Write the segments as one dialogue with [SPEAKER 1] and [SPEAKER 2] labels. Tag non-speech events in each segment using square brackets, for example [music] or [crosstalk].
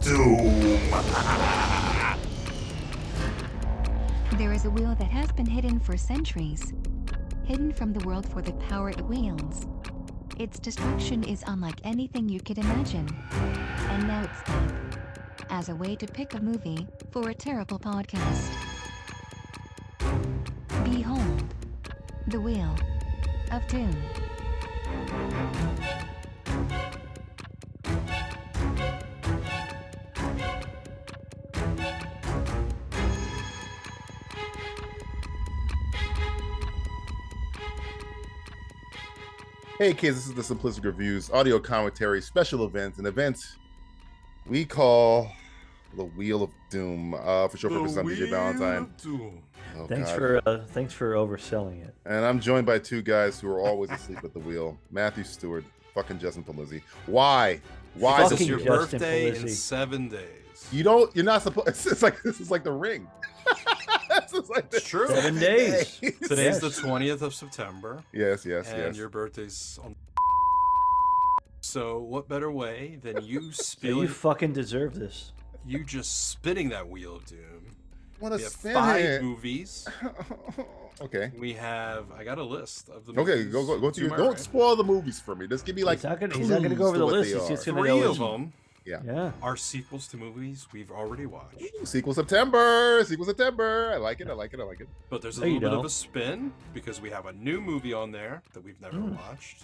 [SPEAKER 1] Zoom.
[SPEAKER 2] There is a wheel that has been hidden for centuries. Hidden from the world for the power it wields. Its destruction is unlike anything you could imagine. And now it's up. As a way to pick a movie for a terrible podcast. Behold. The Wheel of Doom.
[SPEAKER 3] Hey kids, this is the Simplistic Reviews audio commentary, special events, and events we call the Wheel of Doom. Uh, for show purposes, I'm DJ Valentine. Oh,
[SPEAKER 4] Thanks
[SPEAKER 3] God.
[SPEAKER 4] for uh, thanks for overselling it.
[SPEAKER 3] And I'm joined by two guys who are always asleep at the wheel: Matthew Stewart, fucking Justin Polizzi. Why? Why is
[SPEAKER 4] Fucking
[SPEAKER 3] this
[SPEAKER 5] it's
[SPEAKER 3] your?
[SPEAKER 5] your
[SPEAKER 4] Justin
[SPEAKER 5] birthday in
[SPEAKER 4] Polizzi.
[SPEAKER 5] seven days.
[SPEAKER 3] You don't. You're not supposed. It's, it's like [laughs] this is like the ring. [laughs] this is like
[SPEAKER 5] It's
[SPEAKER 3] the-
[SPEAKER 5] true.
[SPEAKER 4] Seven
[SPEAKER 3] [laughs]
[SPEAKER 4] days.
[SPEAKER 5] Today's
[SPEAKER 4] Yes.
[SPEAKER 5] the twentieth of September,
[SPEAKER 3] Yes, yes,
[SPEAKER 5] and
[SPEAKER 3] yes.
[SPEAKER 5] your birthday's on. So what better way than
[SPEAKER 4] [laughs]
[SPEAKER 5] you
[SPEAKER 4] Yeah, you
[SPEAKER 5] spilling,
[SPEAKER 4] fucking deserve this.
[SPEAKER 5] you just spinning that wheel of doom?
[SPEAKER 3] Want
[SPEAKER 5] We
[SPEAKER 3] to
[SPEAKER 5] have
[SPEAKER 3] spin
[SPEAKER 5] five
[SPEAKER 3] it?
[SPEAKER 5] movies.
[SPEAKER 3] [laughs] okay.
[SPEAKER 5] We have. I got a list of the.
[SPEAKER 3] Okay,
[SPEAKER 5] movies
[SPEAKER 3] go go go
[SPEAKER 5] to
[SPEAKER 3] to your,
[SPEAKER 5] my
[SPEAKER 3] don't
[SPEAKER 5] right.
[SPEAKER 3] spoil the movies for me. Just give me like
[SPEAKER 4] he's not gonna, he's not gonna
[SPEAKER 3] clues
[SPEAKER 4] go over
[SPEAKER 3] to
[SPEAKER 4] the
[SPEAKER 3] what
[SPEAKER 4] list.
[SPEAKER 3] they
[SPEAKER 4] He's just
[SPEAKER 3] are.
[SPEAKER 4] gonna
[SPEAKER 5] Three
[SPEAKER 4] know
[SPEAKER 5] of
[SPEAKER 4] what
[SPEAKER 5] them
[SPEAKER 4] you- Yeah.
[SPEAKER 5] are sequels to movies we've already watched,
[SPEAKER 3] Sequel September, sequel September. I like it. I like it. I like it.
[SPEAKER 5] but there's a
[SPEAKER 4] No, you
[SPEAKER 5] little bit of
[SPEAKER 4] don't.
[SPEAKER 5] a spin because we have a new movie on there that we've never
[SPEAKER 4] Hmm.
[SPEAKER 5] watched,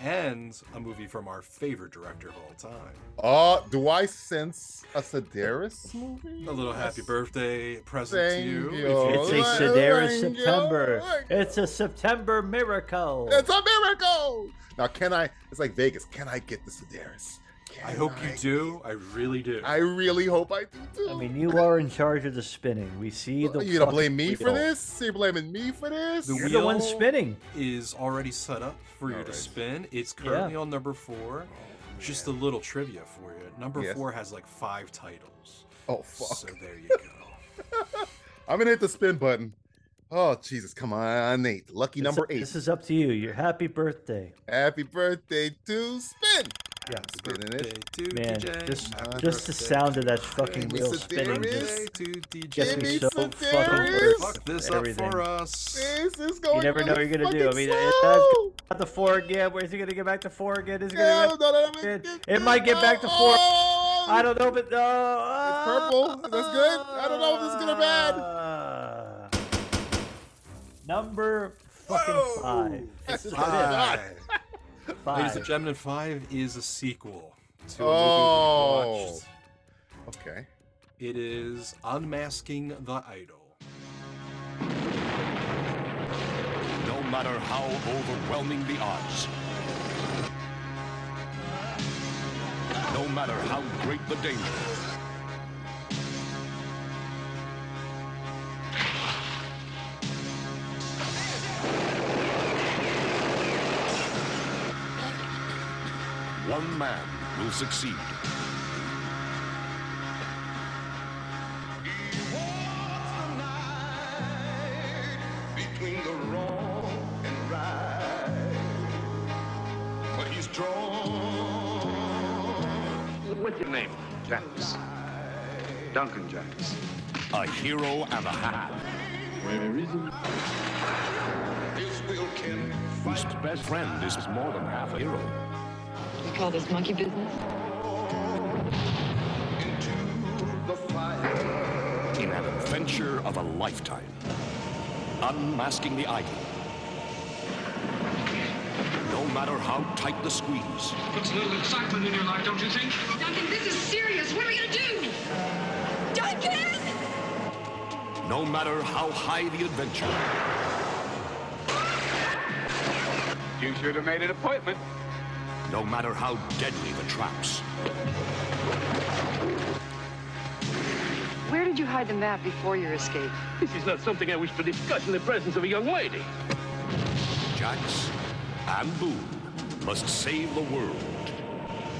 [SPEAKER 5] and a movie from our favorite director of all time.
[SPEAKER 3] Uh, do I sense a Sedaris movie?
[SPEAKER 5] A little happy birthday present
[SPEAKER 3] Thank
[SPEAKER 5] to you.
[SPEAKER 3] you.
[SPEAKER 4] It's
[SPEAKER 5] If
[SPEAKER 4] a
[SPEAKER 5] you
[SPEAKER 3] Alright,
[SPEAKER 4] Sedaris
[SPEAKER 3] alright,
[SPEAKER 4] September.
[SPEAKER 3] alright.
[SPEAKER 4] It's a September miracle.
[SPEAKER 3] It's a miracle. Now, can I? It's like Vegas. Can I get the Sedaris? Can
[SPEAKER 5] I hope you
[SPEAKER 3] I-
[SPEAKER 5] do. I really do.
[SPEAKER 3] I really hope I do too.
[SPEAKER 4] I mean, you are in charge of the spinning. We see the.
[SPEAKER 3] you gonna
[SPEAKER 4] fucking
[SPEAKER 3] blame me for
[SPEAKER 4] wheel.
[SPEAKER 3] this? You blaming me for this?
[SPEAKER 5] The
[SPEAKER 4] You're the one
[SPEAKER 5] Wheel.
[SPEAKER 4] spinning.
[SPEAKER 5] is already set up for you to
[SPEAKER 3] Alright. Oh,
[SPEAKER 5] spin. It's currently on number four. Just a little trivia for you. Number
[SPEAKER 3] Yes.
[SPEAKER 5] four has like five titles.
[SPEAKER 3] Oh fuck!
[SPEAKER 5] So there you
[SPEAKER 3] [laughs]
[SPEAKER 5] go.
[SPEAKER 3] I'm gonna hit the spin button. Oh Jesus! Come on, Nate. Lucky
[SPEAKER 4] It's
[SPEAKER 3] number
[SPEAKER 4] up-
[SPEAKER 3] eight.
[SPEAKER 4] This is up to you. Your happy birthday.
[SPEAKER 3] Happy birthday to spin.
[SPEAKER 4] Yeah.
[SPEAKER 3] Spinning it.
[SPEAKER 5] to
[SPEAKER 4] Man,
[SPEAKER 5] DJ.
[SPEAKER 4] just
[SPEAKER 5] Happy
[SPEAKER 4] just the
[SPEAKER 5] birthday.
[SPEAKER 4] sound of that fucking
[SPEAKER 3] Hey,
[SPEAKER 4] wheel
[SPEAKER 3] Mr.
[SPEAKER 4] spinning
[SPEAKER 3] Darius.
[SPEAKER 4] just
[SPEAKER 5] Birthday to
[SPEAKER 4] gets me
[SPEAKER 3] Give me
[SPEAKER 5] DJ.
[SPEAKER 4] so
[SPEAKER 3] some
[SPEAKER 4] fucking
[SPEAKER 3] Darius.
[SPEAKER 4] worked.
[SPEAKER 5] Fuck this
[SPEAKER 4] everything.
[SPEAKER 5] up for uh, us.
[SPEAKER 3] This is going.
[SPEAKER 4] never know
[SPEAKER 3] really
[SPEAKER 4] what you're gonna do. I
[SPEAKER 3] fucking
[SPEAKER 4] mean, it-
[SPEAKER 3] slow.
[SPEAKER 4] At the four again. Where's he gonna get back to four again? Is he gonna
[SPEAKER 3] Yeah,
[SPEAKER 4] get-
[SPEAKER 3] no, no, no, no,
[SPEAKER 4] it- it might get back to
[SPEAKER 3] no.
[SPEAKER 4] four.
[SPEAKER 3] Oh,
[SPEAKER 4] I don't know, but uh, no.
[SPEAKER 3] It's purple. That's good. I don't know if this is good or bad.
[SPEAKER 4] bad. Uh, Number fucking
[SPEAKER 5] Whoa!
[SPEAKER 4] five.
[SPEAKER 3] That's
[SPEAKER 4] It's
[SPEAKER 3] not-
[SPEAKER 5] Five. Ladies and
[SPEAKER 4] five.
[SPEAKER 5] gentlemen, five is a sequel to a movie we
[SPEAKER 3] Oh.
[SPEAKER 5] watched.
[SPEAKER 3] Okay.
[SPEAKER 5] It is Unmasking the Idol.
[SPEAKER 6] no matter how overwhelming the odds, no matter how great the danger. One man will succeed. between the wrong and right. But he's drawn
[SPEAKER 7] What's your name? Jacks. Duncan Jacks.
[SPEAKER 6] a hero and a half.
[SPEAKER 7] Where is he?
[SPEAKER 6] His will can Whose best friend is more than half a hero.
[SPEAKER 8] You call this monkey business?
[SPEAKER 6] Into the fire. In an adventure of a lifetime. Unmasking the idol. No matter how tight the squeeze,
[SPEAKER 9] Puts a little excitement in your life, don't you think?
[SPEAKER 8] Duncan, this is serious. What are we gonna do? Duncan!
[SPEAKER 6] no matter how high the adventure.
[SPEAKER 7] You should have made an appointment.
[SPEAKER 6] no matter how deadly the traps.
[SPEAKER 8] Where did you hide the map before your escape?
[SPEAKER 9] This is not something I wish to discuss in the presence of a young lady.
[SPEAKER 6] Jax and Boone must save the world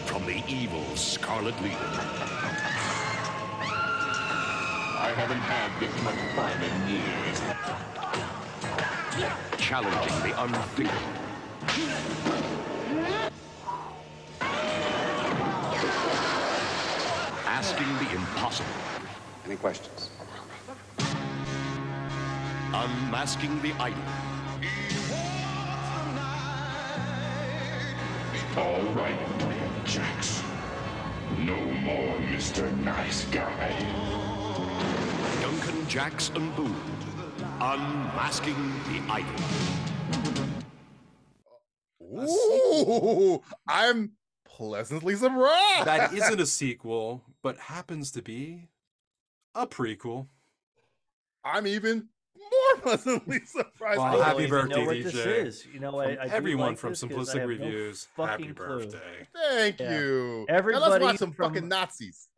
[SPEAKER 6] from the evil Scarlet Leader. I haven't had this much fun in years. Challenging the unthinkable. asking the impossible.
[SPEAKER 7] Any questions?
[SPEAKER 6] Unmasking the idol.
[SPEAKER 1] All right, Jax. No more Mr. Nice Guy.
[SPEAKER 6] Duncan, Jax, and Boone. Unmasking the idol.
[SPEAKER 3] Ooh, I'm pleasantly surprised.
[SPEAKER 5] That
[SPEAKER 3] [laughs]
[SPEAKER 5] isn't a sequel, but happens to be a prequel.
[SPEAKER 3] I'm even more
[SPEAKER 4] [laughs]
[SPEAKER 3] pleasantly surprised.
[SPEAKER 5] Wow.
[SPEAKER 3] by
[SPEAKER 5] happy
[SPEAKER 3] this.
[SPEAKER 4] even know
[SPEAKER 5] birthday,
[SPEAKER 4] what this
[SPEAKER 5] DJ.
[SPEAKER 4] is. You know,
[SPEAKER 5] From
[SPEAKER 4] I, I do
[SPEAKER 5] everyone
[SPEAKER 4] like
[SPEAKER 5] from
[SPEAKER 4] this 'cause I
[SPEAKER 5] Simplistic
[SPEAKER 4] have no
[SPEAKER 5] Reviews, happy
[SPEAKER 4] fucking clue.
[SPEAKER 5] birthday.
[SPEAKER 3] Thank
[SPEAKER 4] Yeah.
[SPEAKER 3] you. now let's
[SPEAKER 4] Everybody
[SPEAKER 3] watch some
[SPEAKER 4] from-
[SPEAKER 3] fucking Nazis.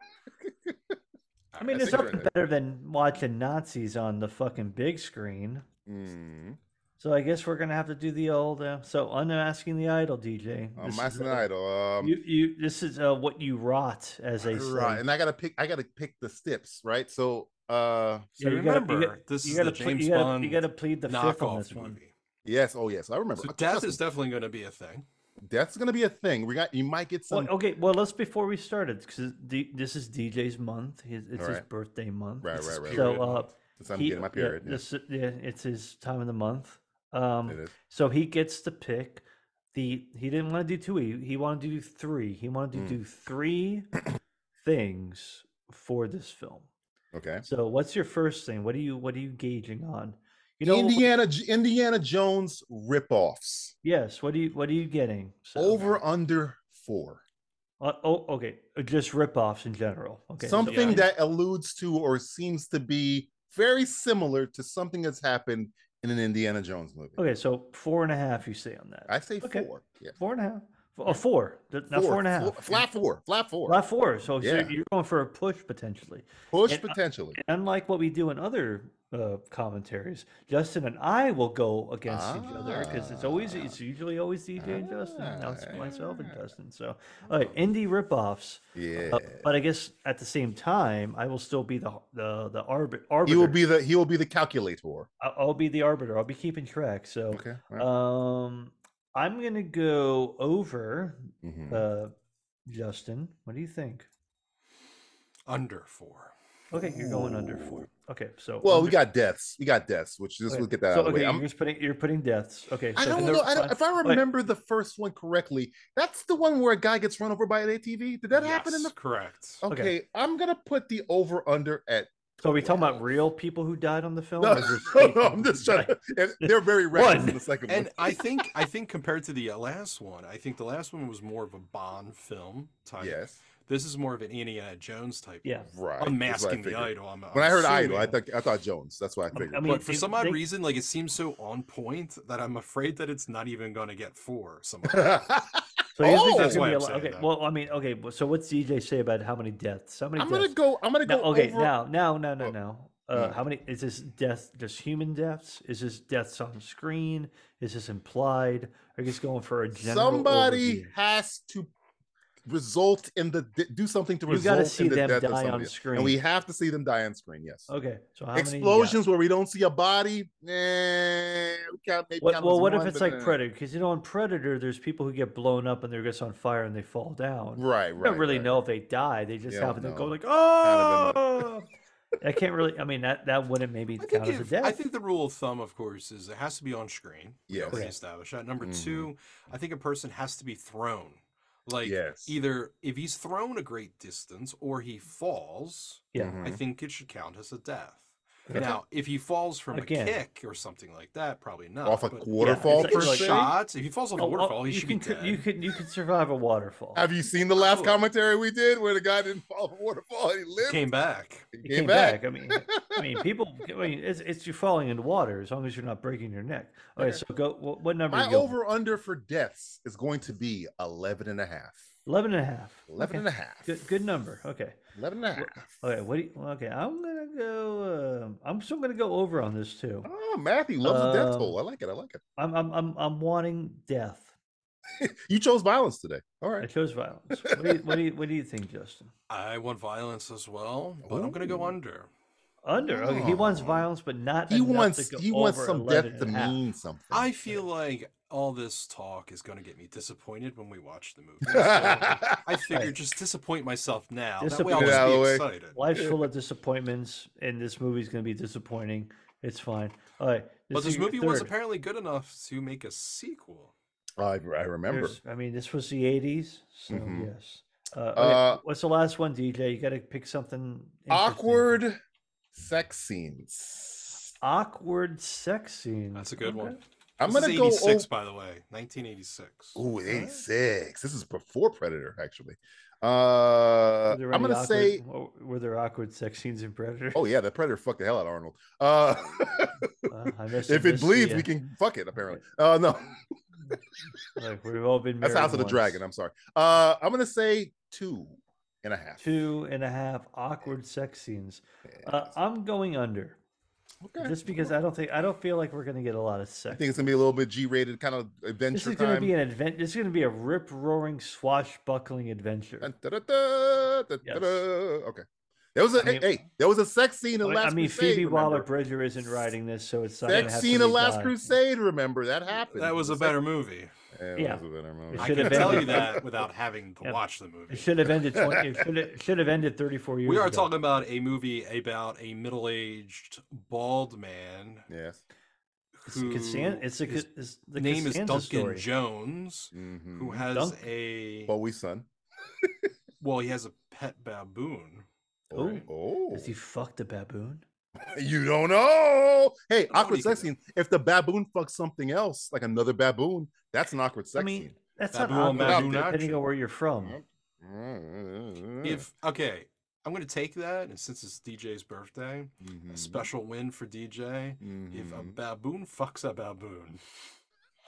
[SPEAKER 4] I mean,
[SPEAKER 3] That's
[SPEAKER 4] there's
[SPEAKER 3] a
[SPEAKER 4] nothing
[SPEAKER 3] great-
[SPEAKER 4] better than watching Nazis on the fucking big screen.
[SPEAKER 5] Mm-hmm.
[SPEAKER 3] Mm.
[SPEAKER 4] So I guess we're gonna have to do the old. Uh, so unmasking the idol, DJ.
[SPEAKER 3] Uh,
[SPEAKER 4] This is,
[SPEAKER 3] Master
[SPEAKER 4] uh,
[SPEAKER 3] Idol. Um,
[SPEAKER 4] You, you, this is uh, what you rot, as they say.
[SPEAKER 3] right, and I gotta pick. I gotta pick the steps, right? So, uh,
[SPEAKER 5] So
[SPEAKER 4] you gotta- you
[SPEAKER 5] remember,
[SPEAKER 4] gotta-
[SPEAKER 5] this
[SPEAKER 4] you
[SPEAKER 5] is
[SPEAKER 4] gotta
[SPEAKER 5] the
[SPEAKER 4] ple-
[SPEAKER 5] James
[SPEAKER 4] you gotta,
[SPEAKER 5] Bond
[SPEAKER 4] You got to plead the fifth on this
[SPEAKER 5] knockoff
[SPEAKER 4] one.
[SPEAKER 5] movie.
[SPEAKER 3] yes. Oh, yes. I remember.
[SPEAKER 5] So
[SPEAKER 3] Uh,
[SPEAKER 5] death
[SPEAKER 3] trust
[SPEAKER 5] is
[SPEAKER 3] me,
[SPEAKER 5] definitely going to be a thing.
[SPEAKER 3] that's gonna be a thing. We got. You might get some.
[SPEAKER 4] Well, okay, well, let's before we started because this is DJ's month. his- It's his
[SPEAKER 3] Alright.
[SPEAKER 4] birthday month.
[SPEAKER 3] right,
[SPEAKER 5] this is
[SPEAKER 3] right, right.
[SPEAKER 4] So,
[SPEAKER 5] period
[SPEAKER 4] uh,
[SPEAKER 5] month.
[SPEAKER 3] Since I'm
[SPEAKER 4] he-
[SPEAKER 3] getting my
[SPEAKER 4] yeah,
[SPEAKER 3] period. Yeah,
[SPEAKER 4] this- yeah, it's his time of the month. Um,
[SPEAKER 3] it is.
[SPEAKER 4] So he gets to pick the. He didn't want to do two. E, He, he wanted to do three. He wanted to
[SPEAKER 3] Mm. [coughs]
[SPEAKER 4] do three things for this film.
[SPEAKER 3] Okay.
[SPEAKER 4] So what's your first thing? What are you What are you gauging on? You know,
[SPEAKER 3] Indiana J- Indiana Jones ripoffs.
[SPEAKER 4] yes. What are you What are you getting? So,
[SPEAKER 3] Over under four.
[SPEAKER 4] Uh, oh, okay. uh, Just ripoffs in general. Okay. so-
[SPEAKER 3] something
[SPEAKER 5] yeah.
[SPEAKER 3] that alludes to or seems to be very similar to something that's happened in an Indiana Jones movie.
[SPEAKER 4] okay. So four and a half. You say on that?
[SPEAKER 3] I say
[SPEAKER 4] Okay.
[SPEAKER 3] four. Yeah.
[SPEAKER 4] Four and a half. Oh, four. th- Not four and a half.
[SPEAKER 3] Four- Flat four. Flat four.
[SPEAKER 4] Not four. So, so
[SPEAKER 3] Yeah.
[SPEAKER 4] you're going for a push potentially.
[SPEAKER 3] Push
[SPEAKER 4] and- uh,
[SPEAKER 3] potentially.
[SPEAKER 4] unlike what we do in other uh, commentaries, Justin and I will go against each other because it's always
[SPEAKER 3] Ah.
[SPEAKER 4] it's usually always DJ and Justin. Now it's
[SPEAKER 3] Ah,
[SPEAKER 4] myself and Justin. So, all right, indie ripoffs.
[SPEAKER 3] yeah.
[SPEAKER 4] Uh, but I guess at the same time, I will still be the the the arbit, arbiter.
[SPEAKER 3] he will be the he will be the calculator.
[SPEAKER 4] I- I'll be the arbiter. I'll be keeping track. So,
[SPEAKER 3] Okay. all right.
[SPEAKER 4] um, I'm gonna go over
[SPEAKER 3] Mhm.
[SPEAKER 4] uh, Justin. What do you think?
[SPEAKER 5] Under four.
[SPEAKER 4] Okay, you're going under four. Okay, so
[SPEAKER 3] well, we
[SPEAKER 4] under-
[SPEAKER 3] got deaths. We got deaths, which just
[SPEAKER 4] Okay,
[SPEAKER 3] we'll get that
[SPEAKER 4] so,
[SPEAKER 3] out of the
[SPEAKER 4] okay,
[SPEAKER 3] way.
[SPEAKER 4] you're
[SPEAKER 3] I'm-
[SPEAKER 4] just putting you're putting deaths. Okay,
[SPEAKER 3] I
[SPEAKER 4] so
[SPEAKER 3] don't
[SPEAKER 4] then
[SPEAKER 3] know.
[SPEAKER 4] they're
[SPEAKER 3] I don't,
[SPEAKER 4] fine.
[SPEAKER 3] if I
[SPEAKER 4] Wait,
[SPEAKER 3] remember the first one correctly, that's the one where a guy gets run over by an ATV. Did that happen in
[SPEAKER 5] Yes,
[SPEAKER 3] the?
[SPEAKER 5] correct?
[SPEAKER 3] Okay,
[SPEAKER 4] Okay.
[SPEAKER 3] I'm gonna put the over under
[SPEAKER 4] [laughs]
[SPEAKER 3] at.
[SPEAKER 4] so are we talking about
[SPEAKER 3] twelve.
[SPEAKER 4] real people who
[SPEAKER 3] [laughs]
[SPEAKER 4] died on the film?
[SPEAKER 3] No,
[SPEAKER 4] or just
[SPEAKER 3] no,
[SPEAKER 4] fake
[SPEAKER 3] no, I'm
[SPEAKER 4] people
[SPEAKER 3] just
[SPEAKER 4] who
[SPEAKER 3] trying.
[SPEAKER 4] died?
[SPEAKER 3] To, and they're
[SPEAKER 4] [laughs]
[SPEAKER 3] very reckless in
[SPEAKER 4] One.
[SPEAKER 3] the second
[SPEAKER 5] And
[SPEAKER 3] one. [laughs]
[SPEAKER 5] I think I think compared to the uh, last one, I think the last one was more of a Bond film type.
[SPEAKER 3] yes,
[SPEAKER 5] This is more of an Indiana Jones type.
[SPEAKER 3] [laughs]
[SPEAKER 4] Yeah.
[SPEAKER 3] right. that's what I
[SPEAKER 5] Unmasking the
[SPEAKER 3] figured.
[SPEAKER 5] idol. I'm,
[SPEAKER 3] When i heard
[SPEAKER 5] assuming.
[SPEAKER 3] idol, I thought I thought Jones. That's what I figured.
[SPEAKER 4] Oh, I mean,
[SPEAKER 5] but for
[SPEAKER 4] it-
[SPEAKER 5] some odd
[SPEAKER 4] they-
[SPEAKER 5] reason, like it seems so on point that I'm afraid that it's not even going to get four. Some
[SPEAKER 4] [laughs] So you
[SPEAKER 3] Oh!
[SPEAKER 5] That's
[SPEAKER 4] think that's gonna
[SPEAKER 5] why
[SPEAKER 4] be a
[SPEAKER 5] I'm
[SPEAKER 4] lot?
[SPEAKER 5] saying
[SPEAKER 4] Okay.
[SPEAKER 5] that.
[SPEAKER 4] Well, I mean, okay. well, So what's DJ say about how many deaths? How
[SPEAKER 3] [laughs]
[SPEAKER 4] many?
[SPEAKER 3] I'm gonna
[SPEAKER 4] deaths?
[SPEAKER 3] go. I'm [laughs] gonna
[SPEAKER 4] No,
[SPEAKER 3] go.
[SPEAKER 4] okay,
[SPEAKER 3] over,
[SPEAKER 4] now, now, no, no,
[SPEAKER 3] Oh,
[SPEAKER 4] no.
[SPEAKER 3] mm.
[SPEAKER 4] Uh, how many is this death? Just human deaths? Is this deaths on screen? Is this implied? Are you just going for a general?
[SPEAKER 3] somebody
[SPEAKER 4] overview?
[SPEAKER 3] has to result in the do something to
[SPEAKER 4] You gotta
[SPEAKER 3] result
[SPEAKER 4] see
[SPEAKER 3] in the
[SPEAKER 4] them
[SPEAKER 3] death of
[SPEAKER 4] die on
[SPEAKER 3] somebody else.
[SPEAKER 4] screen.
[SPEAKER 3] and we have to see them die on screen. Yes.
[SPEAKER 4] Okay. So how many you got?
[SPEAKER 3] Explosions where we don't see a body. Eh, we count, maybe
[SPEAKER 4] What,
[SPEAKER 3] count
[SPEAKER 4] well,
[SPEAKER 3] as
[SPEAKER 4] what if
[SPEAKER 3] one,
[SPEAKER 4] it's
[SPEAKER 3] but,
[SPEAKER 4] like
[SPEAKER 3] eh.
[SPEAKER 4] Predator? Because you know, in Predator, there's people who get blown up and they're just on fire and they fall down.
[SPEAKER 3] Right,
[SPEAKER 4] You
[SPEAKER 3] right.
[SPEAKER 4] don't really
[SPEAKER 3] right.
[SPEAKER 4] know if they die. They just
[SPEAKER 3] You don't
[SPEAKER 4] happen to go
[SPEAKER 3] know.
[SPEAKER 4] like,
[SPEAKER 3] Kind
[SPEAKER 4] oh. I can't really. I mean, that that wouldn't maybe
[SPEAKER 5] I
[SPEAKER 4] count
[SPEAKER 5] think,
[SPEAKER 4] as a
[SPEAKER 5] if- I
[SPEAKER 4] death.
[SPEAKER 5] think the rule of thumb, of course, is it has to be on screen. We
[SPEAKER 3] Yes.
[SPEAKER 5] already
[SPEAKER 4] Correct.
[SPEAKER 5] established that. Number
[SPEAKER 3] Mhm.
[SPEAKER 5] two, I think a person has to be thrown. Like
[SPEAKER 3] Yes.
[SPEAKER 5] either if he's thrown a great distance or he falls,
[SPEAKER 4] Yeah.
[SPEAKER 5] I
[SPEAKER 3] Mhm.
[SPEAKER 5] think it should count as a death.
[SPEAKER 3] Okay.
[SPEAKER 5] Now, if he falls from
[SPEAKER 4] Again.
[SPEAKER 5] a kick or something like that, probably not.
[SPEAKER 3] Off a
[SPEAKER 5] but
[SPEAKER 3] waterfall
[SPEAKER 5] if
[SPEAKER 4] like-
[SPEAKER 3] per
[SPEAKER 5] it's
[SPEAKER 4] like-
[SPEAKER 3] se.
[SPEAKER 5] shots, if he falls off a
[SPEAKER 4] Oh, oh,
[SPEAKER 5] waterfall, he
[SPEAKER 4] you
[SPEAKER 5] should be
[SPEAKER 4] can
[SPEAKER 5] dead.
[SPEAKER 4] you can you can survive a waterfall.
[SPEAKER 3] Have you seen the last
[SPEAKER 5] Cool.
[SPEAKER 3] commentary we did where the guy didn't fall from waterfall? He lived.
[SPEAKER 5] Came back.
[SPEAKER 3] he
[SPEAKER 4] It came back. I mean, I mean, people. I mean, it's it's you falling in water as long as you're not breaking your neck. Okay,
[SPEAKER 3] Okay.
[SPEAKER 4] so go. What, what number?
[SPEAKER 3] My
[SPEAKER 4] you going?
[SPEAKER 3] over under for deaths is going to be 11 and a half.
[SPEAKER 4] 11 and a half.
[SPEAKER 3] 11
[SPEAKER 4] okay.
[SPEAKER 3] and a half.
[SPEAKER 4] Good good number. Okay.
[SPEAKER 3] 11 and a half.
[SPEAKER 4] Okay, what do you, okay, I'm gonna go. Um, I'm still gonna go over on this too.
[SPEAKER 3] Oh, Matthew loves the death
[SPEAKER 4] Um,
[SPEAKER 3] toll. I like it. I like it.
[SPEAKER 4] I'm I'm I'm, I'm wanting death.
[SPEAKER 3] You chose violence today. All
[SPEAKER 4] I
[SPEAKER 3] right.
[SPEAKER 4] chose violence. What do you what do you, what do you think, Justin?
[SPEAKER 5] I want violence as well, but I'm gonna
[SPEAKER 3] Ooh.
[SPEAKER 5] go under.
[SPEAKER 4] Under. Okay, he wants
[SPEAKER 3] Oh.
[SPEAKER 4] violence, but not.
[SPEAKER 3] He
[SPEAKER 4] enough
[SPEAKER 3] wants
[SPEAKER 4] To go
[SPEAKER 3] he wants
[SPEAKER 4] over
[SPEAKER 3] some
[SPEAKER 4] 11
[SPEAKER 3] death to
[SPEAKER 4] and a
[SPEAKER 3] [laughs]
[SPEAKER 4] half.
[SPEAKER 3] mean something.
[SPEAKER 5] I feel like all this talk is going to get me disappointed when we watch the
[SPEAKER 3] [laughs]
[SPEAKER 5] movie. So I figure just disappoint myself now. That way I'll
[SPEAKER 3] Disappoint.
[SPEAKER 5] just
[SPEAKER 3] Out of the
[SPEAKER 5] be
[SPEAKER 3] way.
[SPEAKER 5] excited.
[SPEAKER 4] Life's
[SPEAKER 3] [laughs]
[SPEAKER 4] full of disappointments, and this movie's going to be disappointing. It's fine. All right.
[SPEAKER 5] But
[SPEAKER 4] is
[SPEAKER 5] this
[SPEAKER 4] your
[SPEAKER 5] movie was
[SPEAKER 4] third.
[SPEAKER 5] apparently good enough to make a sequel.
[SPEAKER 3] I, I remember.
[SPEAKER 4] There's- I mean, this was the '80s, so
[SPEAKER 3] Mhm.
[SPEAKER 4] yes. Uh, okay,
[SPEAKER 3] Uh,
[SPEAKER 4] What's the last one, DJ? You got to pick something interesting.
[SPEAKER 3] Awkward sex scenes.
[SPEAKER 4] awkward sex scene.
[SPEAKER 5] That's a good one.
[SPEAKER 3] I'm
[SPEAKER 5] This
[SPEAKER 3] gonna
[SPEAKER 5] is
[SPEAKER 3] go.
[SPEAKER 5] 86, by the way. 1986.
[SPEAKER 3] Ooh, 86. This is before Predator, actually. Uh,
[SPEAKER 4] Were there
[SPEAKER 3] I'm
[SPEAKER 4] any
[SPEAKER 3] gonna
[SPEAKER 4] awkward-
[SPEAKER 3] say.
[SPEAKER 4] w- were there awkward sex scenes in Predator?
[SPEAKER 3] Oh yeah, the Predator fucked the hell out of Arnold. Uh,
[SPEAKER 4] [laughs] Uh, I must have
[SPEAKER 3] if it
[SPEAKER 4] missed
[SPEAKER 3] bleeds,
[SPEAKER 4] the,
[SPEAKER 3] we can fuck it. Apparently, uh, no,
[SPEAKER 4] uh, [laughs] like, we've all been.
[SPEAKER 3] that's
[SPEAKER 4] married
[SPEAKER 3] House of the
[SPEAKER 4] once.
[SPEAKER 3] Dragon. I'm sorry. Uh, I'm gonna say two and a half.
[SPEAKER 4] Two and a half awkward sex scenes. Uh, I'm going under
[SPEAKER 3] Okay.
[SPEAKER 4] just because I don't think I don't feel like we're gonna get a lot of sex.
[SPEAKER 3] I think it's gonna be a little bit G-rated, kind of
[SPEAKER 4] this
[SPEAKER 3] adventure
[SPEAKER 4] is gonna
[SPEAKER 3] time.
[SPEAKER 4] be an advent. This is gonna be a rip roaring swashbuckling adventure.
[SPEAKER 3] Dun, da, da, da, da,
[SPEAKER 4] Yes.
[SPEAKER 3] da, da. Okay. There was a
[SPEAKER 4] mean-
[SPEAKER 3] hey, hey, there was a sex scene in
[SPEAKER 4] I mean-
[SPEAKER 3] Last
[SPEAKER 4] I mean,
[SPEAKER 3] Crusade.
[SPEAKER 4] Phoebe Waller
[SPEAKER 3] remember?
[SPEAKER 4] Bridger isn't writing this, so it's not. gonna
[SPEAKER 3] Sex
[SPEAKER 4] have
[SPEAKER 3] scene
[SPEAKER 4] to
[SPEAKER 3] in
[SPEAKER 4] be
[SPEAKER 3] Last
[SPEAKER 4] guy.
[SPEAKER 3] Crusade. Remember that happened.
[SPEAKER 5] That was a
[SPEAKER 3] Sex-
[SPEAKER 5] better movie.
[SPEAKER 3] [laughs] Yeah, it
[SPEAKER 4] Yeah.
[SPEAKER 3] was a better movie.
[SPEAKER 4] It
[SPEAKER 5] I
[SPEAKER 4] should
[SPEAKER 5] can
[SPEAKER 4] have
[SPEAKER 5] tell
[SPEAKER 4] ended-
[SPEAKER 5] you
[SPEAKER 4] [laughs]
[SPEAKER 5] that without having to watch the
[SPEAKER 4] It
[SPEAKER 5] movie.
[SPEAKER 4] should have ended. 20, it should have, should have ended 34 years.
[SPEAKER 5] We are
[SPEAKER 4] ago.
[SPEAKER 5] talking about a movie about a middle-aged bald man
[SPEAKER 3] [laughs] Yes.
[SPEAKER 4] It's the
[SPEAKER 5] who
[SPEAKER 4] Cassan- it's the,
[SPEAKER 5] his
[SPEAKER 4] Ca- it's the
[SPEAKER 5] name is
[SPEAKER 4] Costanza
[SPEAKER 5] Duncan
[SPEAKER 4] story. Hmm,
[SPEAKER 5] Jones, who
[SPEAKER 3] Mm-hmm.
[SPEAKER 5] has
[SPEAKER 4] Dunk?
[SPEAKER 5] a
[SPEAKER 3] Bowie's son.
[SPEAKER 5] well, he has a pet baboon.
[SPEAKER 4] Oh.
[SPEAKER 5] right?
[SPEAKER 3] Oh,
[SPEAKER 4] Does he fuck the baboon?
[SPEAKER 3] [laughs] you don't know. Hey,
[SPEAKER 5] Nobody
[SPEAKER 3] awkward sex
[SPEAKER 5] can
[SPEAKER 3] scene. If the baboon fucks something else, like another baboon, that's an awkward sex
[SPEAKER 4] I mean,
[SPEAKER 3] scene.
[SPEAKER 4] that's
[SPEAKER 5] Baboon,
[SPEAKER 4] not awkward,
[SPEAKER 5] baboon
[SPEAKER 4] depending
[SPEAKER 5] action.
[SPEAKER 4] on where you're from.
[SPEAKER 3] Yep.
[SPEAKER 4] Hmm.
[SPEAKER 3] Mm.
[SPEAKER 5] If okay, I'm gonna take that, and since it's DJ's birthday, a
[SPEAKER 4] Hmm.
[SPEAKER 3] Mhm.
[SPEAKER 5] special win for DJ. If a
[SPEAKER 3] Mhm.
[SPEAKER 5] baboon fucks a baboon,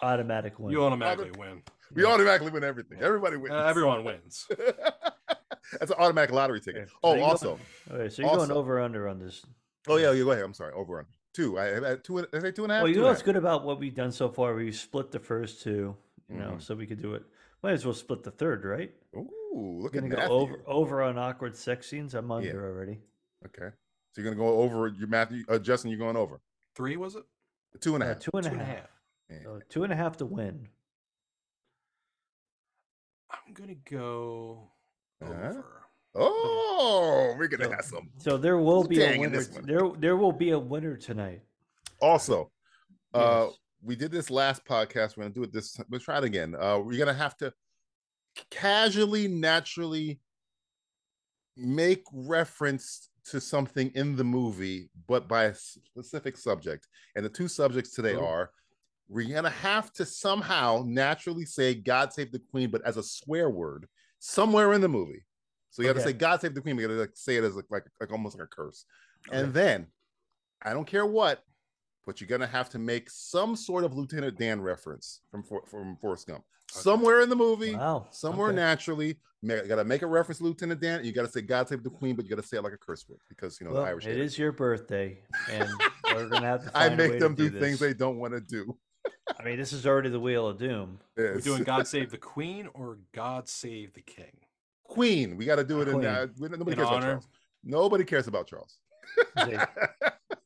[SPEAKER 4] Automatic one.
[SPEAKER 5] you automatically win.
[SPEAKER 3] we automatically win everything, everybody wins.
[SPEAKER 5] Uh, everyone wins.
[SPEAKER 3] [laughs] That's an automatic lottery ticket.
[SPEAKER 4] Okay, so
[SPEAKER 3] Oh,
[SPEAKER 4] you go-
[SPEAKER 3] also,
[SPEAKER 4] Okay, so you're
[SPEAKER 3] Also-
[SPEAKER 4] going over under on this.
[SPEAKER 3] oh yeah, you go ahead. I'm sorry, over on two. I I- I- two. and- Did I say two and a half.
[SPEAKER 4] Well, Oh, you
[SPEAKER 3] Two and
[SPEAKER 4] know
[SPEAKER 3] a
[SPEAKER 4] what's
[SPEAKER 3] half.
[SPEAKER 4] good about what we've done so far? We split the first two, you know,
[SPEAKER 5] Mm-hmm.
[SPEAKER 3] Mhm.
[SPEAKER 4] so we could do it. Might as well split the third, right?
[SPEAKER 3] Ooh, look
[SPEAKER 4] We're
[SPEAKER 3] at
[SPEAKER 4] gonna go
[SPEAKER 3] Matthew.
[SPEAKER 4] over over on awkward sex scenes. I'm under
[SPEAKER 3] Yeah.
[SPEAKER 4] already.
[SPEAKER 3] Okay, so you're gonna go over your Matthew, uh, Justin. You're going over
[SPEAKER 5] Three was it?
[SPEAKER 3] two and a
[SPEAKER 4] Uh,
[SPEAKER 3] half.
[SPEAKER 4] two and a
[SPEAKER 5] Two and a
[SPEAKER 4] half.
[SPEAKER 5] half.
[SPEAKER 3] Yeah.
[SPEAKER 4] So two and a half to win.
[SPEAKER 5] I'm gonna go
[SPEAKER 3] Uh-huh.
[SPEAKER 5] over.
[SPEAKER 3] Oh, we're gonna
[SPEAKER 4] So-
[SPEAKER 3] have some.
[SPEAKER 4] So there will be a
[SPEAKER 3] Dang it,
[SPEAKER 4] winner.
[SPEAKER 3] this
[SPEAKER 4] t-
[SPEAKER 3] one.
[SPEAKER 4] There there will be a winner tonight.
[SPEAKER 3] Also, uh,
[SPEAKER 4] Yes.
[SPEAKER 3] we did this last podcast. We're gonna do it this. time. Let's try it again. Uh, we're gonna have to casually, naturally make reference to something in the movie, but by a specific subject. And the two subjects today
[SPEAKER 4] Cool.
[SPEAKER 3] are: we're gonna have to somehow naturally say "God Save the Queen," but as a swear word somewhere in the movie. So you have
[SPEAKER 4] Okay.
[SPEAKER 3] to say "God Save the Queen." We gotta like, say it as like, like like almost like a curse.
[SPEAKER 4] Okay.
[SPEAKER 3] And then, I don't care what, but you're gonna have to make some sort of Lieutenant Dan reference from For- from Forrest Gump somewhere in the movie,
[SPEAKER 4] Wow.
[SPEAKER 3] somewhere
[SPEAKER 4] okay.
[SPEAKER 3] naturally. ma- You gotta make a reference to Lieutenant Dan, and you gotta say "God Save the Queen," but you gotta say it like a curse word because you know
[SPEAKER 4] Well,
[SPEAKER 3] the Irish.
[SPEAKER 4] it
[SPEAKER 3] hate
[SPEAKER 4] is your birthday,
[SPEAKER 3] [laughs]
[SPEAKER 4] and we're gonna have to.
[SPEAKER 3] I
[SPEAKER 4] find a way
[SPEAKER 3] make
[SPEAKER 4] to
[SPEAKER 3] them do, things
[SPEAKER 4] this.
[SPEAKER 3] they don't want to do.
[SPEAKER 4] I mean, this is already the wheel of doom.
[SPEAKER 5] We're
[SPEAKER 3] Yes.
[SPEAKER 5] doing God
[SPEAKER 3] [laughs]
[SPEAKER 5] Save the Queen or God Save the King.
[SPEAKER 3] Queen. We gotta do it in.
[SPEAKER 4] Queen.
[SPEAKER 3] Uh, we- nobody
[SPEAKER 5] In
[SPEAKER 3] cares about
[SPEAKER 5] honor.
[SPEAKER 3] Charles. Nobody cares about Charles. [laughs]
[SPEAKER 4] Say,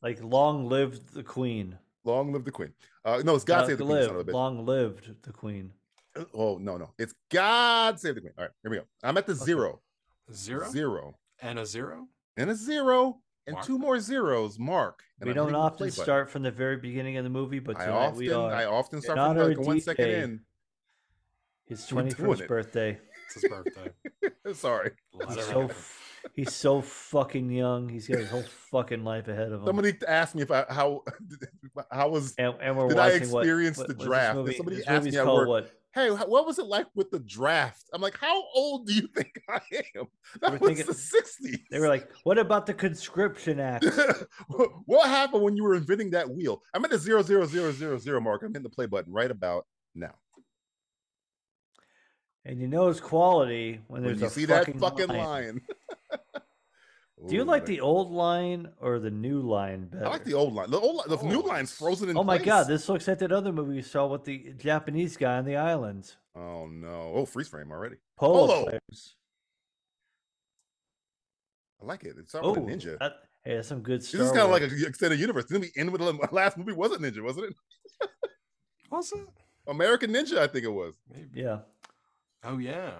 [SPEAKER 4] like long lived the queen.
[SPEAKER 3] Long live the Queen. Uh, no, it's God
[SPEAKER 4] Uh,
[SPEAKER 3] Save the Queen. son
[SPEAKER 4] lived,
[SPEAKER 3] of a bitch.
[SPEAKER 4] long lived the queen.
[SPEAKER 3] Oh no, no, it's God Save the Queen. All right, here we go. I'm at the zero,
[SPEAKER 5] Zero?
[SPEAKER 3] zero,
[SPEAKER 5] and a zero.
[SPEAKER 3] and a zero, and
[SPEAKER 5] Mark.
[SPEAKER 3] two more zeros. Mark. And
[SPEAKER 4] we
[SPEAKER 3] I'm hitting
[SPEAKER 4] don't
[SPEAKER 3] the play
[SPEAKER 4] often
[SPEAKER 3] button.
[SPEAKER 4] start from the very beginning of the movie, but
[SPEAKER 3] I
[SPEAKER 4] tonight we
[SPEAKER 3] often,
[SPEAKER 4] are.
[SPEAKER 3] I often start
[SPEAKER 4] honor
[SPEAKER 3] from like
[SPEAKER 4] of
[SPEAKER 3] one second
[SPEAKER 4] DJ.
[SPEAKER 3] in. [laughs]
[SPEAKER 4] His
[SPEAKER 3] we're doing
[SPEAKER 4] twenty first
[SPEAKER 3] it.
[SPEAKER 4] birthday.
[SPEAKER 5] It's his birthday.
[SPEAKER 3] [laughs] Sorry.
[SPEAKER 5] Let
[SPEAKER 4] He's
[SPEAKER 5] it
[SPEAKER 4] so
[SPEAKER 5] happen.
[SPEAKER 4] f- he's so fucking young. He's got his whole fucking life ahead of him.
[SPEAKER 3] Somebody asked me if I how [laughs] how was.
[SPEAKER 4] and, and we're
[SPEAKER 3] did I
[SPEAKER 4] watching what-
[SPEAKER 3] experience
[SPEAKER 4] what,
[SPEAKER 3] the
[SPEAKER 4] what's this
[SPEAKER 3] draft?
[SPEAKER 4] Movie?
[SPEAKER 3] Somebody
[SPEAKER 4] this
[SPEAKER 3] asked
[SPEAKER 4] movie's
[SPEAKER 3] me at
[SPEAKER 4] called
[SPEAKER 3] work,
[SPEAKER 4] what?
[SPEAKER 3] Hey, how- what was it like with the draft? I'm like, how old do you think [laughs] I am? That
[SPEAKER 4] were
[SPEAKER 3] was
[SPEAKER 4] thinking-
[SPEAKER 3] the '60s.
[SPEAKER 4] They were like, "What about the conscription act?"
[SPEAKER 3] [laughs] what what happened when you were inventing that wheel? I'm at the zero zero zero zero zero mark. I'm hitting the play button right about now.
[SPEAKER 4] and you know it's quality when
[SPEAKER 3] When
[SPEAKER 4] there's
[SPEAKER 3] you
[SPEAKER 4] a
[SPEAKER 3] see
[SPEAKER 4] fucking
[SPEAKER 3] that fucking
[SPEAKER 4] line.
[SPEAKER 3] line. [laughs]
[SPEAKER 4] Do you
[SPEAKER 3] Ooh,
[SPEAKER 4] like
[SPEAKER 3] that-
[SPEAKER 4] the old line or the new line better?
[SPEAKER 3] I like the old line. The old, the new
[SPEAKER 5] Oh,
[SPEAKER 3] line's
[SPEAKER 5] it's-
[SPEAKER 3] frozen in.
[SPEAKER 4] Oh my god,
[SPEAKER 3] place.
[SPEAKER 4] this looks like that other movie we saw with the Japanese guy on the island.
[SPEAKER 3] Oh no! Oh, freeze frame already.
[SPEAKER 4] Polo,
[SPEAKER 3] Polo.
[SPEAKER 4] players.
[SPEAKER 3] I like it. It's not
[SPEAKER 4] Oh,
[SPEAKER 3] with a ninja.
[SPEAKER 4] that- hey, that's some good
[SPEAKER 3] This
[SPEAKER 4] Star
[SPEAKER 3] is kind of like [laughs]
[SPEAKER 4] Wars.
[SPEAKER 3] an extended universe. Then we end with the last movie was a ninja, wasn't it?
[SPEAKER 5] Was it?
[SPEAKER 3] American Ninja, I think it was.
[SPEAKER 5] Maybe.
[SPEAKER 4] Yeah.
[SPEAKER 5] Oh yeah.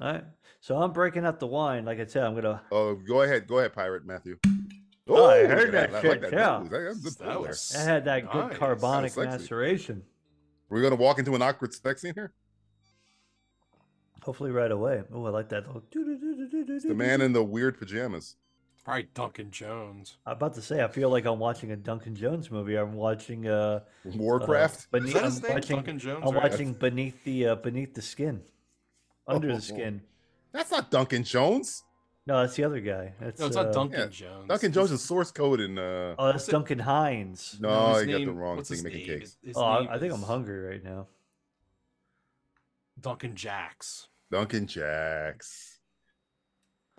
[SPEAKER 4] All right. So I'm breaking out the wine. Like I said, I'm gonna.
[SPEAKER 3] Oh, go ahead, go ahead, pirate Matthew.
[SPEAKER 4] Oh, I
[SPEAKER 3] Ooh,
[SPEAKER 4] heard
[SPEAKER 3] look at
[SPEAKER 4] that
[SPEAKER 3] I like
[SPEAKER 4] shit, yeah.
[SPEAKER 3] That- That's good
[SPEAKER 5] That
[SPEAKER 3] pull there.
[SPEAKER 5] was
[SPEAKER 4] I had that good
[SPEAKER 5] nice.
[SPEAKER 4] carbonic
[SPEAKER 3] sexy.
[SPEAKER 4] maceration.
[SPEAKER 3] We're gonna walk into an awkward sex scene here.
[SPEAKER 4] Hopefully, right away. Oh, I like that. Little...
[SPEAKER 3] The
[SPEAKER 4] [laughs]
[SPEAKER 3] man in the weird pajamas.
[SPEAKER 5] Probably Duncan Jones.
[SPEAKER 4] I'm about to say, I feel like I'm watching a Duncan Jones movie. I'm watching uh,
[SPEAKER 3] Warcraft.
[SPEAKER 4] Uh, beneath,
[SPEAKER 5] Is that his
[SPEAKER 4] I'm
[SPEAKER 5] name?
[SPEAKER 4] watching,
[SPEAKER 5] Duncan Jones,
[SPEAKER 4] I'm
[SPEAKER 5] right?
[SPEAKER 4] watching beneath the uh, beneath the skin, under
[SPEAKER 3] Oh,
[SPEAKER 4] the skin.
[SPEAKER 3] That's not Duncan Jones.
[SPEAKER 4] No, that's the other guy. That's
[SPEAKER 5] No, it's not
[SPEAKER 4] uh,
[SPEAKER 5] Duncan
[SPEAKER 3] yeah.
[SPEAKER 5] Jones.
[SPEAKER 3] Duncan Jones is source code in uh
[SPEAKER 4] Oh, that's Duncan Hines.
[SPEAKER 3] No,
[SPEAKER 5] his
[SPEAKER 3] you Oh, got the
[SPEAKER 5] name-
[SPEAKER 3] wrong
[SPEAKER 5] what's
[SPEAKER 3] thing
[SPEAKER 5] his
[SPEAKER 3] making
[SPEAKER 5] name?
[SPEAKER 3] cakes.
[SPEAKER 5] His
[SPEAKER 4] Oh, I,
[SPEAKER 5] name
[SPEAKER 4] I think I'm
[SPEAKER 5] is
[SPEAKER 4] hungry right now.
[SPEAKER 5] Duncan Jacks.
[SPEAKER 3] Duncan Jacks.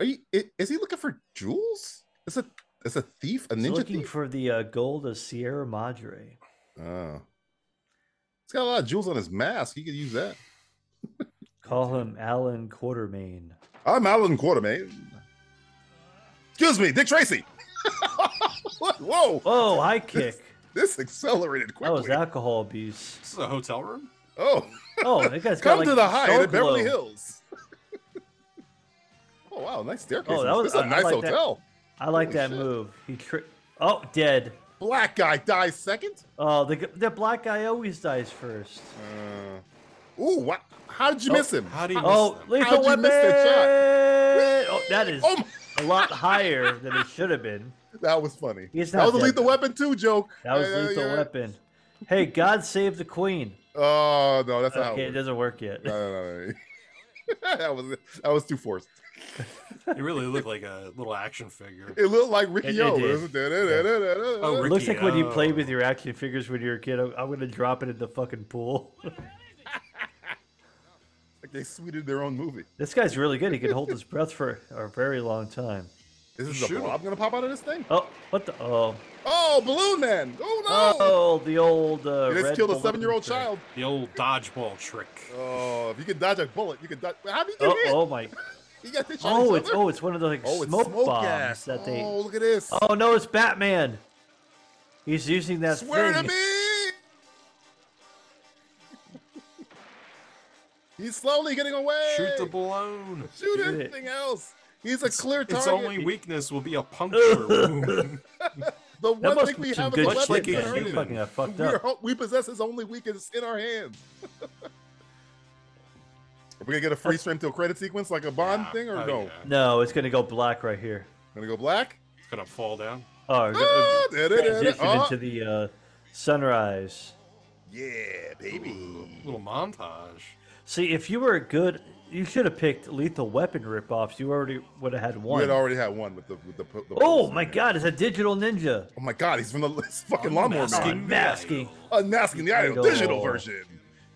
[SPEAKER 3] Are you i- is he looking for jewels? Is a is a thief, a
[SPEAKER 4] He's
[SPEAKER 3] ninja
[SPEAKER 4] looking
[SPEAKER 3] thief?
[SPEAKER 4] for the uh, gold of Sierra Madre.
[SPEAKER 3] oh. He's got a lot of jewels on his mask. He could use that.
[SPEAKER 4] Call him Alan Quartermain.
[SPEAKER 3] I'm Alan Quartermain. Excuse me, Dick Tracy. [laughs] What? Whoa, [laughs]
[SPEAKER 4] Oh, high kick.
[SPEAKER 3] this accelerated
[SPEAKER 4] That
[SPEAKER 3] quickly.
[SPEAKER 4] was alcohol abuse.
[SPEAKER 5] This is a hotel room.
[SPEAKER 3] Oh,
[SPEAKER 4] Oh, [laughs] that guy's got
[SPEAKER 3] come
[SPEAKER 4] like
[SPEAKER 3] to the high
[SPEAKER 4] soul
[SPEAKER 3] at Beverly
[SPEAKER 4] glow.
[SPEAKER 3] Hills. [laughs] oh wow, nice staircase.
[SPEAKER 4] Oh, that
[SPEAKER 3] this is
[SPEAKER 4] was-
[SPEAKER 3] a
[SPEAKER 4] I- I
[SPEAKER 3] nice
[SPEAKER 4] like that.
[SPEAKER 3] hotel.
[SPEAKER 4] I like
[SPEAKER 3] Holy
[SPEAKER 4] that
[SPEAKER 3] shit.
[SPEAKER 4] move. He tri- Oh, dead.
[SPEAKER 3] Black guy dies second.
[SPEAKER 4] Oh, the g- the black guy always dies first.
[SPEAKER 3] Uh, ooh, what? How did you miss him?
[SPEAKER 5] How do you
[SPEAKER 4] Oh,
[SPEAKER 5] miss them?
[SPEAKER 4] lethal
[SPEAKER 3] How'd you
[SPEAKER 4] weapon!
[SPEAKER 3] miss that
[SPEAKER 4] Oh, that is
[SPEAKER 3] Oh my-
[SPEAKER 4] a lot higher than it should have been.
[SPEAKER 3] That was funny.
[SPEAKER 4] He's
[SPEAKER 3] that
[SPEAKER 4] not
[SPEAKER 3] was a
[SPEAKER 4] dead,
[SPEAKER 3] lethal
[SPEAKER 4] though.
[SPEAKER 3] weapon too joke.
[SPEAKER 4] That was
[SPEAKER 3] Yeah, yeah,
[SPEAKER 4] lethal
[SPEAKER 3] yeah.
[SPEAKER 4] weapon. Hey, God save the Queen.
[SPEAKER 3] Oh no, that's not how.
[SPEAKER 4] Okay, it
[SPEAKER 3] It works.
[SPEAKER 4] doesn't work yet.
[SPEAKER 3] No, no, no, no. [laughs] that was that was too forced.
[SPEAKER 5] It really looked like a little action figure.
[SPEAKER 3] It looked like Ricky
[SPEAKER 4] It- it
[SPEAKER 3] O.
[SPEAKER 4] did.
[SPEAKER 5] Oh,
[SPEAKER 4] It
[SPEAKER 5] Ricky,
[SPEAKER 4] looks like when you play
[SPEAKER 5] oh.
[SPEAKER 4] with your action figures when you're a kid. I'm, I'm gonna drop it in the fucking pool. [laughs]
[SPEAKER 3] Like they sweeted their own movie.
[SPEAKER 4] this guy's really good. He can hold his breath for a very long time.
[SPEAKER 3] Is this a
[SPEAKER 5] Shoot 'em.
[SPEAKER 3] blob gonna pop out of this thing?
[SPEAKER 4] Oh, what the? Oh,
[SPEAKER 3] Oh, balloon man! Oh no!
[SPEAKER 4] oh, the old. Uh,
[SPEAKER 3] They just
[SPEAKER 4] red
[SPEAKER 3] killed a
[SPEAKER 4] balloon
[SPEAKER 3] seven-year-old
[SPEAKER 4] trick.
[SPEAKER 3] child.
[SPEAKER 5] The old dodgeball trick.
[SPEAKER 3] Oh, if you can dodge a bullet, you can dodge. How do you do
[SPEAKER 4] Oh,
[SPEAKER 3] it? [laughs]
[SPEAKER 4] oh my!
[SPEAKER 3] You got this.
[SPEAKER 4] Oh, it's oh, it's one of the like smoke, bombs that they.
[SPEAKER 3] Oh, look at this.
[SPEAKER 4] Oh no, it's Batman. He's using that
[SPEAKER 3] Swear
[SPEAKER 4] thing.
[SPEAKER 3] to me! [laughs] He's slowly getting away.
[SPEAKER 5] Shoot the balloon.
[SPEAKER 3] Shoot
[SPEAKER 4] Shoot it.
[SPEAKER 3] anything else. He's a clear target.
[SPEAKER 5] Its only weakness will
[SPEAKER 4] [laughs]
[SPEAKER 5] be a puncture wound.
[SPEAKER 3] the one
[SPEAKER 4] That must
[SPEAKER 3] thing we
[SPEAKER 4] be some
[SPEAKER 3] have
[SPEAKER 4] good
[SPEAKER 3] as a
[SPEAKER 5] left leg
[SPEAKER 4] shit.
[SPEAKER 3] weapon
[SPEAKER 5] is
[SPEAKER 3] in
[SPEAKER 4] Man. You
[SPEAKER 5] human.
[SPEAKER 4] fucking got fucked
[SPEAKER 3] we, are,
[SPEAKER 4] up.
[SPEAKER 3] ho- we possess his only weakness in our hands. [laughs] Are we gonna get a freeze frame to a credit sequence like a Bond
[SPEAKER 5] Yeah.
[SPEAKER 3] thing, or
[SPEAKER 5] Oh,
[SPEAKER 3] no?
[SPEAKER 5] yeah.
[SPEAKER 4] No, it's gonna go black right here.
[SPEAKER 3] Gonna go black.
[SPEAKER 5] It's gonna fall down.
[SPEAKER 4] Oh, we're gonna
[SPEAKER 3] Ah, da- da- da- da-
[SPEAKER 4] transition
[SPEAKER 3] ah.
[SPEAKER 4] into the uh, sunrise.
[SPEAKER 3] Yeah, baby.
[SPEAKER 5] Little montage.
[SPEAKER 4] See, if you were good, you should have picked Lethal Weapon ripoffs. You already would have had
[SPEAKER 3] We
[SPEAKER 4] one.
[SPEAKER 3] had already had one with the with the. the
[SPEAKER 4] oh my God, it's a digital ninja.
[SPEAKER 3] Oh my god! He's from the [laughs] it's fucking lawnmower
[SPEAKER 5] Unmasking
[SPEAKER 3] man.
[SPEAKER 5] the
[SPEAKER 4] Masking.
[SPEAKER 5] idol.
[SPEAKER 3] Unmasking the idol,
[SPEAKER 4] Idol.
[SPEAKER 3] digital version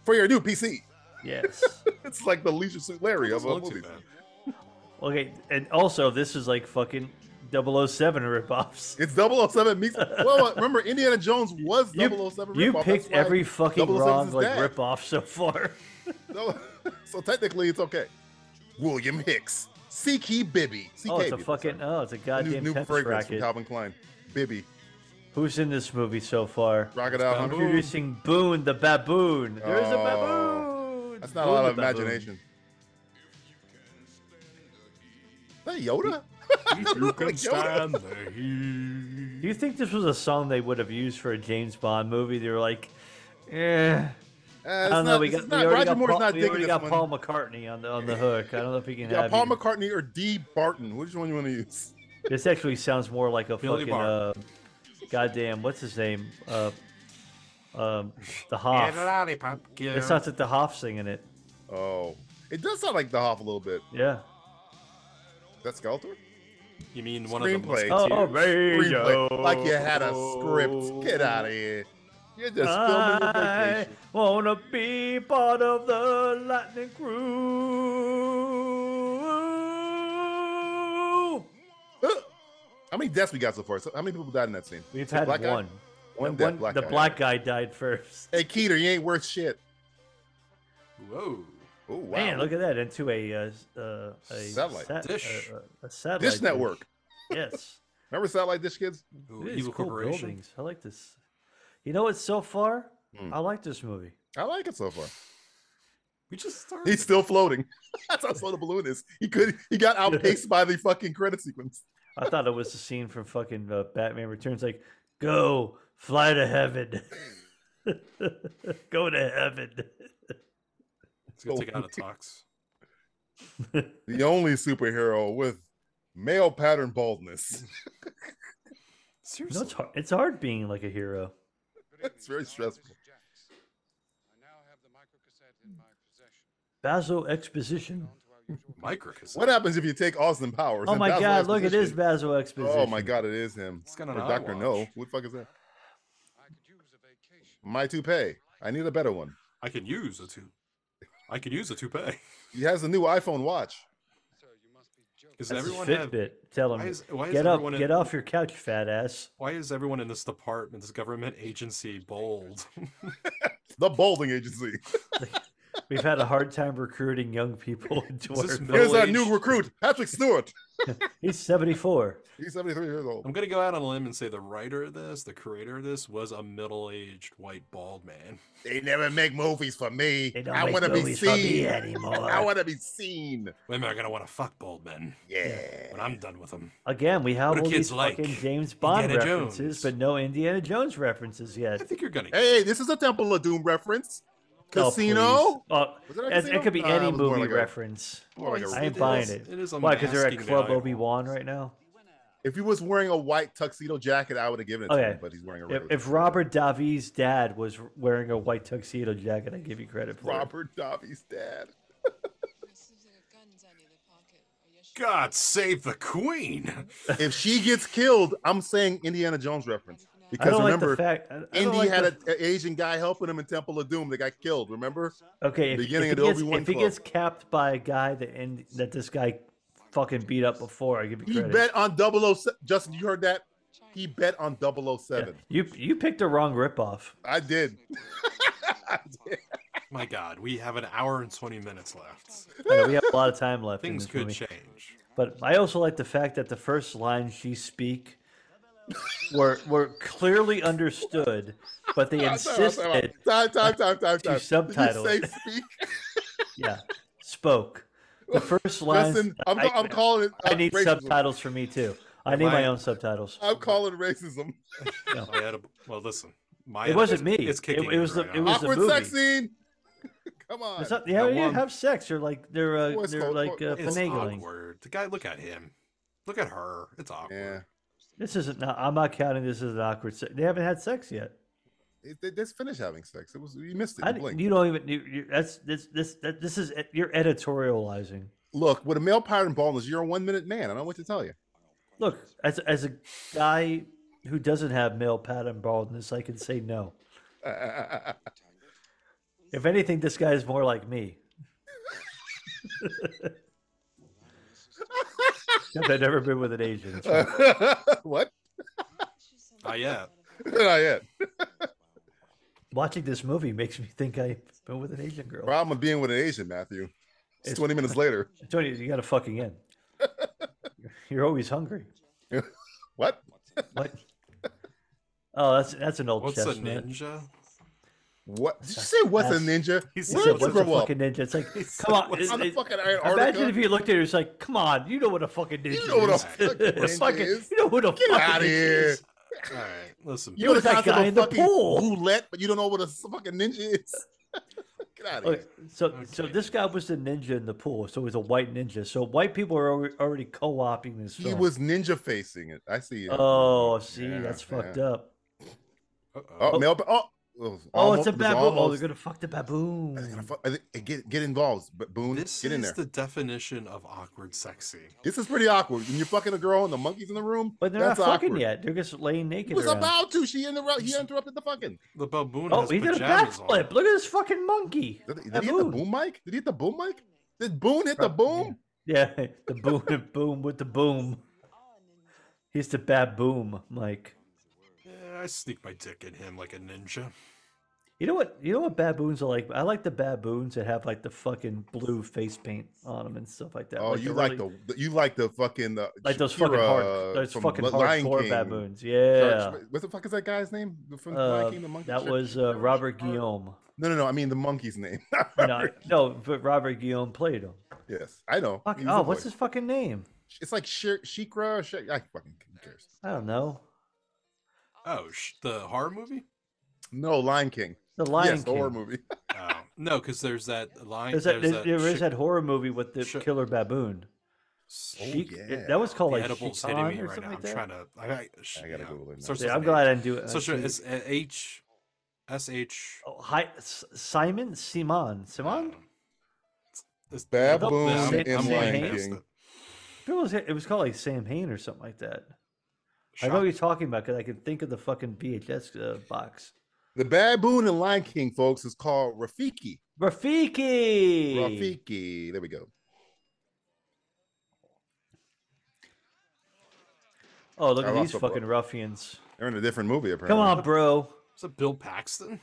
[SPEAKER 3] for your new PC.
[SPEAKER 4] Yes.
[SPEAKER 3] It's like the Leisure Suit Larry of
[SPEAKER 5] Doesn't
[SPEAKER 3] a
[SPEAKER 5] look too
[SPEAKER 3] movie. [laughs]
[SPEAKER 5] bad.
[SPEAKER 4] [laughs] okay, and also this is like fucking 007 ripoffs.
[SPEAKER 3] It's 007 meets. Well, uh, remember Indiana Jones was
[SPEAKER 4] You,
[SPEAKER 3] 007.
[SPEAKER 4] you
[SPEAKER 3] ripoff.
[SPEAKER 4] picked
[SPEAKER 3] That's why
[SPEAKER 4] every fucking
[SPEAKER 3] 007's
[SPEAKER 4] wrong
[SPEAKER 3] his
[SPEAKER 4] like
[SPEAKER 3] dad.
[SPEAKER 4] ripoff so far.
[SPEAKER 3] No, [laughs] so technically it's okay. William Hicks, CK Bibby. CK
[SPEAKER 4] Oh, it's a
[SPEAKER 3] Bibby,
[SPEAKER 4] fucking
[SPEAKER 3] sorry.
[SPEAKER 4] oh, it's a
[SPEAKER 3] new,
[SPEAKER 4] goddamn
[SPEAKER 3] new
[SPEAKER 4] tennis
[SPEAKER 3] fragrance from
[SPEAKER 4] racket.
[SPEAKER 3] Calvin Klein. Bibby,
[SPEAKER 4] Who's in this movie so far?
[SPEAKER 3] crocodile hunter.
[SPEAKER 4] Introducing Boone the baboon. There's a
[SPEAKER 3] Oh,
[SPEAKER 4] baboon.
[SPEAKER 3] That's not a
[SPEAKER 4] Boone
[SPEAKER 3] lot
[SPEAKER 4] the
[SPEAKER 3] of
[SPEAKER 4] baboon.
[SPEAKER 3] imagination. Is that Yoda? Uh,
[SPEAKER 5] If you
[SPEAKER 3] like
[SPEAKER 5] can stand the heat.
[SPEAKER 4] Do you think this was a song they would have used for a James Bond movie? They were like, eh.
[SPEAKER 3] Uh,
[SPEAKER 4] I
[SPEAKER 3] it's
[SPEAKER 4] don't know.
[SPEAKER 3] not-
[SPEAKER 4] we
[SPEAKER 3] this
[SPEAKER 4] got
[SPEAKER 3] is
[SPEAKER 4] we
[SPEAKER 3] not-
[SPEAKER 4] already
[SPEAKER 3] Roger
[SPEAKER 4] got,
[SPEAKER 3] Moore's
[SPEAKER 4] Paul,
[SPEAKER 3] not
[SPEAKER 4] we
[SPEAKER 3] digging
[SPEAKER 4] already
[SPEAKER 3] this
[SPEAKER 4] got
[SPEAKER 3] one.
[SPEAKER 4] Paul McCartney on the on the hook. I don't know if he
[SPEAKER 3] [laughs]
[SPEAKER 4] can
[SPEAKER 3] yeah,
[SPEAKER 4] have
[SPEAKER 3] Paul
[SPEAKER 4] you.
[SPEAKER 3] McCartney or D. Barton. Which one you want to use?
[SPEAKER 4] This actually sounds more like a
[SPEAKER 5] Billy
[SPEAKER 4] fucking uh,
[SPEAKER 5] Barton.
[SPEAKER 4] goddamn what's his name? Uh, um, the Hoff.
[SPEAKER 5] Get a lollipop, kid.
[SPEAKER 4] It sounds like the Hoff singing it.
[SPEAKER 3] Oh, it does sound like the Hoff a little bit.
[SPEAKER 4] Yeah.
[SPEAKER 3] Is that Skeletor?
[SPEAKER 5] You mean one of the
[SPEAKER 3] Screenplay.
[SPEAKER 5] Musketeers?
[SPEAKER 4] Oh, baby.
[SPEAKER 3] Screenplay, like you had a script. Get out of here. You're just filming your
[SPEAKER 4] I
[SPEAKER 3] vacation.
[SPEAKER 4] wanna be part of the lightning crew.
[SPEAKER 3] Huh. How many deaths we got so far? So, how many people died in that scene?
[SPEAKER 4] We've
[SPEAKER 3] Is it
[SPEAKER 4] had
[SPEAKER 3] black guy?
[SPEAKER 4] one.
[SPEAKER 3] One
[SPEAKER 4] the
[SPEAKER 3] death, black
[SPEAKER 4] the
[SPEAKER 3] guy.
[SPEAKER 4] black guy died first.
[SPEAKER 3] Hey, Keter, you ain't worth shit.
[SPEAKER 5] [laughs] Whoa.
[SPEAKER 3] Oh wow.
[SPEAKER 4] Man, look at that into a uh, s- uh, a
[SPEAKER 3] Satellite
[SPEAKER 4] sat-
[SPEAKER 5] dish.
[SPEAKER 4] a- a- a satellite
[SPEAKER 3] Dish Network.
[SPEAKER 4] Yes,
[SPEAKER 3] Remember Satellite Dish Kids?
[SPEAKER 5] Ooh,
[SPEAKER 4] These
[SPEAKER 5] Evil
[SPEAKER 4] cool
[SPEAKER 5] Corporation.
[SPEAKER 4] buildings. I like this. You know what? So far,
[SPEAKER 3] Hmm.
[SPEAKER 4] I like this movie.
[SPEAKER 3] I like it so far.
[SPEAKER 5] We just started.
[SPEAKER 3] He's still floating. [laughs] That's how slow the balloon is. He could. He
[SPEAKER 4] [laughs]
[SPEAKER 3] got outpaced by the fucking credit sequence.
[SPEAKER 4] I thought it was the scene from fucking uh, Batman Returns, like "Go fly to heaven, [laughs] go to heaven."
[SPEAKER 5] Let's go take it out
[SPEAKER 3] [laughs]
[SPEAKER 5] of talks.
[SPEAKER 3] The only superhero with male pattern [laughs] baldness.
[SPEAKER 4] No,
[SPEAKER 5] Seriously.
[SPEAKER 4] it's hard. It's hard being like a hero.
[SPEAKER 3] it's very stressful.
[SPEAKER 4] Basil exposition.
[SPEAKER 5] Micro cassette.
[SPEAKER 3] What happens if you take Austin Powers?
[SPEAKER 4] Oh
[SPEAKER 3] and
[SPEAKER 4] my
[SPEAKER 3] Basil
[SPEAKER 4] god! Look, it is
[SPEAKER 3] Exposition?
[SPEAKER 4] Basil exposition.
[SPEAKER 3] Oh my god, it is him.
[SPEAKER 5] It's got an
[SPEAKER 3] Or
[SPEAKER 5] eye
[SPEAKER 3] Doctor No.
[SPEAKER 5] watch.
[SPEAKER 3] What the fuck is that? My toupee. I need a better one.
[SPEAKER 5] I can use a two. I can use a toupee. [laughs]
[SPEAKER 3] He has a new iPhone watch.
[SPEAKER 5] Does
[SPEAKER 4] That's his
[SPEAKER 5] everyone have?
[SPEAKER 4] Fitbit telling
[SPEAKER 5] why
[SPEAKER 4] me,
[SPEAKER 5] is- why is
[SPEAKER 4] "Get up,
[SPEAKER 5] everyone in-
[SPEAKER 4] get off your couch, fat ass."
[SPEAKER 5] Why is everyone in this department, this government agency, bold? [laughs]
[SPEAKER 3] The balding agency.
[SPEAKER 4] We've had a hard time recruiting young people [laughs] into
[SPEAKER 5] Is
[SPEAKER 4] our.
[SPEAKER 5] this
[SPEAKER 4] Middle-
[SPEAKER 3] Here's our
[SPEAKER 5] Middle-aged-
[SPEAKER 3] new recruit, Patrick Stewart.
[SPEAKER 4] He's seventy-four.
[SPEAKER 3] He's 73 years old.
[SPEAKER 5] I'm gonna go out on a limb and say the writer of this, the creator of this, was a middle-aged white bald man.
[SPEAKER 3] They never make movies for me.
[SPEAKER 4] They don't
[SPEAKER 3] I
[SPEAKER 4] make
[SPEAKER 3] want to be
[SPEAKER 4] movies for me
[SPEAKER 3] seen. [laughs]
[SPEAKER 4] anymore.
[SPEAKER 3] I want to be seen.
[SPEAKER 5] Women are gonna want to fuck bald men
[SPEAKER 3] Yeah.
[SPEAKER 5] when I'm done with them.
[SPEAKER 4] Again, we have
[SPEAKER 5] What do
[SPEAKER 4] all
[SPEAKER 5] kids
[SPEAKER 4] these
[SPEAKER 5] like?
[SPEAKER 4] fucking James Bond
[SPEAKER 5] Indiana Jones.
[SPEAKER 4] references, but no Indiana Jones references
[SPEAKER 5] I
[SPEAKER 4] yet.
[SPEAKER 5] think you're gonna.
[SPEAKER 3] Hey, hey, this is a Temple of Doom reference.
[SPEAKER 4] Oh,
[SPEAKER 3] Casino?
[SPEAKER 4] please. Oh,
[SPEAKER 3] Was it a
[SPEAKER 4] as- it
[SPEAKER 3] casino?
[SPEAKER 4] could be
[SPEAKER 3] Nah,
[SPEAKER 4] any
[SPEAKER 3] it was more
[SPEAKER 4] movie
[SPEAKER 3] like a-
[SPEAKER 4] reference.
[SPEAKER 3] More like a
[SPEAKER 5] Well,
[SPEAKER 4] I ain't
[SPEAKER 5] It
[SPEAKER 4] buying
[SPEAKER 5] is-
[SPEAKER 4] it.
[SPEAKER 5] it is
[SPEAKER 4] Why? Because they're at
[SPEAKER 5] unmasking
[SPEAKER 4] Club
[SPEAKER 5] valuable.
[SPEAKER 4] Obi Wan right now.
[SPEAKER 3] If he was wearing a white tuxedo jacket, I would have given it to
[SPEAKER 4] Okay.
[SPEAKER 3] him, but he's wearing a
[SPEAKER 4] If,
[SPEAKER 3] regular
[SPEAKER 4] if
[SPEAKER 3] tuxedo.
[SPEAKER 4] Robert Davi's dad was wearing a white tuxedo jacket, I give you credit for it.
[SPEAKER 3] Robert Dobby's
[SPEAKER 4] [laughs]
[SPEAKER 3] dad.
[SPEAKER 5] God save the queen. [laughs]
[SPEAKER 3] if she gets killed, I'm saying Indiana Jones reference.
[SPEAKER 4] I
[SPEAKER 3] Because
[SPEAKER 4] don't like the
[SPEAKER 3] remember,
[SPEAKER 4] fact. I, I don't
[SPEAKER 3] Indy
[SPEAKER 4] like
[SPEAKER 3] had
[SPEAKER 4] the-
[SPEAKER 3] an Asian guy helping him in Temple of Doom. They got killed. Remember?
[SPEAKER 4] Okay, if,
[SPEAKER 3] Beginning of
[SPEAKER 4] if,
[SPEAKER 3] the
[SPEAKER 4] he, gets,
[SPEAKER 3] Obi-Wan
[SPEAKER 4] if he
[SPEAKER 3] Club.
[SPEAKER 4] gets capped by a guy that and that this guy fucking beat up before, I give you
[SPEAKER 3] He
[SPEAKER 4] credit.
[SPEAKER 3] bet on 007. Justin, you heard that? He bet on 007.
[SPEAKER 4] you you picked the wrong ripoff.
[SPEAKER 3] I did. [laughs]
[SPEAKER 5] My God, we have an hour and twenty minutes left.
[SPEAKER 4] I know we have a lot of time left. in
[SPEAKER 5] Things
[SPEAKER 4] this
[SPEAKER 5] could
[SPEAKER 4] movie.
[SPEAKER 5] change.
[SPEAKER 4] But I also like the fact that the first lines she speak were were clearly understood,
[SPEAKER 3] [laughs]
[SPEAKER 4] but they
[SPEAKER 3] Time, time,
[SPEAKER 4] insisted,
[SPEAKER 3] time, time, time, time. Did you
[SPEAKER 4] subtitle
[SPEAKER 3] say
[SPEAKER 4] it. [laughs]
[SPEAKER 3] speak?
[SPEAKER 4] yeah, spoke.
[SPEAKER 3] [laughs]
[SPEAKER 4] The first lines.
[SPEAKER 3] Justin, I'm,
[SPEAKER 4] I-
[SPEAKER 3] I'm calling it.
[SPEAKER 4] I
[SPEAKER 3] uh,
[SPEAKER 4] need
[SPEAKER 3] racism.
[SPEAKER 4] subtitles for me too. I need
[SPEAKER 5] Mine-
[SPEAKER 4] my own subtitles.
[SPEAKER 3] I'm calling it racism.
[SPEAKER 5] My edible. Oh, Well, listen. My
[SPEAKER 4] It wasn't
[SPEAKER 5] edible-
[SPEAKER 4] me.
[SPEAKER 5] It's
[SPEAKER 4] It-
[SPEAKER 5] kicking.
[SPEAKER 4] it was
[SPEAKER 5] in
[SPEAKER 4] the-
[SPEAKER 5] right
[SPEAKER 4] it
[SPEAKER 5] now.
[SPEAKER 4] was-
[SPEAKER 3] Awkward
[SPEAKER 4] movie.
[SPEAKER 3] sex scene. [laughs] Come on.
[SPEAKER 4] It's not- yeah,
[SPEAKER 5] that
[SPEAKER 4] you
[SPEAKER 5] one-
[SPEAKER 4] have sex or like they're uh,
[SPEAKER 3] Well, it's
[SPEAKER 4] they're
[SPEAKER 3] called-
[SPEAKER 4] like uh,
[SPEAKER 3] well,
[SPEAKER 5] It's
[SPEAKER 4] finagling.
[SPEAKER 5] awkward. The guy, look at him. Look at her. It's awkward.
[SPEAKER 3] Yeah.
[SPEAKER 4] This isn't. no, I'm not counting this as an awkward. Se- they haven't had sex yet.
[SPEAKER 3] It, they just finished having sex. It was you missed it.
[SPEAKER 4] I
[SPEAKER 3] You
[SPEAKER 4] d-
[SPEAKER 3] blinked.
[SPEAKER 4] you don't even. You, you, that's this this that, this is ed- you're editorializing.
[SPEAKER 3] Look, with a male pattern baldness, you're a one minute man. I don't know what to tell you. [laughs]
[SPEAKER 4] Look, as as a guy who doesn't have male pattern baldness, I can say no. If anything, this guy is more like me. [laughs] Except I've never been with an Asian. It's fine.
[SPEAKER 3] what? [laughs]
[SPEAKER 5] Not yet.
[SPEAKER 3] Not yet.
[SPEAKER 4] Watching this movie makes me think I've been with an Asian girl.
[SPEAKER 3] Problem of being with an Asian, Matthew. It's,
[SPEAKER 4] It's-
[SPEAKER 3] 20
[SPEAKER 4] [laughs]
[SPEAKER 3] minutes later.
[SPEAKER 4] Tony, you got a fucking end. You're always hungry.
[SPEAKER 3] What?
[SPEAKER 4] What? Oh, that's that's an old
[SPEAKER 5] What's a
[SPEAKER 4] chestnut.
[SPEAKER 5] ninja?
[SPEAKER 3] What? Did you say what's a
[SPEAKER 4] That's-
[SPEAKER 3] ninja?
[SPEAKER 5] He said,
[SPEAKER 4] He
[SPEAKER 3] Where
[SPEAKER 4] said,
[SPEAKER 3] did you
[SPEAKER 4] "What's a
[SPEAKER 3] grow up?
[SPEAKER 4] fucking ninja?"
[SPEAKER 3] [laughs]
[SPEAKER 4] It's like,
[SPEAKER 5] said,
[SPEAKER 4] come on.
[SPEAKER 5] "What's
[SPEAKER 4] it's-
[SPEAKER 5] a
[SPEAKER 3] On the
[SPEAKER 4] it's-
[SPEAKER 3] fucking
[SPEAKER 4] Imagine if
[SPEAKER 3] Antarctica?
[SPEAKER 4] you looked at it, it's like, come on, you know what a fucking ninja
[SPEAKER 3] You know what a
[SPEAKER 4] is.
[SPEAKER 3] fucking
[SPEAKER 4] [laughs] It's
[SPEAKER 3] ninja
[SPEAKER 4] fucking-
[SPEAKER 3] is.
[SPEAKER 4] You know who the
[SPEAKER 3] Get
[SPEAKER 4] fucking
[SPEAKER 3] out of
[SPEAKER 4] ninja
[SPEAKER 3] here.
[SPEAKER 4] is.
[SPEAKER 5] All right, listen.
[SPEAKER 3] You know the
[SPEAKER 4] It was that
[SPEAKER 3] concept
[SPEAKER 4] guy
[SPEAKER 3] of
[SPEAKER 4] in the
[SPEAKER 3] fucking
[SPEAKER 4] pool.
[SPEAKER 3] roulette, but you don't know what a s- fucking ninja
[SPEAKER 4] [laughs]
[SPEAKER 3] is? Get out of
[SPEAKER 4] Okay,
[SPEAKER 3] here.
[SPEAKER 4] so, so
[SPEAKER 5] Okay.
[SPEAKER 4] this guy was the ninja in the pool. So he was a white ninja. So white people are alre- already co-opting this.
[SPEAKER 3] He
[SPEAKER 4] film.
[SPEAKER 3] was ninja facing it. I see. you.
[SPEAKER 4] Oh, see,
[SPEAKER 3] Yeah,
[SPEAKER 4] that's fucked
[SPEAKER 3] yeah.
[SPEAKER 4] up.
[SPEAKER 5] Uh-oh.
[SPEAKER 3] Oh, male. pa- Oh, oh,
[SPEAKER 4] Oh,
[SPEAKER 3] almost-
[SPEAKER 4] it's a
[SPEAKER 3] it was
[SPEAKER 4] baboon. Oh, they're
[SPEAKER 3] almost-
[SPEAKER 4] gonna fuck the baboon.
[SPEAKER 3] I gotta fu- I think- Get get involved, but Boone,
[SPEAKER 5] This
[SPEAKER 3] get in
[SPEAKER 5] is
[SPEAKER 3] there.
[SPEAKER 5] the definition of awkward sexy.
[SPEAKER 3] This is pretty awkward. When you're fucking a girl and the monkey's in the room,
[SPEAKER 4] But they're
[SPEAKER 3] that's
[SPEAKER 4] not fucking
[SPEAKER 3] awkward.
[SPEAKER 4] yet. They're uh, just laying naked.
[SPEAKER 3] He was
[SPEAKER 4] around.
[SPEAKER 3] about to. She interrupted. He interrupted the fucking.
[SPEAKER 5] The baboon
[SPEAKER 4] Oh,
[SPEAKER 5] has
[SPEAKER 4] he did a
[SPEAKER 5] pajamas on.
[SPEAKER 4] backflip. Look at this fucking monkey.
[SPEAKER 3] Did, did
[SPEAKER 4] That
[SPEAKER 3] he hit the
[SPEAKER 4] boom.
[SPEAKER 3] boom mic? Did he hit the boom mic? Did Boone hit the boom?
[SPEAKER 4] Yeah, [laughs] the boom, the boom with the boom. He's the bad boom, Mike.
[SPEAKER 5] Yeah, I sneak my dick in him like a ninja.
[SPEAKER 4] You know what? You know what baboons are like. I like the baboons that have like the fucking blue face paint on them and stuff like that.
[SPEAKER 3] Oh, you
[SPEAKER 4] the
[SPEAKER 3] like
[SPEAKER 4] really-
[SPEAKER 3] the you like the fucking uh,
[SPEAKER 4] like those fucking
[SPEAKER 3] Shakira uh,
[SPEAKER 4] hard, those
[SPEAKER 3] from
[SPEAKER 4] fucking
[SPEAKER 3] Li- Lion
[SPEAKER 4] hardcore
[SPEAKER 3] King.
[SPEAKER 4] baboons.
[SPEAKER 3] Sorry,
[SPEAKER 4] Yeah,
[SPEAKER 3] What the fuck is that guy's name? The- From the
[SPEAKER 4] Uh,
[SPEAKER 3] Lion King, the monkey.
[SPEAKER 4] that
[SPEAKER 3] Shit.
[SPEAKER 4] was uh, Robert
[SPEAKER 3] [laughs]
[SPEAKER 4] Guillaume.
[SPEAKER 3] no, no, no. I mean the monkey's name. [laughs]
[SPEAKER 4] No, no, but Robert Guillaume played him.
[SPEAKER 3] yes, I know.
[SPEAKER 4] Fuck,
[SPEAKER 3] He was
[SPEAKER 4] oh,
[SPEAKER 3] a
[SPEAKER 4] what's
[SPEAKER 3] voice.
[SPEAKER 4] his fucking name?
[SPEAKER 3] It's like Shir- Shikra. Or Sh- I fucking who cares.
[SPEAKER 4] I don't know.
[SPEAKER 5] Oh, sh- the horror movie?
[SPEAKER 3] No, Lion King.
[SPEAKER 4] The Lion
[SPEAKER 3] yes, the
[SPEAKER 4] King.
[SPEAKER 3] horror movie.
[SPEAKER 5] Oh, no, because there's that line.
[SPEAKER 4] There's that,
[SPEAKER 5] there's
[SPEAKER 4] there- there is
[SPEAKER 5] sh-
[SPEAKER 4] that horror movie with the
[SPEAKER 5] Sure.
[SPEAKER 4] killer baboon.
[SPEAKER 5] s-
[SPEAKER 4] Sheik-
[SPEAKER 3] Oh, yeah.
[SPEAKER 4] that was called
[SPEAKER 5] the
[SPEAKER 4] like
[SPEAKER 5] edibles
[SPEAKER 4] Sheikan
[SPEAKER 5] hitting me
[SPEAKER 4] or
[SPEAKER 5] right now.
[SPEAKER 4] something
[SPEAKER 5] I'm
[SPEAKER 4] like that.
[SPEAKER 5] trying to. I, I, sh-
[SPEAKER 3] I gotta
[SPEAKER 5] yeah.
[SPEAKER 3] Google it now.
[SPEAKER 5] Starts
[SPEAKER 4] Yeah,
[SPEAKER 5] with
[SPEAKER 4] I'm
[SPEAKER 5] an
[SPEAKER 4] glad I
[SPEAKER 5] H.
[SPEAKER 4] didn't do it.
[SPEAKER 5] So sure,
[SPEAKER 4] I-
[SPEAKER 5] it's a- H, S H.
[SPEAKER 4] Oh, hi, S- Simon Simon Simon.
[SPEAKER 5] This-
[SPEAKER 3] Baboon
[SPEAKER 5] I'm-
[SPEAKER 4] and
[SPEAKER 5] I'm
[SPEAKER 4] Lion
[SPEAKER 5] past
[SPEAKER 3] King.
[SPEAKER 5] it.
[SPEAKER 4] It was, it was called like Sam Hain or something like that. I
[SPEAKER 5] Shock.
[SPEAKER 4] know what you're talking about because I can think of the fucking VHS uh, box.
[SPEAKER 3] the baboon in Lion King, folks, is called Rafiki.
[SPEAKER 4] Rafiki.
[SPEAKER 3] Rafiki. There we go.
[SPEAKER 4] Oh, look
[SPEAKER 3] I
[SPEAKER 4] at these
[SPEAKER 3] also brought-
[SPEAKER 4] fucking ruffians!
[SPEAKER 3] They're in a different movie, apparently.
[SPEAKER 4] Come on, bro.
[SPEAKER 5] Is it Bill Paxton?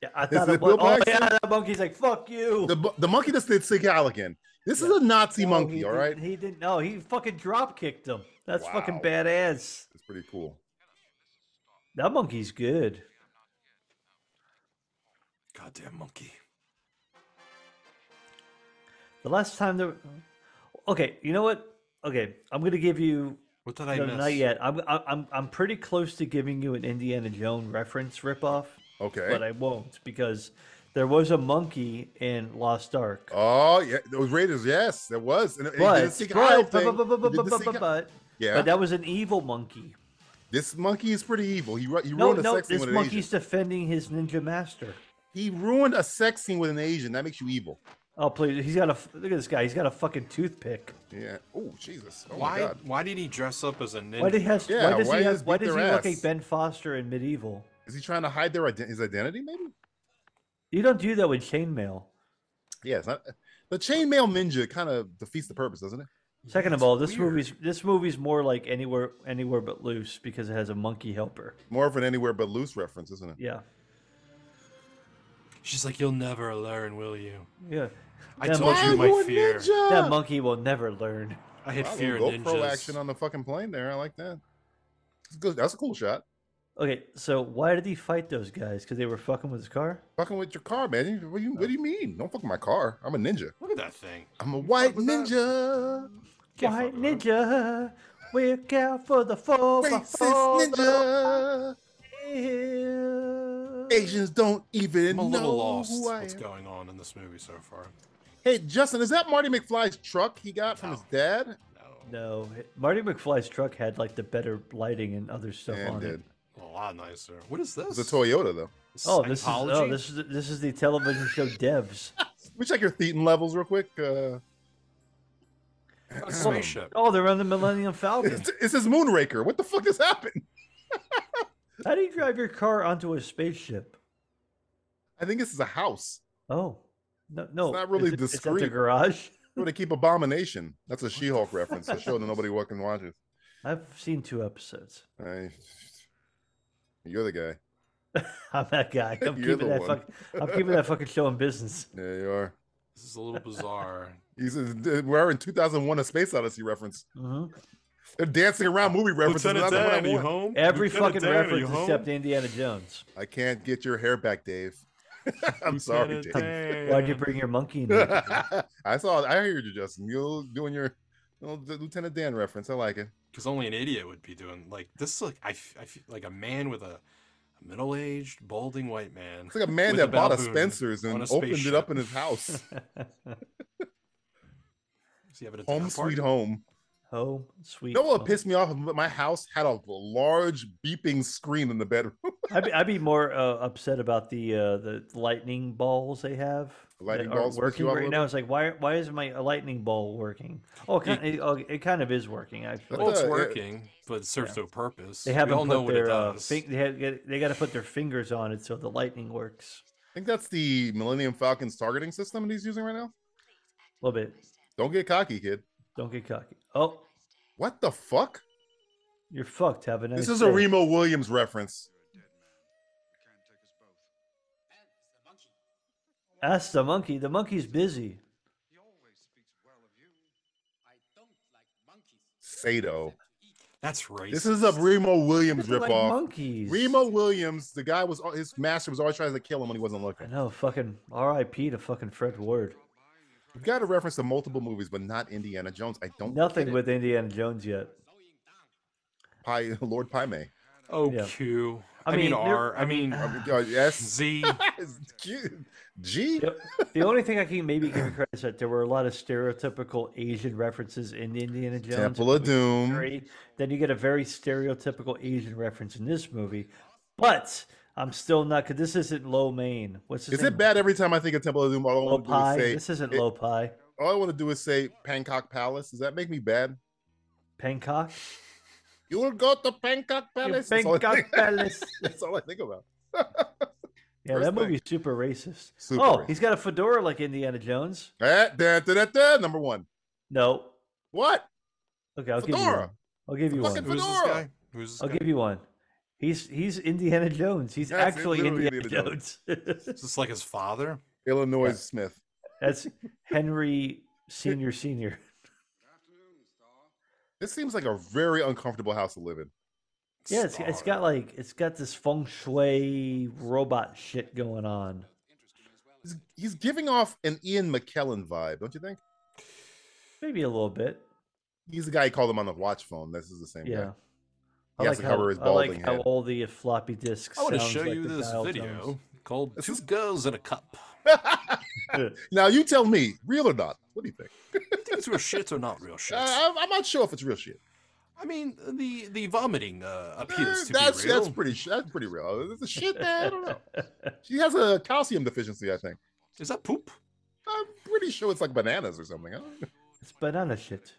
[SPEAKER 4] Yeah, I thought
[SPEAKER 3] it
[SPEAKER 4] it was.
[SPEAKER 3] Bill
[SPEAKER 4] Oh
[SPEAKER 3] Paxton?
[SPEAKER 4] yeah, that monkey's like fuck you.
[SPEAKER 3] The, bu- the monkey that's did Sig Halligan. This is a Nazi
[SPEAKER 4] No,
[SPEAKER 3] monkey,
[SPEAKER 4] he
[SPEAKER 3] all right?
[SPEAKER 4] didn't- He didn't. No, he fucking drop kicked him. That's fucking
[SPEAKER 3] Wow.
[SPEAKER 4] badass.
[SPEAKER 3] It's pretty cool.
[SPEAKER 4] That monkey's good.
[SPEAKER 5] Goddamn monkey.
[SPEAKER 4] The last time there. Okay, you know what? Okay, I'm gonna give you.
[SPEAKER 5] What did I
[SPEAKER 4] no,
[SPEAKER 5] miss?
[SPEAKER 4] not yet. I'm I- I'm I'm pretty close to giving you an Indiana Jones reference ripoff,
[SPEAKER 3] Okay.
[SPEAKER 4] but I won't because there was a monkey in Lost Ark.
[SPEAKER 3] Oh yeah, those Raiders. Yes, there was. And, and he did the
[SPEAKER 4] But,
[SPEAKER 3] Sig Heil
[SPEAKER 4] but, but,
[SPEAKER 3] thing.
[SPEAKER 4] but, but,
[SPEAKER 3] He
[SPEAKER 4] but,
[SPEAKER 3] did the
[SPEAKER 4] but,
[SPEAKER 3] Sig
[SPEAKER 4] but,
[SPEAKER 3] Heil-
[SPEAKER 4] but,
[SPEAKER 3] Yeah.
[SPEAKER 4] but that was an evil monkey.
[SPEAKER 3] this monkey is pretty evil. He ru- he
[SPEAKER 4] No,
[SPEAKER 3] ruined a
[SPEAKER 4] no,
[SPEAKER 3] sex scene
[SPEAKER 4] this
[SPEAKER 3] with an Asian.
[SPEAKER 4] monkey's defending his ninja master.
[SPEAKER 3] He ruined a sex scene with an Asian. That makes you evil.
[SPEAKER 4] Oh, please. He's got a. f- Look at this guy. He's got a fucking toothpick.
[SPEAKER 3] Yeah. Oh Jesus. Oh my
[SPEAKER 5] Why?
[SPEAKER 3] God.
[SPEAKER 5] Why did he dress up as a ninja?
[SPEAKER 4] Why, did he has,
[SPEAKER 3] Yeah,
[SPEAKER 4] why does
[SPEAKER 3] why
[SPEAKER 4] he,
[SPEAKER 3] just
[SPEAKER 4] have, why
[SPEAKER 3] beat
[SPEAKER 4] does he
[SPEAKER 3] their
[SPEAKER 4] look
[SPEAKER 3] ass?
[SPEAKER 4] like Ben Foster in Medieval?
[SPEAKER 3] Is he trying to hide their ident- his identity? Maybe.
[SPEAKER 4] You don't do that with chainmail.
[SPEAKER 3] Yeah. It's not. The chainmail ninja kind of defeats the purpose, doesn't it?
[SPEAKER 4] Second of all, this movie's this movie's more like anywhere anywhere but loose because it has a monkey helper.
[SPEAKER 3] More of an anywhere but loose reference, isn't it?
[SPEAKER 4] Yeah,
[SPEAKER 5] She's like, "You'll never learn, will you?"
[SPEAKER 4] yeah.
[SPEAKER 5] I
[SPEAKER 4] That
[SPEAKER 5] told
[SPEAKER 4] monkey-
[SPEAKER 5] you my fear.
[SPEAKER 4] that monkey will never learn.
[SPEAKER 5] I had
[SPEAKER 3] Wow,
[SPEAKER 5] fear in
[SPEAKER 3] little GoPro
[SPEAKER 5] ninjas.
[SPEAKER 3] action on the fucking plane there. I like that. That's good. That's a cool shot.
[SPEAKER 4] Okay, so why did he fight those guys? Because they were fucking with his car.
[SPEAKER 3] Fucking with your car, man. You- What do you, what do you mean? Don't fuck with my car. I'm a ninja.
[SPEAKER 5] Look at that thing.
[SPEAKER 3] I'm a white
[SPEAKER 5] with that.
[SPEAKER 3] ninja.
[SPEAKER 5] Can't
[SPEAKER 4] White
[SPEAKER 5] fuck with him.
[SPEAKER 4] ninja, look out for the four by
[SPEAKER 3] Racist
[SPEAKER 4] four
[SPEAKER 5] Oh,
[SPEAKER 3] ninja.
[SPEAKER 4] hill.
[SPEAKER 3] Asians don't even
[SPEAKER 5] I'm a
[SPEAKER 3] know
[SPEAKER 5] little lost.
[SPEAKER 3] who I
[SPEAKER 5] What's
[SPEAKER 3] am.
[SPEAKER 5] going on in this movie so far?
[SPEAKER 3] Hey, Justin, is that Marty McFly's truck he got from his dad?
[SPEAKER 5] No,
[SPEAKER 4] No, Marty McFly's truck had like the better lighting and other stuff
[SPEAKER 3] Yeah,
[SPEAKER 4] on
[SPEAKER 3] it
[SPEAKER 4] it.
[SPEAKER 3] did.
[SPEAKER 5] a lot nicer. What is
[SPEAKER 3] It's
[SPEAKER 5] this?
[SPEAKER 3] a Toyota though.
[SPEAKER 4] Oh, this is oh,
[SPEAKER 5] Scientology?
[SPEAKER 4] this is this is the television show Devs.
[SPEAKER 3] Let me check your thetan levels real quick. Uh, [laughs]
[SPEAKER 4] [clears throat]
[SPEAKER 5] A spaceship.
[SPEAKER 4] Oh, they're on the Millennium Falcon.
[SPEAKER 3] it's, it's his Moonraker. What the fuck just happened?
[SPEAKER 4] How do you drive your car onto a spaceship?
[SPEAKER 3] I think this is a house.
[SPEAKER 4] Oh, no, no,
[SPEAKER 3] not really
[SPEAKER 4] is it- is that the
[SPEAKER 3] discreet.
[SPEAKER 4] garage.
[SPEAKER 3] Where they keep Abomination. That's a She-Hulk reference. A show that nobody fucking watches.
[SPEAKER 4] I've seen two episodes. [laughs]
[SPEAKER 3] I- you're the guy.
[SPEAKER 4] I'm
[SPEAKER 3] [laughs]
[SPEAKER 4] that guy. I'm
[SPEAKER 3] You're
[SPEAKER 4] keeping
[SPEAKER 3] the
[SPEAKER 4] that
[SPEAKER 3] one.
[SPEAKER 4] fucking, I'm keeping that fucking show in business.
[SPEAKER 3] Yeah, you are.
[SPEAKER 5] This is a little bizarre.
[SPEAKER 3] He's a, we're in 2001: A Space Odyssey reference.
[SPEAKER 4] hmm
[SPEAKER 3] They're dancing around movie references. and that's the one I want.
[SPEAKER 5] home?
[SPEAKER 4] Every fucking reference except Indiana Jones.
[SPEAKER 3] I can't get your hair back, Dave. [laughs] I'm sorry, Dave.
[SPEAKER 4] Why'd you bring your monkey? In there?
[SPEAKER 3] [laughs] I saw. I heard you, Justin. You're doing your you know, the Lieutenant Dan reference. I like it.
[SPEAKER 5] Because only an idiot would be doing like this. Is like I, f- I feel like a man with a, a middle-aged, balding white man.
[SPEAKER 3] It's like a man
[SPEAKER 5] with
[SPEAKER 3] that bought a
[SPEAKER 5] baboon
[SPEAKER 3] Spencer's
[SPEAKER 5] on
[SPEAKER 3] and
[SPEAKER 5] a
[SPEAKER 3] opened it
[SPEAKER 5] spaceship.
[SPEAKER 3] up in
[SPEAKER 5] [laughs]
[SPEAKER 3] his house.
[SPEAKER 5] Is he having a
[SPEAKER 3] home
[SPEAKER 5] dinner
[SPEAKER 3] sweet
[SPEAKER 5] party?
[SPEAKER 3] home.
[SPEAKER 4] oh, sweet.
[SPEAKER 3] You know what
[SPEAKER 4] [laughs] home.
[SPEAKER 3] pissed me off? My house had a large beeping screen in the bedroom. [laughs]
[SPEAKER 4] I'd be, I'd be more uh, upset about the uh, the lightning balls they have.
[SPEAKER 3] The lightning
[SPEAKER 4] that aren't
[SPEAKER 3] balls piss you
[SPEAKER 4] working
[SPEAKER 3] off a
[SPEAKER 4] right
[SPEAKER 3] little
[SPEAKER 4] now. It's like why why isn't my a lightning ball working? Oh, it kind, it, oh, it kind of is working. I
[SPEAKER 3] What
[SPEAKER 4] feel
[SPEAKER 5] Well,
[SPEAKER 4] like.
[SPEAKER 5] it's
[SPEAKER 3] the- it-
[SPEAKER 5] working, but it serves no purpose.
[SPEAKER 4] they
[SPEAKER 5] we
[SPEAKER 4] haven't
[SPEAKER 5] all know
[SPEAKER 4] put
[SPEAKER 5] what it
[SPEAKER 4] their uh,
[SPEAKER 5] does.
[SPEAKER 4] fin- they have, they got to put their fingers on it so the lightning works
[SPEAKER 3] I think that's the Millennium Falcon's targeting system that he's using right now.
[SPEAKER 4] a little bit.
[SPEAKER 3] Don't get cocky, kid.
[SPEAKER 4] Don't get cocky. Oh,
[SPEAKER 3] What the fuck?
[SPEAKER 4] you're fucked. Have a nice.
[SPEAKER 3] This is
[SPEAKER 4] day.
[SPEAKER 3] a Remo Williams reference.
[SPEAKER 4] Ask the monkey. The monkey's busy.
[SPEAKER 3] Sato.
[SPEAKER 5] That's racist.
[SPEAKER 3] This is a Remo Williams
[SPEAKER 4] People like
[SPEAKER 3] ripoff.
[SPEAKER 4] monkeys.
[SPEAKER 3] Remo Williams, the guy was uh, his master was always trying to kill him when he wasn't
[SPEAKER 4] I
[SPEAKER 3] looking.
[SPEAKER 4] know. Fucking R.I.P. to fucking Fred Ward. Uh-huh.
[SPEAKER 3] We've got a reference to multiple movies, but not Indiana Jones. I don't
[SPEAKER 4] Nothing
[SPEAKER 3] get
[SPEAKER 4] with Indiana Jones yet.
[SPEAKER 3] it. Pi, [laughs] Lord Pyme.
[SPEAKER 5] Oh,
[SPEAKER 4] Yeah.
[SPEAKER 5] Q.
[SPEAKER 4] I
[SPEAKER 5] I mean,
[SPEAKER 4] mean, there-
[SPEAKER 5] R. I mean,
[SPEAKER 3] Uh, yes.
[SPEAKER 5] [laughs]
[SPEAKER 3] [laughs]
[SPEAKER 5] Z.
[SPEAKER 3] G- G.
[SPEAKER 4] Yep. The only thing I can maybe give you credit is that there were a lot of stereotypical Asian references in Indiana Jones.
[SPEAKER 3] Temple of Doom.
[SPEAKER 4] Three. Then you get a very stereotypical Asian reference in this movie. But I'm still not, because this isn't low main. What's his
[SPEAKER 3] Is it
[SPEAKER 4] name?
[SPEAKER 3] bad every time I think of Temple of Doom? All I
[SPEAKER 4] Low
[SPEAKER 3] want to do is
[SPEAKER 4] pie.
[SPEAKER 3] say,
[SPEAKER 4] This isn't
[SPEAKER 3] it-
[SPEAKER 4] low pie.
[SPEAKER 3] all I want to do is say Bangkok Palace. Does that make me bad?
[SPEAKER 4] Bangkok.
[SPEAKER 3] You'll go to Bangkok Palace. That's all I [laughs]
[SPEAKER 4] Bangkok
[SPEAKER 3] think-
[SPEAKER 4] Palace.
[SPEAKER 3] That's all I think about.
[SPEAKER 4] Yeah,
[SPEAKER 3] First thing.
[SPEAKER 4] that movie's super racist.
[SPEAKER 3] Super
[SPEAKER 4] oh,
[SPEAKER 3] racist.
[SPEAKER 4] he's got a fedora like Indiana Jones.
[SPEAKER 3] Eh, da, da, da, da, number one.
[SPEAKER 4] No.
[SPEAKER 3] What?
[SPEAKER 4] Okay, I'll give you
[SPEAKER 3] Fedora.
[SPEAKER 4] one. I'll give you
[SPEAKER 3] Fucking
[SPEAKER 4] one.
[SPEAKER 5] Who's this
[SPEAKER 3] Fedora.
[SPEAKER 5] guy? Who's this
[SPEAKER 4] I'll
[SPEAKER 5] guy?
[SPEAKER 4] give you one. He's he's Indiana Jones. He's
[SPEAKER 3] That's it,
[SPEAKER 4] actually
[SPEAKER 3] literally
[SPEAKER 4] Indiana,
[SPEAKER 3] Indiana
[SPEAKER 4] Jones. [laughs]
[SPEAKER 5] Is this like his father?
[SPEAKER 3] Illinois Smith.
[SPEAKER 4] That's Henry Senior Senior.
[SPEAKER 3] This seems like a very uncomfortable house to live in.
[SPEAKER 4] Yeah, it's, it's got like it's got this feng shui robot shit going on.
[SPEAKER 3] He's, he's giving off an Ian McKellen vibe, don't you think?
[SPEAKER 4] Maybe a little bit.
[SPEAKER 3] He's the guy who called him on the watch phone. This is the same
[SPEAKER 4] Yeah.
[SPEAKER 3] guy. He has to cover his
[SPEAKER 4] I like
[SPEAKER 3] balding
[SPEAKER 4] how
[SPEAKER 3] head.
[SPEAKER 4] all the floppy discs.
[SPEAKER 5] I want to
[SPEAKER 4] sounds
[SPEAKER 5] show
[SPEAKER 4] like
[SPEAKER 5] you
[SPEAKER 4] the
[SPEAKER 5] this
[SPEAKER 4] dial
[SPEAKER 5] video
[SPEAKER 4] tones.
[SPEAKER 5] called Two Girls in a Cup.
[SPEAKER 3] Now you tell me, real or not? What do you think?
[SPEAKER 5] Do you think it's real shit or not real shit?
[SPEAKER 3] Uh, [laughs] I'm, I'm not sure if it's real shit.
[SPEAKER 5] I mean, the the vomiting uh,
[SPEAKER 3] Eh,
[SPEAKER 5] appears to
[SPEAKER 3] that's
[SPEAKER 5] be real.
[SPEAKER 3] that's pretty sh- that's pretty real. It's a shit that I don't know.
[SPEAKER 5] [laughs]
[SPEAKER 3] She has a calcium deficiency, I think.
[SPEAKER 5] Is that poop?
[SPEAKER 3] I'm pretty sure it's like bananas or something. I don't know.
[SPEAKER 4] [laughs] It's banana shit.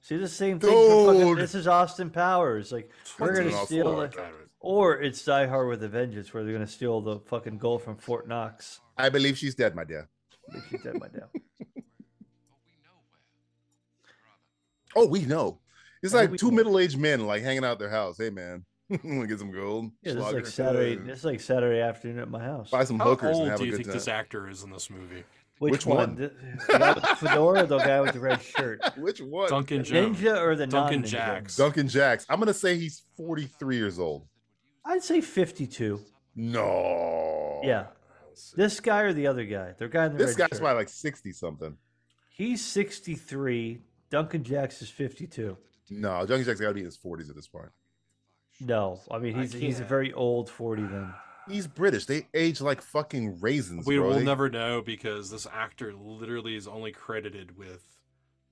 [SPEAKER 4] See the same thing. for fucking-
[SPEAKER 3] Dude.
[SPEAKER 4] this is Austin Powers. Like we're
[SPEAKER 3] What's
[SPEAKER 4] gonna
[SPEAKER 3] an
[SPEAKER 4] steal,
[SPEAKER 3] Austin
[SPEAKER 4] the- or it's Die Hard with a Vengeance, where they're gonna steal the fucking gold from Fort Knox.
[SPEAKER 3] I believe she's dead, my dear.
[SPEAKER 4] Makes you dead by now.
[SPEAKER 3] Oh, we know. It's
[SPEAKER 4] How do
[SPEAKER 3] like
[SPEAKER 4] we
[SPEAKER 3] two
[SPEAKER 4] know?
[SPEAKER 3] middle-aged men like hanging out at their house. Hey, man, [laughs] wanna get some gold?
[SPEAKER 4] Yeah, this is
[SPEAKER 3] Schlager?
[SPEAKER 4] like Saturday.
[SPEAKER 3] Yeah.
[SPEAKER 4] This is like Saturday afternoon at my house.
[SPEAKER 3] Buy some
[SPEAKER 5] How
[SPEAKER 3] hookers and
[SPEAKER 5] old
[SPEAKER 3] have
[SPEAKER 5] do
[SPEAKER 3] a
[SPEAKER 5] you
[SPEAKER 3] good
[SPEAKER 5] think
[SPEAKER 3] time.
[SPEAKER 5] this actor is in this movie?
[SPEAKER 4] Which,
[SPEAKER 3] Which one?
[SPEAKER 4] one? The, the guy with the fedora, the guy with the red shirt,
[SPEAKER 3] Which one?
[SPEAKER 5] Duncan Jones.
[SPEAKER 4] ninja or the
[SPEAKER 5] Duncan
[SPEAKER 4] non-ninja?
[SPEAKER 5] Jacks.
[SPEAKER 3] Duncan Jacks. I'm gonna say he's 43 years old.
[SPEAKER 4] I'd say fifty-two.
[SPEAKER 3] No.
[SPEAKER 4] Yeah, this guy or the other guy. The guy in the
[SPEAKER 3] Oh, This
[SPEAKER 4] red
[SPEAKER 3] guy's
[SPEAKER 4] shirt.
[SPEAKER 3] probably like 60 something.
[SPEAKER 4] He's sixty-three. Duncan Jacks is fifty-two.
[SPEAKER 3] No, Duncan Jacks got to be in his 40s at this point.
[SPEAKER 4] No, I mean he's he's a very old forty then.
[SPEAKER 3] He's British. They age like fucking raisins.
[SPEAKER 5] We
[SPEAKER 3] bro.
[SPEAKER 5] will
[SPEAKER 3] They-
[SPEAKER 5] never know because this actor literally is only credited with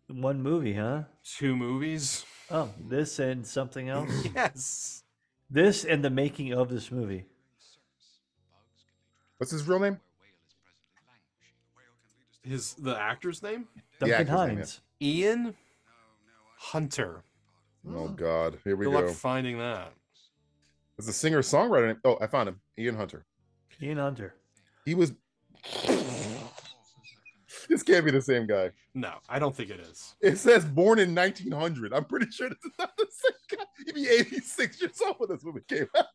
[SPEAKER 4] One movie, huh?
[SPEAKER 5] two movies.
[SPEAKER 4] Oh, this and something else.
[SPEAKER 5] [laughs] Yes.
[SPEAKER 4] this and the making of this movie.
[SPEAKER 3] What's his real name?
[SPEAKER 5] His the actor's name?
[SPEAKER 3] Yeah, I
[SPEAKER 4] Duncan
[SPEAKER 3] can see that.
[SPEAKER 4] Hines.
[SPEAKER 5] Ian Hunter.
[SPEAKER 3] Oh God, here we
[SPEAKER 5] Good
[SPEAKER 3] go.
[SPEAKER 5] luck finding that.
[SPEAKER 3] It's a singer songwriter. Named... Oh, I found him. Ian Hunter.
[SPEAKER 4] Ian Hunter.
[SPEAKER 3] He was. [laughs] this can't be the same guy.
[SPEAKER 5] No, I don't think it [laughs] is.
[SPEAKER 3] It says born in 1900. I'm pretty sure this is not the same guy. He'd be 86 years old when this movie came out. [laughs]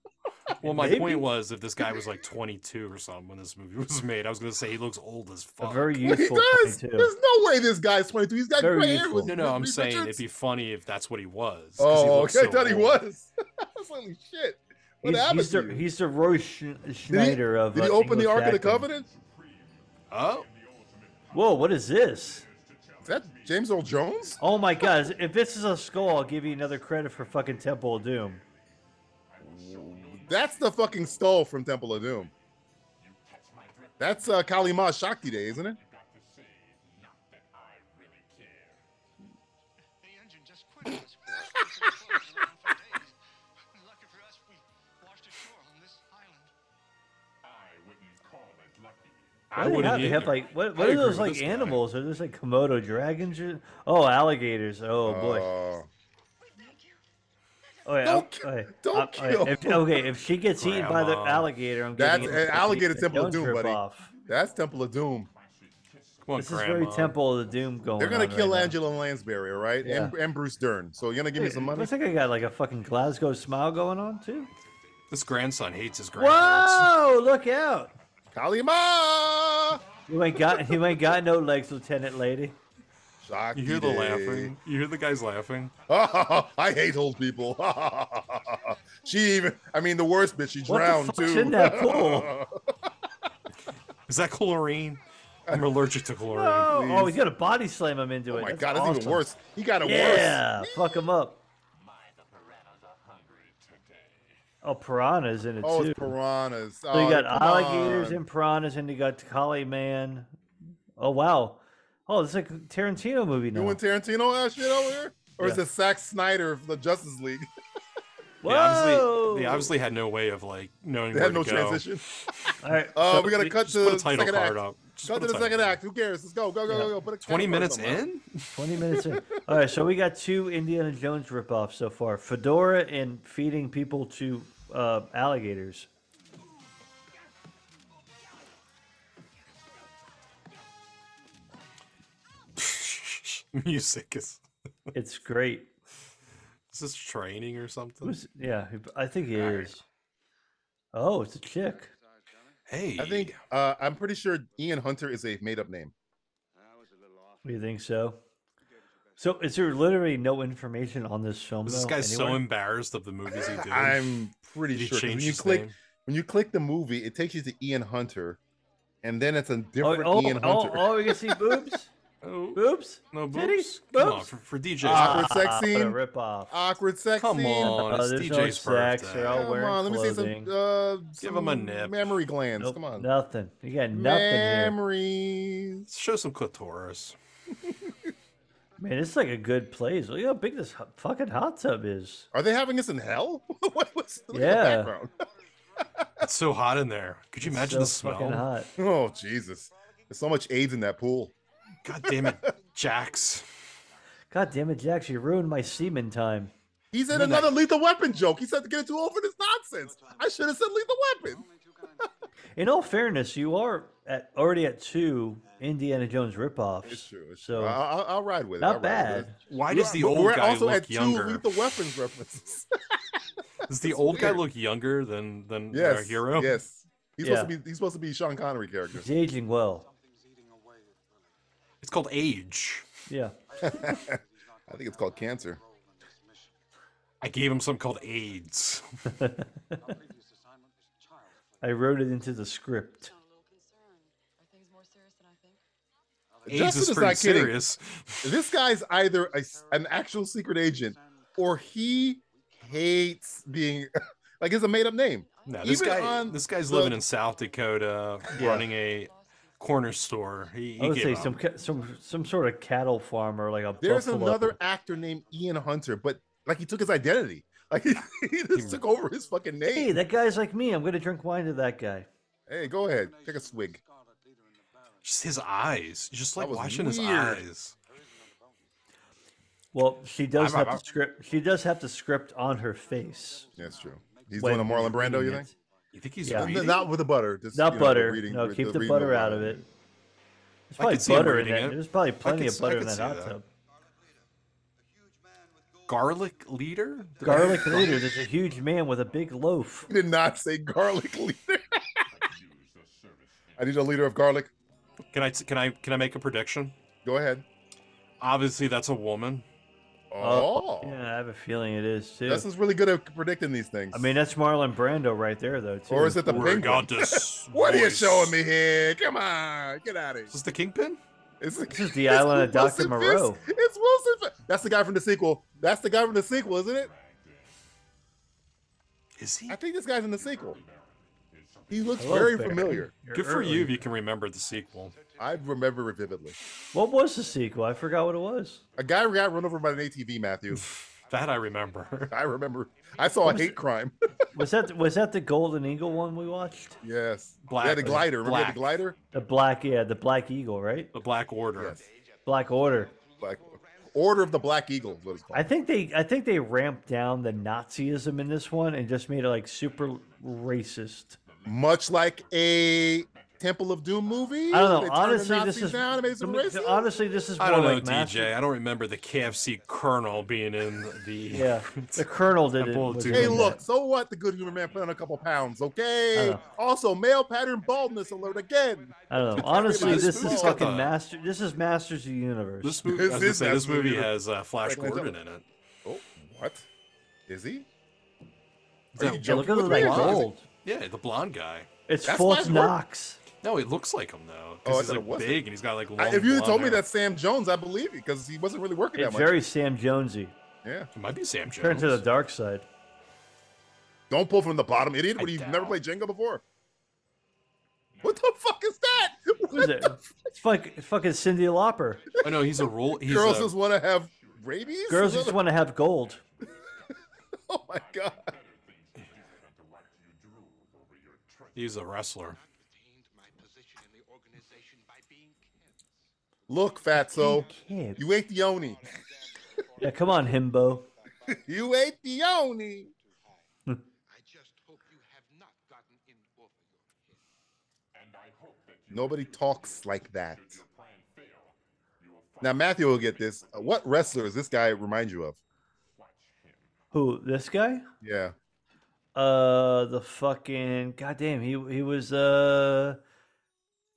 [SPEAKER 5] Well, my
[SPEAKER 4] Maybe.
[SPEAKER 5] point was if this guy was like 22 or something when this movie [laughs] was made, I was going to say he looks old as
[SPEAKER 4] A
[SPEAKER 5] fuck.
[SPEAKER 4] very
[SPEAKER 3] [laughs] He
[SPEAKER 4] youthful
[SPEAKER 3] does.
[SPEAKER 4] 22.
[SPEAKER 3] There's no way this guy's 22. He's got
[SPEAKER 4] Very
[SPEAKER 3] gray hair.
[SPEAKER 4] youthful.
[SPEAKER 3] with-
[SPEAKER 5] no, no, I'm
[SPEAKER 3] with
[SPEAKER 5] saying it'd
[SPEAKER 3] Richards.
[SPEAKER 5] be funny if that's what he was. 'cause he
[SPEAKER 3] Oh,
[SPEAKER 5] looks
[SPEAKER 3] okay. I
[SPEAKER 5] so
[SPEAKER 3] thought he
[SPEAKER 5] old.
[SPEAKER 3] was. [laughs] Holy shit. What
[SPEAKER 4] He's,
[SPEAKER 3] happened
[SPEAKER 4] he's,
[SPEAKER 3] to
[SPEAKER 4] the,
[SPEAKER 3] you?
[SPEAKER 4] he's the Roy Schn-
[SPEAKER 3] Did he,
[SPEAKER 4] Schneider of.
[SPEAKER 3] did he
[SPEAKER 4] uh,
[SPEAKER 3] open the
[SPEAKER 4] English
[SPEAKER 3] Ark of the
[SPEAKER 4] acting.
[SPEAKER 3] Covenant?
[SPEAKER 5] Oh,
[SPEAKER 4] Whoa, what is this?
[SPEAKER 3] Is that James Earl Jones?
[SPEAKER 4] Oh my god, if this is a skull, I'll give you another credit for fucking Temple of Doom.
[SPEAKER 3] That's the fucking skull from Temple of Doom. That's uh, Kali Ma Shakti Day, isn't it?
[SPEAKER 5] I
[SPEAKER 4] What do they
[SPEAKER 5] wouldn't
[SPEAKER 4] have? They have
[SPEAKER 5] either.
[SPEAKER 4] like what?
[SPEAKER 5] I
[SPEAKER 4] What are
[SPEAKER 5] agree
[SPEAKER 4] those
[SPEAKER 5] with
[SPEAKER 4] like
[SPEAKER 5] this guy.
[SPEAKER 4] animals? Are those like Komodo dragons? or- Oh, alligators. Oh boy.
[SPEAKER 3] Uh,
[SPEAKER 4] Oh, yeah,
[SPEAKER 3] Don't
[SPEAKER 4] I-
[SPEAKER 3] ki-
[SPEAKER 4] okay.
[SPEAKER 3] don't
[SPEAKER 4] I- okay, if-
[SPEAKER 3] kill.
[SPEAKER 4] okay, if she gets eaten by the
[SPEAKER 5] Grandma.
[SPEAKER 4] alligator, I'm
[SPEAKER 3] That's-
[SPEAKER 4] getting it.
[SPEAKER 3] an
[SPEAKER 4] Don't-
[SPEAKER 3] alligator
[SPEAKER 4] don't
[SPEAKER 3] Temple of Doom,
[SPEAKER 4] trip
[SPEAKER 3] buddy.
[SPEAKER 4] off.
[SPEAKER 3] that's Temple of Doom.
[SPEAKER 5] Come on,
[SPEAKER 4] This is
[SPEAKER 5] Grandma.
[SPEAKER 4] very Temple of the Doom going.
[SPEAKER 3] They're gonna
[SPEAKER 4] on
[SPEAKER 3] kill
[SPEAKER 4] right now.
[SPEAKER 3] Angela Lansbury, all right? And, and Bruce Dern. So you're gonna give me some money?
[SPEAKER 4] Looks like I got like a fucking Glasgow smile going on too.
[SPEAKER 5] This grandson hates his grandparents.
[SPEAKER 4] Whoa! Look out!
[SPEAKER 3] Kalima!
[SPEAKER 4] You ain't got [laughs] you ain't got no legs, Lieutenant Lady.
[SPEAKER 3] Shocky
[SPEAKER 5] You hear the
[SPEAKER 3] day.
[SPEAKER 5] laughing. You hear the guys laughing.
[SPEAKER 3] [laughs] I hate old people. [laughs] she even, I mean, the worst bitch, she
[SPEAKER 4] What
[SPEAKER 3] drowned
[SPEAKER 4] the fuck's
[SPEAKER 3] too. Oh [laughs]
[SPEAKER 4] in that pool?
[SPEAKER 5] Is that chlorine?
[SPEAKER 4] [laughs]
[SPEAKER 5] I'm allergic to chlorine.
[SPEAKER 4] No. Oh,
[SPEAKER 3] please.
[SPEAKER 4] he's gonna body slam him into it.
[SPEAKER 3] Oh my
[SPEAKER 4] That's
[SPEAKER 3] god, that's even
[SPEAKER 4] awesome.
[SPEAKER 3] worse. He got it worse.
[SPEAKER 4] Yeah, fuck him up. Oh, piranhas in it
[SPEAKER 3] Oh,
[SPEAKER 4] too.
[SPEAKER 3] it's piranhas.
[SPEAKER 4] So you
[SPEAKER 3] Oh,
[SPEAKER 4] got
[SPEAKER 3] come
[SPEAKER 4] alligators
[SPEAKER 3] on.
[SPEAKER 4] and piranhas, and you got Kali Man. Oh wow! Oh, it's like a Tarantino movie now.
[SPEAKER 3] doing Tarantino ass shit over here, or is
[SPEAKER 4] Yeah.
[SPEAKER 3] it Zack Snyder of the Justice League? [laughs]
[SPEAKER 5] They obviously, they obviously had no way of like knowing
[SPEAKER 3] They
[SPEAKER 5] where
[SPEAKER 3] had no
[SPEAKER 5] to go.
[SPEAKER 3] transition.
[SPEAKER 4] All right,
[SPEAKER 3] Uh,
[SPEAKER 4] so
[SPEAKER 3] we gotta
[SPEAKER 4] we-
[SPEAKER 3] cut to
[SPEAKER 5] Just put
[SPEAKER 3] the
[SPEAKER 5] a title
[SPEAKER 3] second
[SPEAKER 5] card
[SPEAKER 3] act.
[SPEAKER 5] up. Just
[SPEAKER 3] Cut
[SPEAKER 5] put
[SPEAKER 3] to
[SPEAKER 5] a
[SPEAKER 3] the
[SPEAKER 5] title
[SPEAKER 3] second
[SPEAKER 5] card.
[SPEAKER 3] act. Who cares? Let's go, go, go, go, go. Put
[SPEAKER 5] 20
[SPEAKER 3] a title card
[SPEAKER 5] minutes
[SPEAKER 3] somewhere.
[SPEAKER 5] in?
[SPEAKER 4] Twenty
[SPEAKER 3] [laughs]
[SPEAKER 4] minutes in. All right, so we got two Indiana Jones ripoffs so far: Fedora and feeding people to uh, alligators.
[SPEAKER 5] [laughs] Music is.
[SPEAKER 4] It's great.
[SPEAKER 5] Is this training or something?
[SPEAKER 4] Who's, yeah, I think it is. Oh, it's a chick.
[SPEAKER 5] Hey.
[SPEAKER 3] I think uh, I'm pretty sure Ian Hunter is a made-up name.
[SPEAKER 4] You think so? So, is there literally no information on this film?
[SPEAKER 5] Is this
[SPEAKER 4] though,
[SPEAKER 5] guy's so
[SPEAKER 4] anywhere?
[SPEAKER 5] embarrassed of the
[SPEAKER 3] [laughs]
[SPEAKER 5] movies he did.
[SPEAKER 3] I'm pretty
[SPEAKER 5] Did he
[SPEAKER 3] sure 'cause
[SPEAKER 5] change
[SPEAKER 3] when you
[SPEAKER 5] his
[SPEAKER 3] click
[SPEAKER 5] name?
[SPEAKER 3] when you click the movie, it takes you to Ian Hunter, and then it's a different
[SPEAKER 4] oh,
[SPEAKER 3] Ian
[SPEAKER 4] oh,
[SPEAKER 3] Hunter.
[SPEAKER 4] oh, oh, you
[SPEAKER 5] [laughs]
[SPEAKER 4] can see boobs,
[SPEAKER 5] Oh,
[SPEAKER 4] boobs,
[SPEAKER 5] no
[SPEAKER 4] titties,
[SPEAKER 5] boobs. Come on,
[SPEAKER 4] boobs.
[SPEAKER 5] for, for DJ.
[SPEAKER 3] Awkward
[SPEAKER 4] Ah,
[SPEAKER 3] sex
[SPEAKER 4] what a
[SPEAKER 3] scene.
[SPEAKER 4] ripoff.
[SPEAKER 3] Awkward sex
[SPEAKER 5] Come
[SPEAKER 3] scene.
[SPEAKER 5] on,
[SPEAKER 4] Oh,
[SPEAKER 5] Oh, it's
[SPEAKER 4] there's no
[SPEAKER 5] DJ's
[SPEAKER 4] sex,
[SPEAKER 5] birthday.
[SPEAKER 4] they're all
[SPEAKER 3] Come
[SPEAKER 4] wearing
[SPEAKER 3] on, let me see
[SPEAKER 4] clothing.
[SPEAKER 3] some. Uh,
[SPEAKER 5] Give 'em a
[SPEAKER 3] some
[SPEAKER 5] nip.
[SPEAKER 3] Mammary glands.
[SPEAKER 4] Nope,
[SPEAKER 3] Come on.
[SPEAKER 4] nothing. You got nothing here.
[SPEAKER 3] Memories.
[SPEAKER 5] Show some clitoris.
[SPEAKER 4] Man, it's like a good place. Look how big this hu- fucking hot tub is.
[SPEAKER 3] Are they having this in hell? [laughs] what was look
[SPEAKER 4] Yeah.
[SPEAKER 3] at the background? [laughs]
[SPEAKER 5] It's so hot in there. Could you imagine
[SPEAKER 4] so
[SPEAKER 5] the
[SPEAKER 4] fucking
[SPEAKER 5] smell?
[SPEAKER 4] hot.
[SPEAKER 3] Oh Jesus! There's so much AIDS in that pool.
[SPEAKER 5] God damn it, Jax.
[SPEAKER 4] God damn it, Jax, you ruined my semen time.
[SPEAKER 3] He said another lethal weapon joke. He said to get into over this nonsense. I should have said lethal weapon.
[SPEAKER 4] In all fairness, you are at already at two Indiana Jones ripoffs.
[SPEAKER 3] It's true. It's true.
[SPEAKER 4] So
[SPEAKER 3] I- I'll, I'll ride with it.
[SPEAKER 4] not
[SPEAKER 3] I'll ride with
[SPEAKER 4] bad.
[SPEAKER 3] it.
[SPEAKER 5] Why does the
[SPEAKER 3] But
[SPEAKER 5] old
[SPEAKER 3] we're
[SPEAKER 5] guy
[SPEAKER 3] also
[SPEAKER 5] look
[SPEAKER 3] at two
[SPEAKER 5] younger?
[SPEAKER 3] lethal weapons
[SPEAKER 5] [laughs]
[SPEAKER 3] references.
[SPEAKER 5] Does the old guy
[SPEAKER 3] weird.
[SPEAKER 5] look younger than than our
[SPEAKER 3] yes,
[SPEAKER 5] hero?
[SPEAKER 3] Yes. He's supposed
[SPEAKER 4] Yeah.
[SPEAKER 3] to be. He's supposed to be Sean Connery character.
[SPEAKER 4] he's aging well.
[SPEAKER 5] It's called age.
[SPEAKER 4] Yeah.
[SPEAKER 3] I think it's called cancer.
[SPEAKER 5] I gave him some called AIDS.
[SPEAKER 4] I wrote it into the script.
[SPEAKER 5] AIDS
[SPEAKER 3] Justin
[SPEAKER 5] is
[SPEAKER 3] is
[SPEAKER 5] pretty
[SPEAKER 3] not kidding.
[SPEAKER 5] serious.
[SPEAKER 3] This guy's either a s an actual secret agent, or he hates being [laughs] like it's a made up name.
[SPEAKER 5] No, this
[SPEAKER 3] Even
[SPEAKER 5] guy,
[SPEAKER 3] on
[SPEAKER 5] this guy's
[SPEAKER 3] the-
[SPEAKER 5] living in South Dakota, running a corner store. He, he
[SPEAKER 4] I would
[SPEAKER 5] gave
[SPEAKER 4] say
[SPEAKER 5] up.
[SPEAKER 4] some ca- some some sort of cattle farmer, like a
[SPEAKER 3] There's
[SPEAKER 4] buffalo.
[SPEAKER 3] another actor named Ian Hunter, but like he took his identity. [laughs] Like he, he just took over his fucking
[SPEAKER 4] Hey,
[SPEAKER 3] name.
[SPEAKER 4] that guy's like me. I'm gonna drink wine to that guy.
[SPEAKER 3] Hey, go ahead, take a swig.
[SPEAKER 5] Just his eyes. Just like
[SPEAKER 3] was
[SPEAKER 5] watching his
[SPEAKER 3] weird.
[SPEAKER 5] eyes.
[SPEAKER 4] Well, she does
[SPEAKER 5] I'm-
[SPEAKER 4] have
[SPEAKER 5] I'm-
[SPEAKER 4] the script. She does have the script on her face.
[SPEAKER 3] That's true. He's
[SPEAKER 4] when
[SPEAKER 3] doing a Marlon Brando, you
[SPEAKER 4] reading
[SPEAKER 3] think?
[SPEAKER 4] it.
[SPEAKER 5] You think he's
[SPEAKER 4] Yeah.
[SPEAKER 5] reading?
[SPEAKER 3] Not with the butter. Just,
[SPEAKER 4] Not
[SPEAKER 3] you know, the
[SPEAKER 4] butter.
[SPEAKER 3] reading-
[SPEAKER 4] no,
[SPEAKER 3] the
[SPEAKER 4] keep the
[SPEAKER 3] reading
[SPEAKER 4] butter
[SPEAKER 3] of
[SPEAKER 4] out of it.
[SPEAKER 5] I
[SPEAKER 4] There's
[SPEAKER 5] could
[SPEAKER 4] probably
[SPEAKER 5] see him
[SPEAKER 4] butter in
[SPEAKER 5] reading
[SPEAKER 4] that.
[SPEAKER 5] it.
[SPEAKER 4] There's probably
[SPEAKER 5] I
[SPEAKER 4] plenty
[SPEAKER 5] could
[SPEAKER 4] of
[SPEAKER 5] s- I
[SPEAKER 4] butter in
[SPEAKER 5] could
[SPEAKER 4] that
[SPEAKER 5] see
[SPEAKER 4] hot
[SPEAKER 5] that.
[SPEAKER 4] tub.
[SPEAKER 5] Garlic leader?
[SPEAKER 3] [laughs]
[SPEAKER 4] Garlic leader. There's a huge man with a big loaf.
[SPEAKER 3] [laughs] He did not say garlic [laughs] leader. I need a leader of garlic.
[SPEAKER 5] Can I can I can I make a prediction?
[SPEAKER 3] Go ahead.
[SPEAKER 5] Obviously, that's a woman.
[SPEAKER 3] Oh,
[SPEAKER 4] Uh, Yeah, I have a feeling it is too.
[SPEAKER 3] Justin's really good at predicting these things.
[SPEAKER 4] I mean, that's Marlon Brando right there, though. Too.
[SPEAKER 3] or is it the
[SPEAKER 5] Word
[SPEAKER 3] penguin? [laughs]
[SPEAKER 5] got this
[SPEAKER 3] What are you
[SPEAKER 5] voice.
[SPEAKER 3] showing me here? Come on, get out of here.
[SPEAKER 5] Is this the kingpin?
[SPEAKER 3] [laughs] It's,
[SPEAKER 4] This is the island of
[SPEAKER 3] Wilson
[SPEAKER 4] Dr. Moreau.
[SPEAKER 3] Fisk. It's Wilson. Fisk. That's the guy from the sequel. That's the guy from the sequel, isn't it?
[SPEAKER 5] Is he?
[SPEAKER 3] I think this guy's in the sequel. He looks
[SPEAKER 4] Hello,
[SPEAKER 3] very
[SPEAKER 4] Barry.
[SPEAKER 3] familiar.
[SPEAKER 4] You're
[SPEAKER 5] Good for
[SPEAKER 4] early.
[SPEAKER 5] you if you can remember the sequel.
[SPEAKER 3] I remember it vividly.
[SPEAKER 4] What was the sequel? I forgot what it was.
[SPEAKER 3] A guy got run over by an ATV, Matthew.
[SPEAKER 5] That I remember. [laughs]
[SPEAKER 3] I remember. I saw a hate crime. [laughs]
[SPEAKER 4] Was that was that the Golden Eagle one we watched?
[SPEAKER 3] yes.
[SPEAKER 5] Black.
[SPEAKER 3] They had a glider. Remember they had
[SPEAKER 5] Black.
[SPEAKER 3] a glider?
[SPEAKER 4] The Black, yeah, the Black Eagle, right?
[SPEAKER 5] The Black Order.
[SPEAKER 3] Yes.
[SPEAKER 4] Black Order.
[SPEAKER 3] Black. Order of the Black Eagle is what it's called.
[SPEAKER 4] I think they I think they ramped down the Nazism in this one and just made it like super racist.
[SPEAKER 3] Much like a Temple of Doom movie?
[SPEAKER 4] I don't
[SPEAKER 3] They
[SPEAKER 4] know.
[SPEAKER 3] turned the
[SPEAKER 4] Honestly, this
[SPEAKER 3] Nazis
[SPEAKER 4] is
[SPEAKER 3] down and made some
[SPEAKER 4] I mean,
[SPEAKER 3] racists?
[SPEAKER 4] honestly this is
[SPEAKER 5] I
[SPEAKER 4] more
[SPEAKER 5] don't know,
[SPEAKER 4] like
[SPEAKER 5] DJ.
[SPEAKER 4] Master-
[SPEAKER 5] I don't remember the KFC Colonel being in the. [laughs]
[SPEAKER 4] [laughs] Yeah, the Colonel did it.
[SPEAKER 5] Temple of
[SPEAKER 4] was
[SPEAKER 5] Doom.
[SPEAKER 4] in
[SPEAKER 3] Hey,
[SPEAKER 5] Yeah.
[SPEAKER 4] that.
[SPEAKER 3] look, so what? The good humor man put on a couple pounds, okay?
[SPEAKER 4] Uh.
[SPEAKER 3] Also, male pattern baldness alert again. [laughs]
[SPEAKER 4] I don't know. Honestly,
[SPEAKER 3] Everybody's
[SPEAKER 4] this is
[SPEAKER 3] moved.
[SPEAKER 4] fucking
[SPEAKER 5] Got the-
[SPEAKER 4] master. This is Masters of the Universe.
[SPEAKER 5] This movie,
[SPEAKER 3] This
[SPEAKER 5] I was gonna
[SPEAKER 3] is
[SPEAKER 5] say, this
[SPEAKER 3] absolutely
[SPEAKER 5] movie has uh, Flash
[SPEAKER 3] Franklin
[SPEAKER 5] Gordon in
[SPEAKER 3] Temple.
[SPEAKER 5] it.
[SPEAKER 3] Oh, what? Is he?
[SPEAKER 5] Is
[SPEAKER 3] Are
[SPEAKER 5] that-
[SPEAKER 3] you
[SPEAKER 4] yeah, look
[SPEAKER 3] joking
[SPEAKER 4] at
[SPEAKER 3] with me?
[SPEAKER 4] that
[SPEAKER 3] Is he-
[SPEAKER 4] gold.
[SPEAKER 5] Yeah, the blonde guy.
[SPEAKER 4] It's
[SPEAKER 3] That's
[SPEAKER 4] Fort
[SPEAKER 3] Flash Gordon?
[SPEAKER 4] Knox.
[SPEAKER 5] No, he looks like him though.
[SPEAKER 3] Oh,
[SPEAKER 5] Because
[SPEAKER 3] I
[SPEAKER 5] he's
[SPEAKER 3] thought it
[SPEAKER 5] like
[SPEAKER 3] wasn't.
[SPEAKER 5] big and he's got like long.
[SPEAKER 3] I- if you had
[SPEAKER 5] blonde
[SPEAKER 3] told me
[SPEAKER 5] hair.
[SPEAKER 3] that's Sam Jones, I believe you because he wasn't really working that
[SPEAKER 4] It's
[SPEAKER 3] much.
[SPEAKER 4] very Sam Jonesy.
[SPEAKER 3] Yeah.
[SPEAKER 5] it might be Sam Jones.
[SPEAKER 4] Turn to the dark side.
[SPEAKER 3] Don't pull from the bottom, idiot.
[SPEAKER 5] I
[SPEAKER 3] What, you've
[SPEAKER 5] doubt.
[SPEAKER 3] never played Jenga before? What the fuck is that?
[SPEAKER 4] Who is
[SPEAKER 3] What
[SPEAKER 4] it?
[SPEAKER 3] the f-
[SPEAKER 4] It's like it's fucking Cindy Lauper.
[SPEAKER 5] Oh no, he's a rule. He's
[SPEAKER 3] Girls
[SPEAKER 5] a-
[SPEAKER 3] just want to have rabies? Is
[SPEAKER 4] Girls
[SPEAKER 3] that
[SPEAKER 4] just
[SPEAKER 3] what-
[SPEAKER 4] want to have gold.
[SPEAKER 3] [laughs] Oh my god.
[SPEAKER 5] he's a wrestler.
[SPEAKER 3] Look, Fatso,
[SPEAKER 4] Kid.
[SPEAKER 3] you ain't the only.
[SPEAKER 4] Yeah, come on, himbo.
[SPEAKER 3] You ain't the only.
[SPEAKER 8] I just hope you have not gotten in over your head.
[SPEAKER 3] Nobody talks like that. Now Matthew will get this. Uh, What wrestler does this guy remind you of?
[SPEAKER 4] Who? This guy?
[SPEAKER 3] Yeah.
[SPEAKER 4] Uh, the fucking goddamn. He he was uh,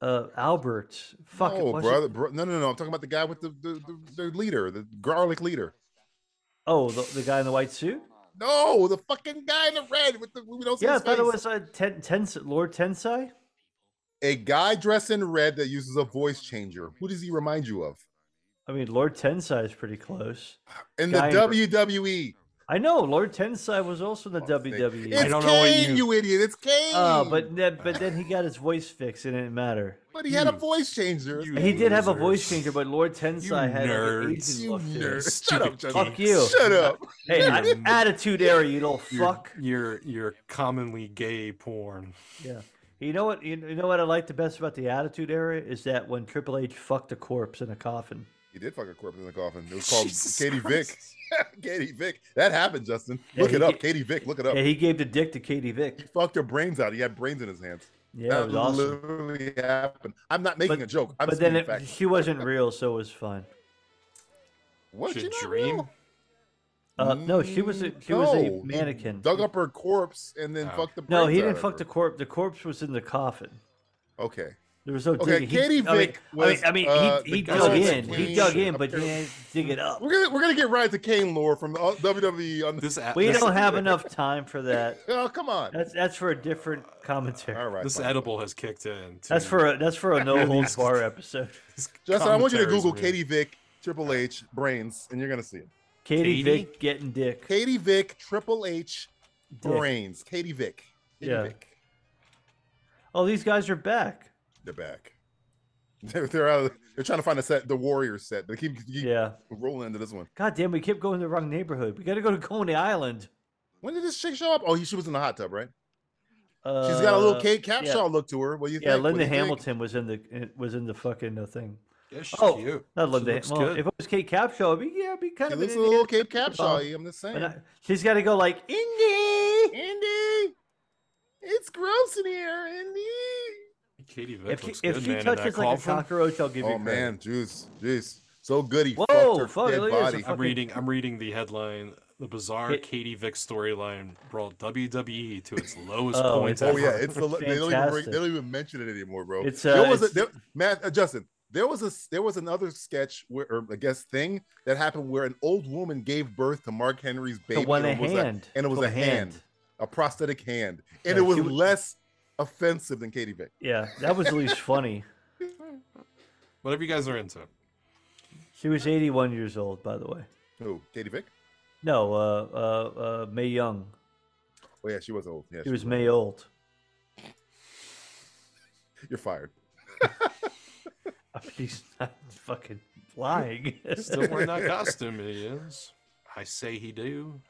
[SPEAKER 4] uh Albert. Fuck.
[SPEAKER 3] oh,
[SPEAKER 4] what's it-
[SPEAKER 3] brother, bro, no, no, no. I'm talking about the guy with the the, the, the leader, the garlic leader.
[SPEAKER 4] Oh, the, the guy in the white suit.
[SPEAKER 3] No, the fucking guy in the red with the we don't see
[SPEAKER 4] Yeah, I
[SPEAKER 3] his
[SPEAKER 4] thought it
[SPEAKER 3] face.
[SPEAKER 4] was uh, ten, Tensai- Lord Tensai.
[SPEAKER 3] a guy dressed in red that uses a voice changer. Who does he remind you of?
[SPEAKER 4] I mean, Lord Tensai is pretty close.
[SPEAKER 3] In
[SPEAKER 4] Guy in-
[SPEAKER 3] the WWE.
[SPEAKER 4] I know Lord Tensai was also in the WWE.
[SPEAKER 3] It's
[SPEAKER 5] don't know what
[SPEAKER 3] Kane,
[SPEAKER 5] you-
[SPEAKER 3] you... idiot. It's Kane.
[SPEAKER 4] Oh, E. but then, but then he got his voice fixed. It didn't matter.
[SPEAKER 3] But he had a voice changer.
[SPEAKER 5] you
[SPEAKER 4] He did have a
[SPEAKER 5] losers.
[SPEAKER 4] voice changer, but Lord Tensai had like, an
[SPEAKER 5] nerds.
[SPEAKER 4] Asian
[SPEAKER 3] You
[SPEAKER 4] look to him.
[SPEAKER 3] nerd. Shut
[SPEAKER 5] Stupid
[SPEAKER 3] up, Justin.
[SPEAKER 4] Fuck you.
[SPEAKER 3] Shut up.
[SPEAKER 4] Hey,
[SPEAKER 5] You're
[SPEAKER 4] I-
[SPEAKER 5] n-
[SPEAKER 4] attitude error, you little fuck.
[SPEAKER 5] You're you're commonly gay porn.
[SPEAKER 4] Yeah. You know what? You you know what I like the best about the attitude era is that when Triple H fucked a corpse in a coffin.
[SPEAKER 3] He did fuck a corpse in the coffin.
[SPEAKER 5] [laughs]
[SPEAKER 3] It was called
[SPEAKER 5] Jesus
[SPEAKER 3] Katie Vick. [laughs] Katie Vick. That happened, Justin.
[SPEAKER 4] Yeah,
[SPEAKER 3] look
[SPEAKER 4] he
[SPEAKER 3] it up.
[SPEAKER 4] did-
[SPEAKER 3] Katie Vick. Look it up.
[SPEAKER 4] Yeah, he gave the dick to Katie Vick.
[SPEAKER 3] he fucked her brains out. He had brains in his hands.
[SPEAKER 4] Yeah, it was
[SPEAKER 3] that
[SPEAKER 4] awesome.
[SPEAKER 3] literally happened. I'm not making
[SPEAKER 4] But-
[SPEAKER 3] a joke. I'm
[SPEAKER 4] But then
[SPEAKER 3] speaking
[SPEAKER 4] it,
[SPEAKER 3] facts.
[SPEAKER 4] she wasn't real, so it was fine.
[SPEAKER 3] What
[SPEAKER 5] Should
[SPEAKER 3] you not
[SPEAKER 5] dream?
[SPEAKER 3] know?
[SPEAKER 4] Uh, no, she was a, she was
[SPEAKER 3] No,
[SPEAKER 4] a
[SPEAKER 3] he
[SPEAKER 4] mannequin.
[SPEAKER 3] Dug up her corpse and then
[SPEAKER 5] Oh.
[SPEAKER 3] fucked the.
[SPEAKER 4] No,
[SPEAKER 3] brains
[SPEAKER 4] he
[SPEAKER 3] out
[SPEAKER 4] didn't
[SPEAKER 3] of
[SPEAKER 4] fuck
[SPEAKER 3] her.
[SPEAKER 4] the corpse. The corpse was in the coffin.
[SPEAKER 3] Okay.
[SPEAKER 4] There was no
[SPEAKER 3] Okay,
[SPEAKER 4] digging.
[SPEAKER 3] Katie
[SPEAKER 4] he, I mean-
[SPEAKER 3] Vick was,
[SPEAKER 4] I mean, I mean,
[SPEAKER 3] uh,
[SPEAKER 4] he,
[SPEAKER 3] the
[SPEAKER 4] he
[SPEAKER 3] guy
[SPEAKER 4] dug
[SPEAKER 3] that's
[SPEAKER 4] in. He
[SPEAKER 3] clean
[SPEAKER 4] dug in, but he
[SPEAKER 3] apparently.
[SPEAKER 4] didn't dig
[SPEAKER 5] [laughs]
[SPEAKER 4] it up.
[SPEAKER 3] We're gonna we're gonna get right to Kane lore from the uh, WWE. On
[SPEAKER 5] This a-
[SPEAKER 4] We
[SPEAKER 5] this,
[SPEAKER 4] don't have enough time for that.
[SPEAKER 3] [laughs] oh come on.
[SPEAKER 4] That's that's for a different commentary.
[SPEAKER 3] All right.
[SPEAKER 5] this
[SPEAKER 3] fine.
[SPEAKER 5] edible has kicked in.
[SPEAKER 4] That's
[SPEAKER 5] too.
[SPEAKER 4] for a that's for a no holds bar episode.
[SPEAKER 5] This
[SPEAKER 3] Justin, I want you to
[SPEAKER 5] commentary's
[SPEAKER 3] Google
[SPEAKER 5] weird.
[SPEAKER 3] Katie Vick, Triple H, brains, and you're gonna see it.
[SPEAKER 5] Katie?
[SPEAKER 4] Katie Vick getting dick.
[SPEAKER 3] Katie Vick, Triple H,
[SPEAKER 4] Dick.
[SPEAKER 3] brains. Katie Vick. Katie
[SPEAKER 4] Yeah.
[SPEAKER 3] Vick.
[SPEAKER 4] Oh, these guys are back.
[SPEAKER 3] They're back. [laughs] They're, they're out. Of, they're trying to find a set, the Warrior set. They keep, keep
[SPEAKER 4] Yeah.
[SPEAKER 3] rolling into this one.
[SPEAKER 4] God damn, we kept going to the wrong neighborhood. We got to go to Coney Island.
[SPEAKER 3] When did this chick show up? Oh, he, she was in the hot tub, right?
[SPEAKER 4] Uh,
[SPEAKER 3] She's got a little Kate Capshaw
[SPEAKER 4] yeah.
[SPEAKER 3] look to her. What do you
[SPEAKER 4] Yeah,
[SPEAKER 3] think? What do
[SPEAKER 4] Linda
[SPEAKER 3] you think?
[SPEAKER 4] Hamilton was in the in- was in the fucking uh, thing.
[SPEAKER 5] Yeah, she's
[SPEAKER 4] Oh,
[SPEAKER 5] cute.
[SPEAKER 4] not
[SPEAKER 5] She
[SPEAKER 4] Linda.
[SPEAKER 5] looks
[SPEAKER 4] Well,
[SPEAKER 5] good.
[SPEAKER 4] if it was Kate Capshaw, it'd be, yeah, it'd be kind
[SPEAKER 3] She
[SPEAKER 4] of
[SPEAKER 3] looks a
[SPEAKER 4] an
[SPEAKER 3] little
[SPEAKER 4] Indiana
[SPEAKER 3] Kate
[SPEAKER 4] Jones
[SPEAKER 3] Capshaw.
[SPEAKER 4] vibe.
[SPEAKER 3] I'm just
[SPEAKER 4] But
[SPEAKER 3] saying.
[SPEAKER 4] I- She's got to go like Indy.
[SPEAKER 3] Indy, it's gross in here, Indy.
[SPEAKER 5] Katie Vick
[SPEAKER 4] If, she-
[SPEAKER 5] looks
[SPEAKER 4] if
[SPEAKER 5] good,
[SPEAKER 4] she
[SPEAKER 5] man, in that
[SPEAKER 4] touches like a
[SPEAKER 5] coffin.
[SPEAKER 4] cockroach, I'll give you
[SPEAKER 3] Oh
[SPEAKER 4] credit.
[SPEAKER 3] man, juice, juice, so good. He
[SPEAKER 4] Whoa,
[SPEAKER 3] fucked her
[SPEAKER 4] fuck,
[SPEAKER 3] dead
[SPEAKER 4] look at
[SPEAKER 3] body. Oh,
[SPEAKER 4] this.
[SPEAKER 5] I'm
[SPEAKER 4] fucking-
[SPEAKER 5] reading. I'm reading the headline. The bizarre
[SPEAKER 4] Hit-
[SPEAKER 5] Katie Vick storyline brought WWE to
[SPEAKER 4] [laughs]
[SPEAKER 5] its lowest
[SPEAKER 4] Oh,
[SPEAKER 5] point
[SPEAKER 4] it's-
[SPEAKER 3] Oh
[SPEAKER 5] ever.
[SPEAKER 3] yeah,
[SPEAKER 4] [laughs]
[SPEAKER 3] it's the, they don't even bring,
[SPEAKER 4] Fantastic.
[SPEAKER 3] they don't even mention it anymore, bro.
[SPEAKER 4] It's,
[SPEAKER 3] there
[SPEAKER 4] uh,
[SPEAKER 3] was a,
[SPEAKER 4] it's-
[SPEAKER 3] there, Matt uh, Justin. There was a there was another sketch where, or I guess thing that happened where an old woman gave birth to Mark Henry's baby.
[SPEAKER 4] The one a
[SPEAKER 3] and it was
[SPEAKER 4] hand.
[SPEAKER 3] and it was
[SPEAKER 4] Called
[SPEAKER 3] a hand. a prosthetic hand, and
[SPEAKER 4] Yeah,
[SPEAKER 3] it was
[SPEAKER 4] she was-
[SPEAKER 3] less offensive than Katie Vick.
[SPEAKER 4] Yeah, that was at least funny.
[SPEAKER 5] Whatever you guys are into.
[SPEAKER 4] She was 81 years old, by the way.
[SPEAKER 3] Who? Katie Vick?
[SPEAKER 4] No, uh, uh, uh, May Young.
[SPEAKER 3] Oh yeah, she was old. Yeah,
[SPEAKER 4] She
[SPEAKER 3] she-
[SPEAKER 4] was May [laughs] old.
[SPEAKER 3] you're fired.
[SPEAKER 4] She's not fucking lying. [laughs]
[SPEAKER 5] Still wearing that costume, he is. I say he do.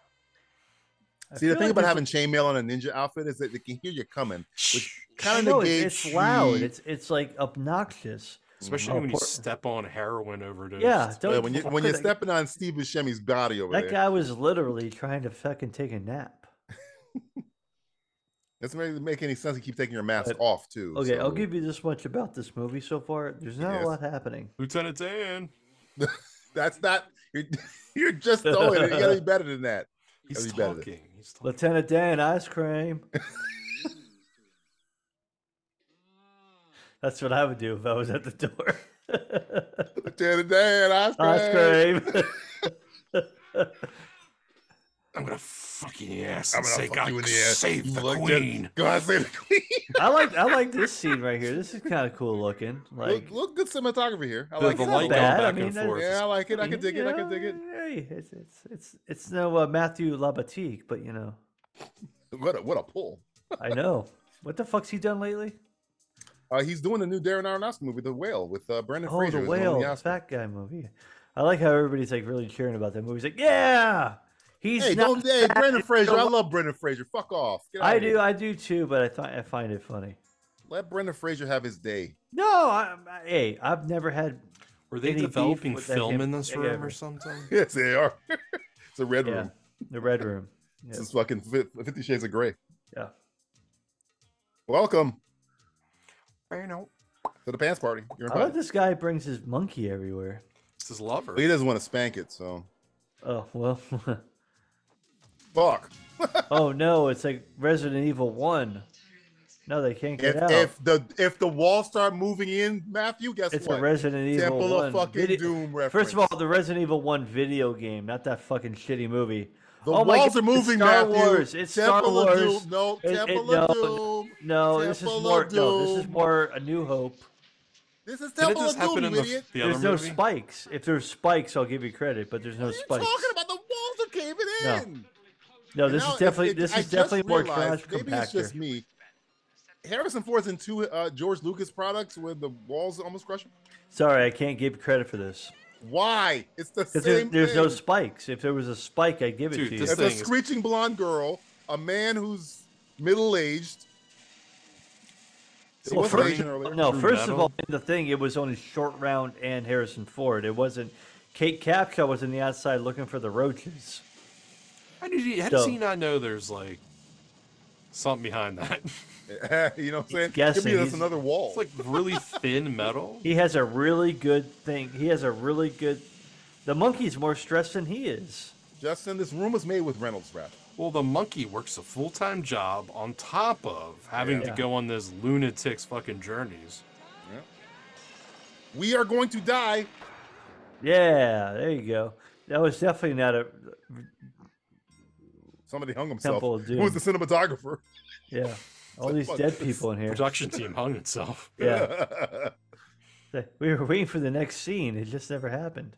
[SPEAKER 4] I
[SPEAKER 3] See, the
[SPEAKER 4] feel
[SPEAKER 3] thing
[SPEAKER 4] like
[SPEAKER 3] about
[SPEAKER 4] this-
[SPEAKER 3] having chainmail on a ninja outfit is that they can hear you coming, which kind
[SPEAKER 4] No,
[SPEAKER 3] of
[SPEAKER 4] it's-
[SPEAKER 3] negates.
[SPEAKER 4] it's loud.
[SPEAKER 3] the-
[SPEAKER 4] It's it's like obnoxious.
[SPEAKER 5] Especially
[SPEAKER 4] Oh,
[SPEAKER 5] when you
[SPEAKER 4] poor-
[SPEAKER 5] step on heroin overdose.
[SPEAKER 4] Yeah, don't
[SPEAKER 3] Yeah, uh, when you
[SPEAKER 4] [laughs]
[SPEAKER 3] when you're
[SPEAKER 4] fucking-
[SPEAKER 3] stepping on Steve Buscemi's body over
[SPEAKER 4] That
[SPEAKER 3] there.
[SPEAKER 4] guy was literally trying to fucking take a nap.
[SPEAKER 3] doesn't really make any sense to keep taking your mask off too.
[SPEAKER 4] Okay, I'll
[SPEAKER 3] so-
[SPEAKER 4] give you this much about this movie so far. There's not
[SPEAKER 3] Yes.
[SPEAKER 4] a lot happening.
[SPEAKER 5] Lieutenant Dan.
[SPEAKER 3] That's not you're, [laughs] you're
[SPEAKER 4] [laughs]
[SPEAKER 3] just throwing it. You gotta be better than that.
[SPEAKER 5] He's
[SPEAKER 3] That'd be better.
[SPEAKER 5] talking. He's talking.
[SPEAKER 4] Lieutenant Dan ice
[SPEAKER 3] [laughs]
[SPEAKER 4] cream. That's what I would do if I was at
[SPEAKER 3] [laughs]
[SPEAKER 4] the door.
[SPEAKER 3] Lieutenant Dan, ice cream.
[SPEAKER 4] ice cream. [laughs]
[SPEAKER 5] I'm gonna fuck your ass
[SPEAKER 3] I'm
[SPEAKER 5] and
[SPEAKER 3] gonna
[SPEAKER 5] say,
[SPEAKER 3] fuck
[SPEAKER 5] God,
[SPEAKER 3] you in the ass.
[SPEAKER 5] save the
[SPEAKER 3] Look, just
[SPEAKER 5] queen.
[SPEAKER 3] Go ahead, save the queen. [laughs]
[SPEAKER 4] I like I like this scene right here. This is kind of cool looking. Like
[SPEAKER 3] look, look, good cinematography here. I
[SPEAKER 5] The-
[SPEAKER 3] like
[SPEAKER 5] the
[SPEAKER 3] it.
[SPEAKER 4] not
[SPEAKER 5] light going
[SPEAKER 4] bad. I
[SPEAKER 5] back
[SPEAKER 4] mean,
[SPEAKER 5] and
[SPEAKER 4] that-
[SPEAKER 5] forth.
[SPEAKER 3] Yeah, I like it. I can dig it. I can
[SPEAKER 4] yeah,
[SPEAKER 3] dig it.
[SPEAKER 4] Hey, it's it's it's it's no uh, Matthew Labatique, but you know,
[SPEAKER 3] What a what a pull. [laughs]
[SPEAKER 4] I know. What the fuck's he done lately?
[SPEAKER 3] Uh, he's doing the new Darren Aronofsky movie, The Whale, with uh, Brandon
[SPEAKER 4] Oh,
[SPEAKER 3] Fraser.
[SPEAKER 4] the
[SPEAKER 3] who's winning
[SPEAKER 4] whale, the
[SPEAKER 3] Oscar.
[SPEAKER 4] fat guy movie. I like how everybody's like really cheering about that movie. It's like, yeah, he's
[SPEAKER 3] Hey,
[SPEAKER 4] not.
[SPEAKER 3] don't, hey,
[SPEAKER 4] fat,
[SPEAKER 3] Brandon
[SPEAKER 4] it's
[SPEAKER 3] Fraser.
[SPEAKER 4] the
[SPEAKER 3] I
[SPEAKER 4] whale."
[SPEAKER 3] love Brandon Fraser. Fuck off. Get out
[SPEAKER 4] I
[SPEAKER 3] of here.
[SPEAKER 4] do, I do too. But I thought I find it funny.
[SPEAKER 3] Let Brandon Fraser have his day.
[SPEAKER 4] No, I, I- hey, I've never had.
[SPEAKER 5] Were they
[SPEAKER 4] Any beef
[SPEAKER 5] developing
[SPEAKER 4] with that
[SPEAKER 5] film
[SPEAKER 4] him-
[SPEAKER 5] in this
[SPEAKER 4] yeah,
[SPEAKER 5] room
[SPEAKER 4] yeah.
[SPEAKER 5] or something?
[SPEAKER 3] [laughs] Yes, they are. it's a red
[SPEAKER 4] Yeah,
[SPEAKER 3] room.
[SPEAKER 4] the red room. Yeah,
[SPEAKER 3] This is fucking Fif- Fifty Shades of Grey.
[SPEAKER 4] yeah.
[SPEAKER 3] Welcome
[SPEAKER 5] I know.
[SPEAKER 3] to the pants party. You're
[SPEAKER 4] I love
[SPEAKER 3] invited.
[SPEAKER 4] this guy brings his monkey everywhere.
[SPEAKER 5] This is lover.
[SPEAKER 3] He doesn't want to spank it, so
[SPEAKER 4] Oh well. [laughs]
[SPEAKER 3] fuck.
[SPEAKER 4] oh no, it's like Resident Evil One. No, they can't get
[SPEAKER 3] If,
[SPEAKER 4] out.
[SPEAKER 3] if the if the walls start moving in, Matthew, guess
[SPEAKER 4] it's
[SPEAKER 3] what?
[SPEAKER 4] a Resident Evil
[SPEAKER 3] Temple
[SPEAKER 4] One.
[SPEAKER 3] of fucking
[SPEAKER 4] vide-
[SPEAKER 3] Doom
[SPEAKER 4] First
[SPEAKER 3] reference.
[SPEAKER 4] of all, the Resident Evil One video game, not that fucking shitty movie.
[SPEAKER 3] the
[SPEAKER 4] Oh my
[SPEAKER 3] walls
[SPEAKER 4] God,
[SPEAKER 3] are moving,
[SPEAKER 4] it's Star
[SPEAKER 3] Matthew.
[SPEAKER 4] Wars. It's
[SPEAKER 3] Temple
[SPEAKER 4] Star
[SPEAKER 3] Of
[SPEAKER 4] Wars.
[SPEAKER 3] Doom. No,
[SPEAKER 4] It- it-
[SPEAKER 3] Temple of
[SPEAKER 4] no,
[SPEAKER 3] Doom.
[SPEAKER 4] no, this is
[SPEAKER 3] Temple of
[SPEAKER 4] more. No, this is
[SPEAKER 3] Doom.
[SPEAKER 4] more A New Hope.
[SPEAKER 3] This is
[SPEAKER 5] Didn't
[SPEAKER 3] Temple
[SPEAKER 5] this
[SPEAKER 3] of Doom,
[SPEAKER 5] happen
[SPEAKER 3] you
[SPEAKER 5] in the,
[SPEAKER 3] idiot.
[SPEAKER 5] the other
[SPEAKER 4] There's no
[SPEAKER 5] movie?
[SPEAKER 4] spikes. If there's spikes, I'll give you credit, but there's no
[SPEAKER 3] What are you
[SPEAKER 4] spikes.
[SPEAKER 3] talking about? The walls are caving
[SPEAKER 4] No.
[SPEAKER 3] in.
[SPEAKER 4] No,
[SPEAKER 3] And
[SPEAKER 4] this
[SPEAKER 3] now
[SPEAKER 4] is
[SPEAKER 3] if
[SPEAKER 4] definitely
[SPEAKER 3] it-
[SPEAKER 4] this
[SPEAKER 3] I
[SPEAKER 4] is
[SPEAKER 3] just
[SPEAKER 4] definitely more trash
[SPEAKER 3] realized, Maybe it's just
[SPEAKER 4] compactor.
[SPEAKER 3] me. Harrison Ford's in two uh, George Lucas products where the walls almost crush him.
[SPEAKER 4] Sorry, I can't give credit for this.
[SPEAKER 3] Why? It's the same.
[SPEAKER 4] Because there, there's
[SPEAKER 3] thing.
[SPEAKER 4] no spikes. If there was a spike, I'd give it
[SPEAKER 5] Dude,
[SPEAKER 4] to you.
[SPEAKER 5] this
[SPEAKER 3] It's a
[SPEAKER 5] thing is-
[SPEAKER 3] screeching blonde girl, a man who's middle aged.
[SPEAKER 5] Well,
[SPEAKER 3] was
[SPEAKER 5] first-
[SPEAKER 3] Asian earlier.
[SPEAKER 4] No,
[SPEAKER 5] True
[SPEAKER 4] first of
[SPEAKER 5] metal.
[SPEAKER 4] all, in the thing, it was only Short Round and Harrison Ford. It wasn't Kate Capshaw was in the outside looking for the roaches.
[SPEAKER 5] How, did he, how does he not know there's like something behind that?
[SPEAKER 3] [laughs]
[SPEAKER 5] [laughs]
[SPEAKER 3] you know what I'm saying?
[SPEAKER 4] guessing.
[SPEAKER 3] Maybe that's
[SPEAKER 4] He's-
[SPEAKER 3] another wall.
[SPEAKER 5] It's like really thin metal.
[SPEAKER 4] He has a really good thing. He has a really good. The monkey's more stressed than he is.
[SPEAKER 3] Justin, this room was made with Reynolds wrap.
[SPEAKER 5] Well, the monkey works a full time job on top of having
[SPEAKER 4] Yeah.
[SPEAKER 5] to go on this lunatic's fucking journeys.
[SPEAKER 3] We are going to die.
[SPEAKER 4] Yeah, there you go. That was definitely not a.
[SPEAKER 3] Somebody hung himself.
[SPEAKER 4] Temple of
[SPEAKER 3] Who was the cinematographer?
[SPEAKER 4] Yeah, all these
[SPEAKER 3] fuck
[SPEAKER 4] dead people in here.
[SPEAKER 5] Production team hung itself.
[SPEAKER 4] Yeah,
[SPEAKER 3] [laughs]
[SPEAKER 4] Th- we were waiting for the next scene. It just never happened.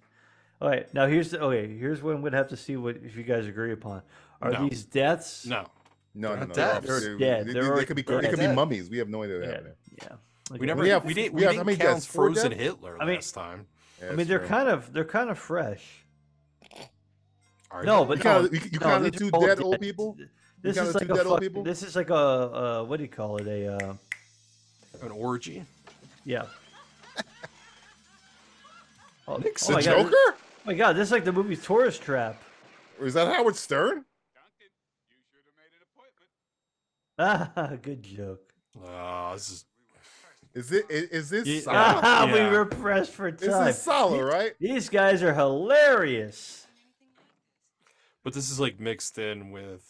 [SPEAKER 4] All right, now here's the, okay. Here's what I'm gonna have to see what if you guys agree upon. Are
[SPEAKER 5] No.
[SPEAKER 4] these deaths?
[SPEAKER 5] No.
[SPEAKER 3] No, no, no.
[SPEAKER 5] dead.
[SPEAKER 3] obviously,
[SPEAKER 4] They're
[SPEAKER 3] they-
[SPEAKER 4] dead.
[SPEAKER 3] They,
[SPEAKER 4] They're
[SPEAKER 3] they
[SPEAKER 4] already
[SPEAKER 3] could be,
[SPEAKER 4] dead.
[SPEAKER 3] they could be
[SPEAKER 5] Dead.
[SPEAKER 3] mummies. We have no idea what
[SPEAKER 4] Yeah.
[SPEAKER 3] happened.
[SPEAKER 4] yeah.
[SPEAKER 5] We
[SPEAKER 4] Okay.
[SPEAKER 5] never
[SPEAKER 3] We have-
[SPEAKER 5] we didn't
[SPEAKER 3] we
[SPEAKER 5] we,
[SPEAKER 3] have-
[SPEAKER 5] didn't
[SPEAKER 3] I mean,
[SPEAKER 5] count
[SPEAKER 3] yes, four
[SPEAKER 5] frozen
[SPEAKER 3] dead.
[SPEAKER 5] Hitler
[SPEAKER 4] I mean-
[SPEAKER 5] last time.
[SPEAKER 3] Yeah,
[SPEAKER 4] I
[SPEAKER 3] that's
[SPEAKER 4] mean, they're
[SPEAKER 3] true.
[SPEAKER 4] kind of they're kind of fresh.
[SPEAKER 5] Are
[SPEAKER 4] No,
[SPEAKER 5] they?
[SPEAKER 4] but
[SPEAKER 3] You
[SPEAKER 4] no,
[SPEAKER 3] counted- you- you
[SPEAKER 4] no,
[SPEAKER 3] counted
[SPEAKER 4] these
[SPEAKER 3] two
[SPEAKER 4] are all
[SPEAKER 3] dead old people? You
[SPEAKER 4] This
[SPEAKER 3] counted
[SPEAKER 4] is like
[SPEAKER 3] two
[SPEAKER 4] a
[SPEAKER 3] dead old
[SPEAKER 4] fuck,
[SPEAKER 3] people?
[SPEAKER 4] This is like a uh, what do you call it? A uh,
[SPEAKER 5] an orgy.
[SPEAKER 4] yeah. Oh,
[SPEAKER 5] Nick's
[SPEAKER 4] oh
[SPEAKER 5] a
[SPEAKER 4] my God,
[SPEAKER 3] Joker?
[SPEAKER 4] this- oh my god, this is like the movie Tourist Trap. [laughs]
[SPEAKER 3] Or is that Howard Stern?
[SPEAKER 4] Ah, good joke.
[SPEAKER 5] Ah, this is
[SPEAKER 3] Is it? Is, is this?
[SPEAKER 5] Yeah.
[SPEAKER 3] Sala?
[SPEAKER 4] [laughs] Ah,
[SPEAKER 5] Yeah.
[SPEAKER 4] we were pressed for time.
[SPEAKER 3] This is Sala, right?
[SPEAKER 4] These guys are hilarious.
[SPEAKER 5] but this is like mixed in with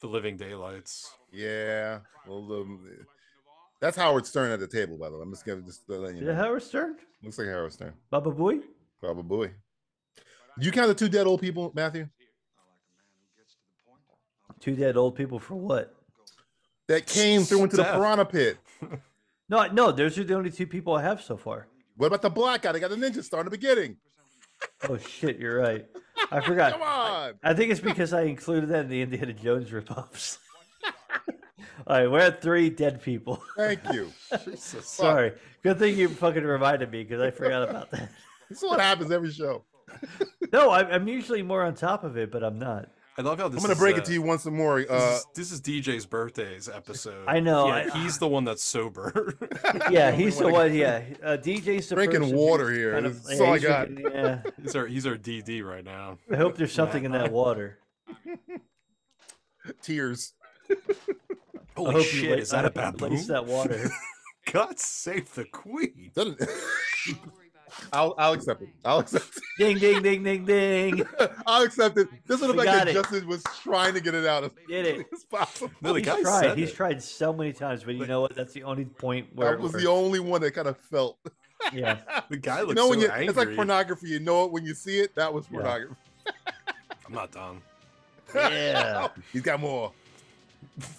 [SPEAKER 5] the living daylights.
[SPEAKER 3] Yeah. Well, um, that's Howard Stern at the table, by the way. I'm just gonna just let you
[SPEAKER 4] Is
[SPEAKER 3] know.
[SPEAKER 4] that Howard Stern?
[SPEAKER 3] Looks like Howard Stern.
[SPEAKER 4] Baba Booey?
[SPEAKER 3] Probably. You count the two dead old people, Matthew?
[SPEAKER 4] Two dead old people for what?
[SPEAKER 3] That came through into the
[SPEAKER 5] Death.
[SPEAKER 3] piranha pit.
[SPEAKER 4] No, I- no, those are the only two people I have so far.
[SPEAKER 3] What about the black guy? They got the ninja star in the beginning.
[SPEAKER 4] Oh shit, you're right.
[SPEAKER 3] [laughs]
[SPEAKER 4] I forgot.
[SPEAKER 3] Come on.
[SPEAKER 4] I think it's because I included that in the Indiana Jones ripoffs. [laughs] All right, we're at three dead people. [laughs]
[SPEAKER 3] Thank you.
[SPEAKER 4] Sorry. Good thing you fucking reminded me because I forgot
[SPEAKER 3] [laughs]
[SPEAKER 4] about that.
[SPEAKER 3] This is what happens every show.
[SPEAKER 4] No, I'm, I'm usually more on top of it, but
[SPEAKER 3] [laughs]
[SPEAKER 4] I'm not.
[SPEAKER 5] I love how this.
[SPEAKER 3] I'm gonna
[SPEAKER 5] is,
[SPEAKER 3] break
[SPEAKER 5] uh,
[SPEAKER 3] it to you once more.
[SPEAKER 5] This,
[SPEAKER 3] Uh,
[SPEAKER 5] is, this is DJ's birthday's episode.
[SPEAKER 4] I know,
[SPEAKER 5] Yeah,
[SPEAKER 4] I-
[SPEAKER 5] he's the one that's sober. [laughs]
[SPEAKER 4] Yeah, he's the one. Yeah, uh, DJ's the
[SPEAKER 3] Drinking
[SPEAKER 4] person
[SPEAKER 3] water
[SPEAKER 4] who's
[SPEAKER 3] here.
[SPEAKER 4] kind
[SPEAKER 3] This is all I
[SPEAKER 4] he's
[SPEAKER 3] got.
[SPEAKER 4] drinking- yeah.
[SPEAKER 5] he's our he's our DD right now.
[SPEAKER 3] [laughs]
[SPEAKER 4] I hope there's something in that water.
[SPEAKER 3] Tears. [laughs] Oh,
[SPEAKER 4] I
[SPEAKER 5] Holy
[SPEAKER 4] hope you
[SPEAKER 5] shit,
[SPEAKER 4] la-
[SPEAKER 5] is
[SPEAKER 4] I
[SPEAKER 5] that a
[SPEAKER 4] hope you
[SPEAKER 5] baboon?
[SPEAKER 4] lace
[SPEAKER 3] [laughs]
[SPEAKER 4] that water.
[SPEAKER 5] God save the queen.
[SPEAKER 3] Is that a- I'll I'll accept it. I'll accept
[SPEAKER 4] ding, ding, ding, ding, ding.
[SPEAKER 3] it. [laughs] I'll accept it. This is the
[SPEAKER 4] We
[SPEAKER 3] fact
[SPEAKER 4] got
[SPEAKER 3] that
[SPEAKER 4] it.
[SPEAKER 3] Justin was trying to get it out as [laughs]
[SPEAKER 4] Did it.
[SPEAKER 3] as possible.
[SPEAKER 5] No, the
[SPEAKER 4] he's
[SPEAKER 5] guy
[SPEAKER 4] tried.
[SPEAKER 5] said
[SPEAKER 4] He's
[SPEAKER 5] it.
[SPEAKER 4] tried so many times, but you know what? That's the only point where
[SPEAKER 3] That was
[SPEAKER 4] where-
[SPEAKER 3] the only one that kind of felt. [laughs]
[SPEAKER 4] yeah.
[SPEAKER 5] The guy
[SPEAKER 3] You
[SPEAKER 5] looks
[SPEAKER 3] know,
[SPEAKER 5] so
[SPEAKER 3] when you,
[SPEAKER 5] angry.
[SPEAKER 3] it's like pornography. You know it when you see it. That was
[SPEAKER 4] Yeah.
[SPEAKER 3] pornography.
[SPEAKER 5] I'm not done.
[SPEAKER 4] Yeah.
[SPEAKER 3] Oh, He's got more.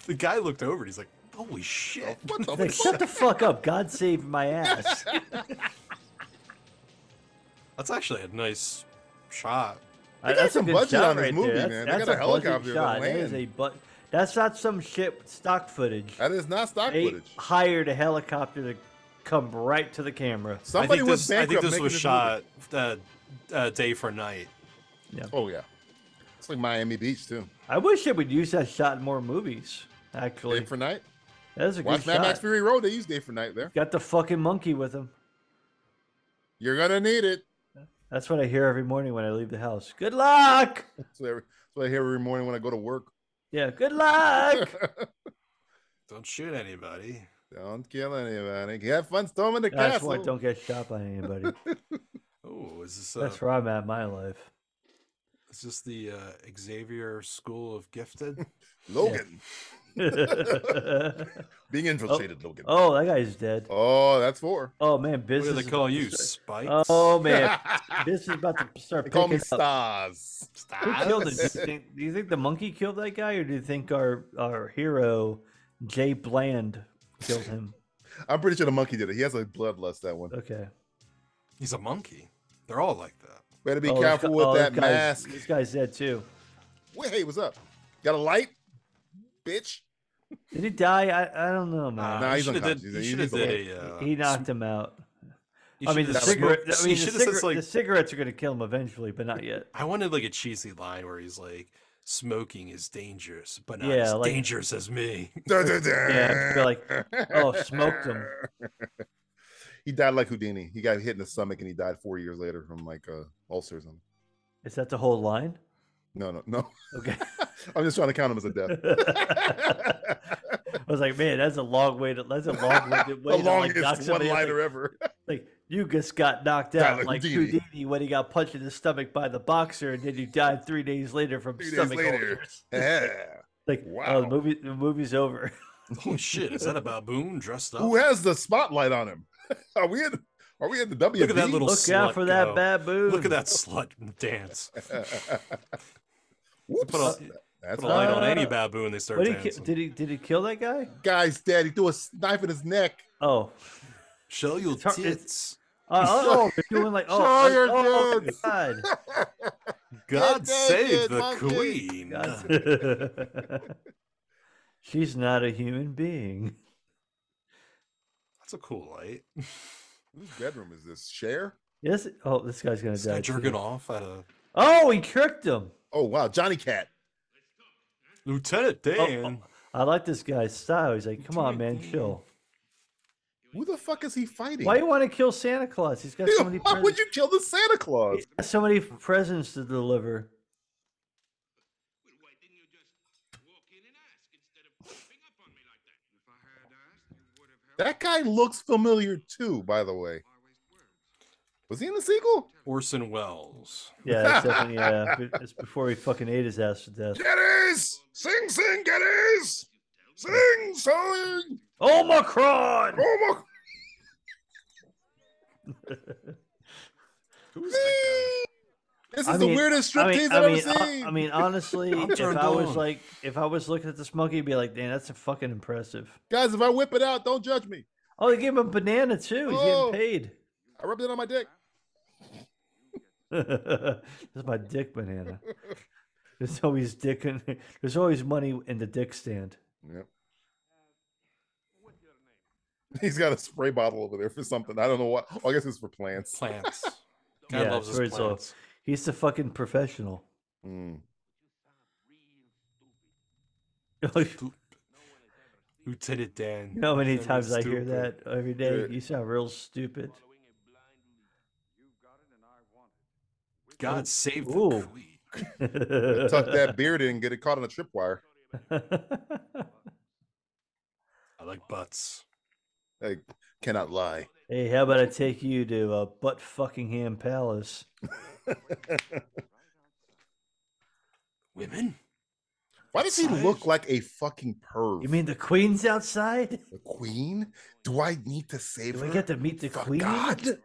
[SPEAKER 5] The guy looked over and he's like, holy shit.
[SPEAKER 3] Oh,
[SPEAKER 5] [laughs]
[SPEAKER 3] What the
[SPEAKER 4] Like,
[SPEAKER 3] fuck?
[SPEAKER 4] shut the fuck up. God save my ass.
[SPEAKER 3] [laughs]
[SPEAKER 5] That's actually a nice shot.
[SPEAKER 4] Uh,
[SPEAKER 3] got
[SPEAKER 4] that's a
[SPEAKER 3] some
[SPEAKER 4] good
[SPEAKER 3] budget
[SPEAKER 4] shot
[SPEAKER 3] on this
[SPEAKER 4] right
[SPEAKER 3] movie,
[SPEAKER 4] there.
[SPEAKER 3] man. They
[SPEAKER 4] That's,
[SPEAKER 3] got a
[SPEAKER 4] that's budget
[SPEAKER 3] helicopter that
[SPEAKER 4] shot. That is
[SPEAKER 3] land.
[SPEAKER 4] a but. That's not some shit stock footage.
[SPEAKER 3] That is not stock
[SPEAKER 4] They
[SPEAKER 3] footage.
[SPEAKER 4] hired a helicopter to come right to the camera.
[SPEAKER 3] Somebody
[SPEAKER 5] I think
[SPEAKER 3] was
[SPEAKER 5] this, I
[SPEAKER 3] bankrupt.
[SPEAKER 5] think this
[SPEAKER 3] making
[SPEAKER 5] was
[SPEAKER 3] movie.
[SPEAKER 5] shot uh, uh, day for night.
[SPEAKER 3] Oh yeah, it's like Miami Beach too.
[SPEAKER 4] I wish they would use that shot in more movies. Actually,
[SPEAKER 3] Day for night.
[SPEAKER 4] that is a good
[SPEAKER 3] Watch Mad
[SPEAKER 4] shot.
[SPEAKER 3] Max Fury Road. They use day for night there.
[SPEAKER 4] Got the fucking monkey with him.
[SPEAKER 3] You're gonna need it.
[SPEAKER 4] That's what I hear every morning when I leave the house. Good luck.
[SPEAKER 3] That's what I, that's what I hear every morning when I go to work. [laughs]
[SPEAKER 4] Yeah, good luck.
[SPEAKER 5] Don't shoot anybody.
[SPEAKER 3] Don't kill anybody. Have fun storming the
[SPEAKER 4] That's
[SPEAKER 3] castle.
[SPEAKER 4] why I don't get shot
[SPEAKER 3] [laughs]
[SPEAKER 4] by anybody.
[SPEAKER 5] Oh, is this, uh,
[SPEAKER 4] That's where I'm at in my life.
[SPEAKER 5] is this the uh, Xavier School of
[SPEAKER 3] [laughs]
[SPEAKER 5] Gifted?
[SPEAKER 3] Logan
[SPEAKER 4] oh,
[SPEAKER 3] being infiltrated. Logan. Oh.
[SPEAKER 4] that guy's dead.
[SPEAKER 3] that's four.
[SPEAKER 4] Oh man,
[SPEAKER 5] what do
[SPEAKER 4] business.
[SPEAKER 5] they
[SPEAKER 4] is
[SPEAKER 5] call
[SPEAKER 4] about to
[SPEAKER 5] you?
[SPEAKER 4] start-
[SPEAKER 5] Spikes?
[SPEAKER 3] [laughs]
[SPEAKER 4] Oh man, this is about to start
[SPEAKER 3] They
[SPEAKER 4] picking
[SPEAKER 3] call me
[SPEAKER 4] up.
[SPEAKER 3] Stars.
[SPEAKER 4] Who killed it? Do you, think, do you think the monkey killed that guy, or do you think our our hero Jay Bland killed him?
[SPEAKER 3] I'm pretty sure the monkey did it. He has a bloodlust. That one.
[SPEAKER 4] Okay.
[SPEAKER 5] He's a monkey. They're all like that.
[SPEAKER 3] Better be
[SPEAKER 4] Oh, this
[SPEAKER 3] careful
[SPEAKER 4] guy-
[SPEAKER 3] with
[SPEAKER 4] oh, this
[SPEAKER 3] that
[SPEAKER 4] guy's-
[SPEAKER 3] mask.
[SPEAKER 4] This guy's dead too.
[SPEAKER 3] Wait, hey, what's up? Got a light, bitch? [laughs]
[SPEAKER 4] Did he die? I, I don't know, man.
[SPEAKER 3] Nah,
[SPEAKER 5] you
[SPEAKER 3] he's
[SPEAKER 5] should have
[SPEAKER 3] unconscious.
[SPEAKER 5] did,
[SPEAKER 3] He's-
[SPEAKER 5] you
[SPEAKER 3] he's-
[SPEAKER 5] should have
[SPEAKER 3] he's awake.
[SPEAKER 5] did a. Uh,
[SPEAKER 4] he knocked him out.
[SPEAKER 5] you
[SPEAKER 4] I mean,
[SPEAKER 5] shoulda did
[SPEAKER 4] the
[SPEAKER 5] a
[SPEAKER 4] cigarette.
[SPEAKER 5] smoke-
[SPEAKER 4] I mean,
[SPEAKER 5] you
[SPEAKER 4] the,
[SPEAKER 5] shoulda said,
[SPEAKER 4] cigarette the cigarettes are going to kill him eventually, but not yet.
[SPEAKER 5] I wanted like a cheesy line where he's like, "Smoking is dangerous, but not
[SPEAKER 4] Yeah,
[SPEAKER 5] as
[SPEAKER 4] like-
[SPEAKER 5] dangerous as me." [laughs]
[SPEAKER 3] Dun, dun, dun.
[SPEAKER 4] Yeah, be like, oh, smoked him.
[SPEAKER 3] He died like Houdini. He got hit in the stomach and he died four years later from like uh, ulcer or something.
[SPEAKER 4] Is that the whole line?
[SPEAKER 3] No, no, no. [laughs]
[SPEAKER 4] Okay. [laughs]
[SPEAKER 3] I'm just trying to count him as a death.
[SPEAKER 4] I was like, man, that's a long way to. That's a
[SPEAKER 3] [laughs]
[SPEAKER 4] long way to.
[SPEAKER 3] the
[SPEAKER 4] way to, like,
[SPEAKER 3] longest
[SPEAKER 4] knock somebody out. Like,
[SPEAKER 5] [laughs]
[SPEAKER 3] one-liner ever.
[SPEAKER 4] Like you just got knocked
[SPEAKER 3] Got
[SPEAKER 4] out
[SPEAKER 3] like
[SPEAKER 4] like
[SPEAKER 3] Houdini.
[SPEAKER 4] Houdini. when he got punched in the stomach by the boxer, and then you died three days later from
[SPEAKER 3] Three days
[SPEAKER 4] stomach
[SPEAKER 3] later.
[SPEAKER 4] ulcers.
[SPEAKER 3] Yeah.
[SPEAKER 4] Like oh,
[SPEAKER 3] Wow.
[SPEAKER 4] the movie, the movie's over. [laughs]
[SPEAKER 5] Holy shit! Is that a baboon dressed up?
[SPEAKER 3] Who has the spotlight on him? [laughs] Are we in? Are we in the W?
[SPEAKER 5] Look at that little
[SPEAKER 4] Look
[SPEAKER 5] slut
[SPEAKER 4] out for
[SPEAKER 5] go.
[SPEAKER 4] that baboon.
[SPEAKER 5] Look at that slut dance.
[SPEAKER 3] Whoops.
[SPEAKER 5] Put a,
[SPEAKER 3] That's
[SPEAKER 5] put a light on
[SPEAKER 4] Uh,
[SPEAKER 5] any baboon, they start
[SPEAKER 4] What did he, ki-
[SPEAKER 5] dancing.
[SPEAKER 4] did he did he kill that guy?
[SPEAKER 3] guy's dead. He threw a s- knife in his neck.
[SPEAKER 5] [laughs]
[SPEAKER 4] Oh,
[SPEAKER 5] Show your
[SPEAKER 4] It's hard- it's-
[SPEAKER 5] tits.
[SPEAKER 4] Uh, oh, oh, they're doing like oh,
[SPEAKER 3] Sure,
[SPEAKER 4] oh,
[SPEAKER 3] you're
[SPEAKER 4] oh,
[SPEAKER 3] dudes.
[SPEAKER 4] God.
[SPEAKER 5] God save
[SPEAKER 3] naked
[SPEAKER 5] the
[SPEAKER 3] monkey.
[SPEAKER 5] queen. [laughs]
[SPEAKER 4] God. She's not a human being.
[SPEAKER 5] That's a cool light.
[SPEAKER 3] Whose bedroom is this? Share?
[SPEAKER 4] Yes. Oh, this guy's gonna
[SPEAKER 5] Is that
[SPEAKER 4] die. too.
[SPEAKER 5] jerking off at a
[SPEAKER 4] Oh, he tricked him.
[SPEAKER 3] Oh wow, Johnny Cat.
[SPEAKER 5] Lieutenant
[SPEAKER 4] Oh,
[SPEAKER 5] Dan?
[SPEAKER 4] oh, I like this guy's style. He's like, come on, man, chill.
[SPEAKER 3] Who the fuck is he fighting?
[SPEAKER 4] Why you want to kill Santa Claus?
[SPEAKER 5] [laughs]
[SPEAKER 4] He's got
[SPEAKER 3] Dude,
[SPEAKER 4] so many.
[SPEAKER 3] why would
[SPEAKER 4] presents-
[SPEAKER 3] you kill the Santa Claus?
[SPEAKER 4] He's got so many presents to deliver.
[SPEAKER 8] Why didn't you just walk in and ask instead of jumping up on me like that? If I had asked, you would have helped.
[SPEAKER 3] That guy looks familiar too, by the way. Was he in the sequel?
[SPEAKER 5] Orson Welles.
[SPEAKER 4] Yeah, that's
[SPEAKER 5] [laughs]
[SPEAKER 4] definitely. Yeah, b- it's before he fucking ate his ass to death.
[SPEAKER 3] Geddes! Sing, sing, Geddes! Sing, sing!
[SPEAKER 4] Omicron.
[SPEAKER 3] Oh my...
[SPEAKER 5] Who's that
[SPEAKER 3] This is
[SPEAKER 4] I
[SPEAKER 3] the
[SPEAKER 4] mean-
[SPEAKER 3] weirdest
[SPEAKER 4] I
[SPEAKER 3] striptease
[SPEAKER 4] mean,
[SPEAKER 3] I've
[SPEAKER 4] I mean,
[SPEAKER 3] ever
[SPEAKER 4] hon-
[SPEAKER 3] seen.
[SPEAKER 4] I mean, honestly, if
[SPEAKER 5] turned
[SPEAKER 4] I was
[SPEAKER 5] on.
[SPEAKER 4] like, if I was looking at this monkey, I'd be like, damn, that's a fucking impressive.
[SPEAKER 3] Guys, if I whip it out, don't judge me.
[SPEAKER 4] Oh, they gave him a banana too. He's
[SPEAKER 3] Oh.
[SPEAKER 4] getting paid. [laughs]
[SPEAKER 3] I rubbed it on my dick.
[SPEAKER 4] this is my dick banana. There's always dick in There's always money in the dick stand.
[SPEAKER 3] Yep. [laughs] He's got a spray bottle over there for something. I don't know what. Oh, I guess it's for
[SPEAKER 5] guy?
[SPEAKER 3] plants.
[SPEAKER 4] [laughs]
[SPEAKER 5] Plants. God
[SPEAKER 4] Yeah,
[SPEAKER 5] loves
[SPEAKER 4] it's where
[SPEAKER 5] his
[SPEAKER 4] it's all-
[SPEAKER 5] plants.
[SPEAKER 4] He's the fucking professional. [laughs]
[SPEAKER 3] Mm.
[SPEAKER 4] you
[SPEAKER 5] Stu- Lieutenant Dan.
[SPEAKER 4] know how many
[SPEAKER 5] That was
[SPEAKER 4] times I hear
[SPEAKER 5] stupid.
[SPEAKER 4] that every day?
[SPEAKER 3] Dude.
[SPEAKER 4] You sound real stupid. [laughs]
[SPEAKER 5] God save the
[SPEAKER 4] Ooh.
[SPEAKER 5] queen.
[SPEAKER 4] Oh, [laughs]
[SPEAKER 3] Tuck that beard in, get it caught on a tripwire.
[SPEAKER 5] I like butts.
[SPEAKER 3] I cannot lie.
[SPEAKER 4] hey, how about I take you to uh, Butt Fuckingham Palace?
[SPEAKER 5] Women?
[SPEAKER 3] Why does he look like a fucking perv?
[SPEAKER 4] You mean the Queen's outside?
[SPEAKER 3] the queen? Do I need to save
[SPEAKER 4] Do
[SPEAKER 3] her?
[SPEAKER 4] I get to meet the
[SPEAKER 3] For
[SPEAKER 4] Queen?
[SPEAKER 3] God?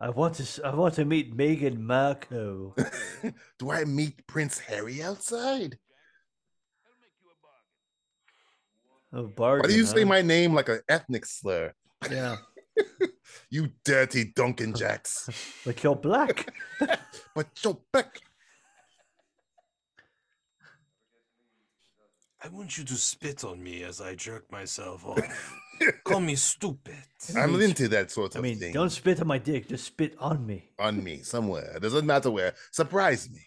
[SPEAKER 4] I want to. s- I want to meet Meghan Markle.
[SPEAKER 3] Do I meet Prince Harry outside?
[SPEAKER 4] Oh, bargain,
[SPEAKER 3] Why do you
[SPEAKER 4] huh?
[SPEAKER 3] say my name like an ethnic slur?
[SPEAKER 4] Yeah,
[SPEAKER 3] [laughs] You dirty Duncan
[SPEAKER 4] [laughs]
[SPEAKER 3] Jacks.
[SPEAKER 4] but you're black.
[SPEAKER 3] but Joe Beck.
[SPEAKER 5] I want you to spit on me as I jerk myself
[SPEAKER 4] [laughs]
[SPEAKER 5] off. Call me stupid.
[SPEAKER 3] I'm into that sort
[SPEAKER 4] I
[SPEAKER 3] of
[SPEAKER 4] mean,
[SPEAKER 3] thing.
[SPEAKER 4] don't spit on my dick. Just spit on me.
[SPEAKER 3] On me somewhere. It doesn't matter where. Surprise me.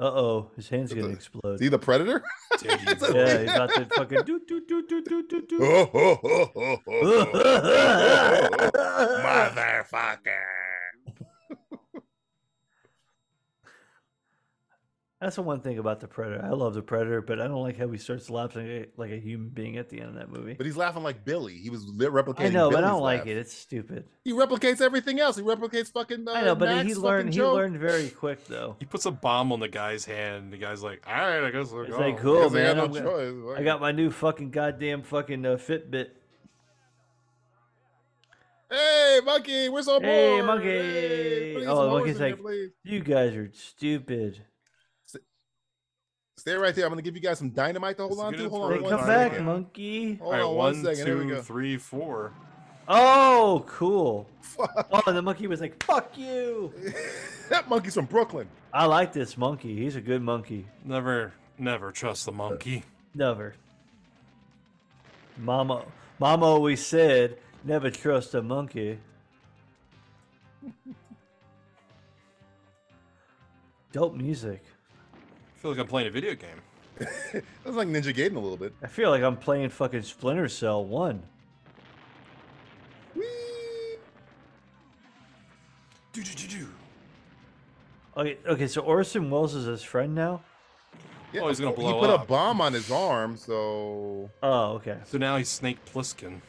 [SPEAKER 4] Uh oh, his hand's gonna
[SPEAKER 3] the-
[SPEAKER 4] explode.
[SPEAKER 3] See the
[SPEAKER 4] [laughs]
[SPEAKER 3] predator? [laughs]
[SPEAKER 5] Dare you
[SPEAKER 3] It's a- [laughs]
[SPEAKER 4] Yeah, he's about to fucking do do do do do do do.
[SPEAKER 3] Oh, ho, ho, ho, ho, ho. Motherfucker.
[SPEAKER 4] That's the one thing about the Predator. I love the Predator, but I don't like how he starts laughing a- like a human being at the end of that movie.
[SPEAKER 3] But he's laughing like Billy. He was li- replicating.
[SPEAKER 4] I know, but I
[SPEAKER 3] Billy's
[SPEAKER 4] don't like
[SPEAKER 3] laugh.
[SPEAKER 4] it. It's stupid.
[SPEAKER 3] He replicates everything else. He replicates fucking. Uh,
[SPEAKER 4] I know, but
[SPEAKER 3] Mac's
[SPEAKER 4] he
[SPEAKER 3] fucking
[SPEAKER 4] learned. He
[SPEAKER 3] joke.
[SPEAKER 4] learned very
[SPEAKER 3] [laughs]
[SPEAKER 4] quick, though.
[SPEAKER 5] He puts a bomb on the guy's hand. and The guy's like, all right, I guess we're
[SPEAKER 4] It's
[SPEAKER 5] going.
[SPEAKER 4] like,
[SPEAKER 3] He
[SPEAKER 4] cool,
[SPEAKER 3] doesn't have
[SPEAKER 4] man.
[SPEAKER 3] Oh, no
[SPEAKER 4] I'm gonna-
[SPEAKER 3] choice.
[SPEAKER 4] I got my new fucking goddamn fucking uh, Fitbit.
[SPEAKER 3] Hey, monkey, we're so
[SPEAKER 4] Hey,
[SPEAKER 3] bored.
[SPEAKER 4] monkey.
[SPEAKER 3] put these
[SPEAKER 4] Oh, the
[SPEAKER 3] mowers
[SPEAKER 4] monkey's
[SPEAKER 3] in there,
[SPEAKER 4] like-
[SPEAKER 3] please.
[SPEAKER 4] You guys are stupid.
[SPEAKER 3] Stay right there. I'm gonna give you guys some dynamite to hold
[SPEAKER 5] It's
[SPEAKER 3] on
[SPEAKER 5] gonna
[SPEAKER 3] to. Hold
[SPEAKER 5] throw
[SPEAKER 4] Hey,
[SPEAKER 3] on,
[SPEAKER 5] it
[SPEAKER 3] one
[SPEAKER 4] come
[SPEAKER 5] on
[SPEAKER 4] back,
[SPEAKER 3] second.
[SPEAKER 4] monkey.
[SPEAKER 3] Hold
[SPEAKER 5] All right,
[SPEAKER 3] on
[SPEAKER 5] one,
[SPEAKER 3] one
[SPEAKER 5] two, three, four.
[SPEAKER 3] second. Here we go.
[SPEAKER 4] Oh, cool.
[SPEAKER 3] Fuck.
[SPEAKER 4] Oh, and the monkey was like, "Fuck you."
[SPEAKER 3] [laughs] That monkey's from Brooklyn.
[SPEAKER 4] I like this monkey. He's a good monkey.
[SPEAKER 5] Never, never trust the monkey.
[SPEAKER 4] Never. Mama, Mama always said, "Never trust a monkey."
[SPEAKER 3] [laughs]
[SPEAKER 4] Dope music.
[SPEAKER 5] I feel like I'm playing a video game.
[SPEAKER 3] That's like Ninja Gaiden a little bit.
[SPEAKER 4] I feel like I'm playing fucking Splinter Cell One.
[SPEAKER 3] Whee!
[SPEAKER 5] Do, do, do, do.
[SPEAKER 4] Okay, okay. So Orson Welles is his friend now.
[SPEAKER 3] Yeah,
[SPEAKER 5] Oh, he's gonna
[SPEAKER 3] He
[SPEAKER 5] blow
[SPEAKER 3] put a
[SPEAKER 5] up.
[SPEAKER 3] bomb on his arm, so
[SPEAKER 4] Oh, okay.
[SPEAKER 5] So now he's Snake Plissken.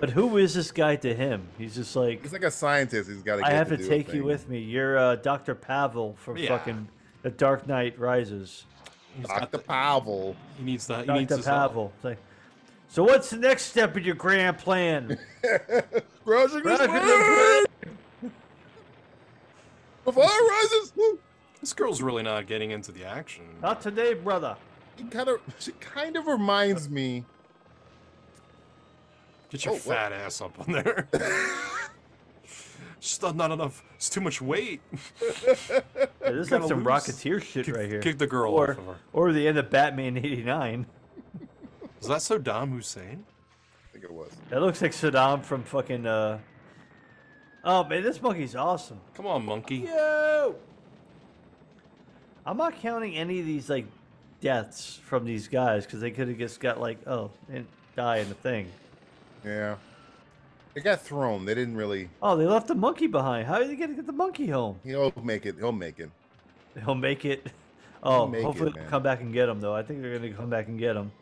[SPEAKER 4] But who is this guy to him? He's just like,
[SPEAKER 3] he's like a scientist. He's got to.
[SPEAKER 4] I have to
[SPEAKER 3] do a
[SPEAKER 4] take you
[SPEAKER 3] thing.
[SPEAKER 4] with me. You're uh, Dr. Pavel from
[SPEAKER 5] Yeah.
[SPEAKER 4] fucking The Dark Knight Rises.
[SPEAKER 5] He's got
[SPEAKER 3] Dr.
[SPEAKER 5] the,
[SPEAKER 3] Pavel.
[SPEAKER 5] he needs the. He needs
[SPEAKER 4] Dr.
[SPEAKER 5] his help.
[SPEAKER 4] Pavel. It's like, so what's the next step in your grand plan? [laughs]
[SPEAKER 3] Roger,
[SPEAKER 4] Roger,
[SPEAKER 3] the fire rises. Woo.
[SPEAKER 5] This girl's really not getting into the action.
[SPEAKER 4] Not
[SPEAKER 3] [laughs]
[SPEAKER 4] today, brother.
[SPEAKER 3] He kind of, she kind of reminds me.
[SPEAKER 5] Get your
[SPEAKER 3] Oh, what?
[SPEAKER 5] fat ass up on there. [laughs] Just not, not enough. It's too much weight.
[SPEAKER 4] Yeah, this is like
[SPEAKER 5] Gotta
[SPEAKER 4] some
[SPEAKER 5] lose.
[SPEAKER 4] Rocketeer shit right here.
[SPEAKER 5] Kick the girl
[SPEAKER 4] or,
[SPEAKER 5] off of her.
[SPEAKER 4] or the end of Batman 89.
[SPEAKER 5] Is that Saddam Hussein?
[SPEAKER 3] I think it was.
[SPEAKER 4] That looks like Saddam from fucking. Uh... Oh, man, this monkey's awesome.
[SPEAKER 5] Come on, monkey.
[SPEAKER 4] Yo! I'm not counting any of these like deaths from these guys because they could have just got like oh and die in the thing.
[SPEAKER 3] Yeah, it got thrown. They didn't really.
[SPEAKER 4] Oh, they left the monkey behind. How are they gonna get the monkey home?
[SPEAKER 3] He'll make it. He'll make it.
[SPEAKER 4] He'll make it. Oh,
[SPEAKER 3] make it,
[SPEAKER 4] hopefully they'll
[SPEAKER 3] man.
[SPEAKER 4] come back and get him though. I think they're gonna come back and get him.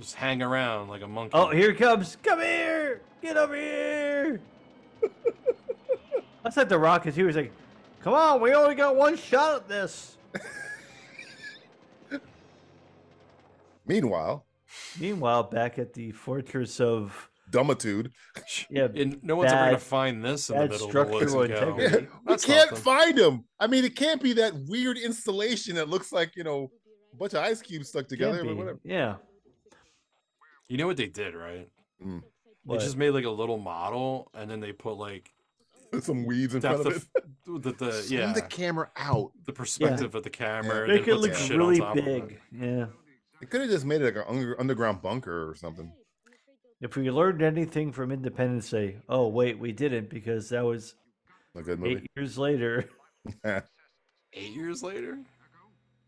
[SPEAKER 5] Just hang around like a monkey.
[SPEAKER 4] Oh, here he comes! Come here! Get
[SPEAKER 3] [laughs]
[SPEAKER 4] over here! That's like the Rockets. He was like, "Come on, we only got one shot at this."
[SPEAKER 3] Meanwhile,
[SPEAKER 4] Meanwhile, back at the fortress of [clears throat]
[SPEAKER 3] dumbitude.
[SPEAKER 4] yeah,
[SPEAKER 5] And no one's ever
[SPEAKER 4] Bad-
[SPEAKER 5] gonna find this in the
[SPEAKER 4] bad
[SPEAKER 5] middle of the woods.
[SPEAKER 4] structural
[SPEAKER 5] and go,
[SPEAKER 4] integrity.
[SPEAKER 3] [laughs] we
[SPEAKER 5] That's
[SPEAKER 3] can't
[SPEAKER 5] nothing.
[SPEAKER 3] find him. I mean, it can't be that weird installation that looks like you know a bunch of ice cubes stuck together.
[SPEAKER 4] can't
[SPEAKER 3] But
[SPEAKER 4] be.
[SPEAKER 3] whatever. [laughs]
[SPEAKER 4] yeah.
[SPEAKER 5] You know what they did, right?
[SPEAKER 4] What?
[SPEAKER 5] They just made like a little model, and then they put like
[SPEAKER 3] Some weeds in
[SPEAKER 5] depth
[SPEAKER 3] front of it.
[SPEAKER 5] of the,
[SPEAKER 4] uh,
[SPEAKER 5] the yeah
[SPEAKER 3] Zoom the camera out.
[SPEAKER 5] the perspective of the camera.
[SPEAKER 4] Make it
[SPEAKER 5] and they put some
[SPEAKER 4] look
[SPEAKER 5] shit on
[SPEAKER 4] really
[SPEAKER 5] top of it.
[SPEAKER 4] big. Yeah.
[SPEAKER 3] It could have just made it like an under- underground bunker or something.
[SPEAKER 4] If we learned anything from Independence Day, oh wait, we didn't because that was
[SPEAKER 3] A good
[SPEAKER 4] eight
[SPEAKER 3] movie.
[SPEAKER 4] years later. [laughs]
[SPEAKER 3] [laughs]
[SPEAKER 5] Eight years later,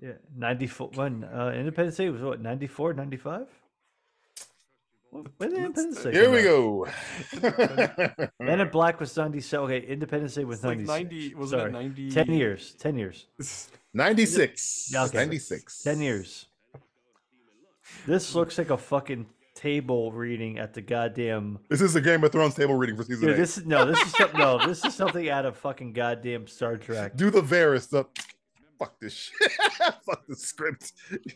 [SPEAKER 4] Yeah, ninety four. When uh, Independence Day was what 94, 95? When when did Independence Day?
[SPEAKER 3] Here
[SPEAKER 4] come
[SPEAKER 3] we
[SPEAKER 4] out?
[SPEAKER 3] go.
[SPEAKER 4] Men in Black was ninety seven. Okay, Independence Day was
[SPEAKER 5] It's like
[SPEAKER 4] ninety.
[SPEAKER 5] 90 wasn't it
[SPEAKER 4] Sorry. Ten
[SPEAKER 5] 90
[SPEAKER 4] years. Ten years.
[SPEAKER 3] 96.
[SPEAKER 4] Yeah, okay.
[SPEAKER 3] 96.
[SPEAKER 4] 10 years. This looks like a fucking table reading at the goddamn.
[SPEAKER 3] This is a Game of Thrones table reading for season 8.
[SPEAKER 4] Dude, this is no, this is some- no, this is something out of fucking goddamn Star Trek.
[SPEAKER 3] Do the Varys stuff. Fuck this shit. [laughs] Fuck the script.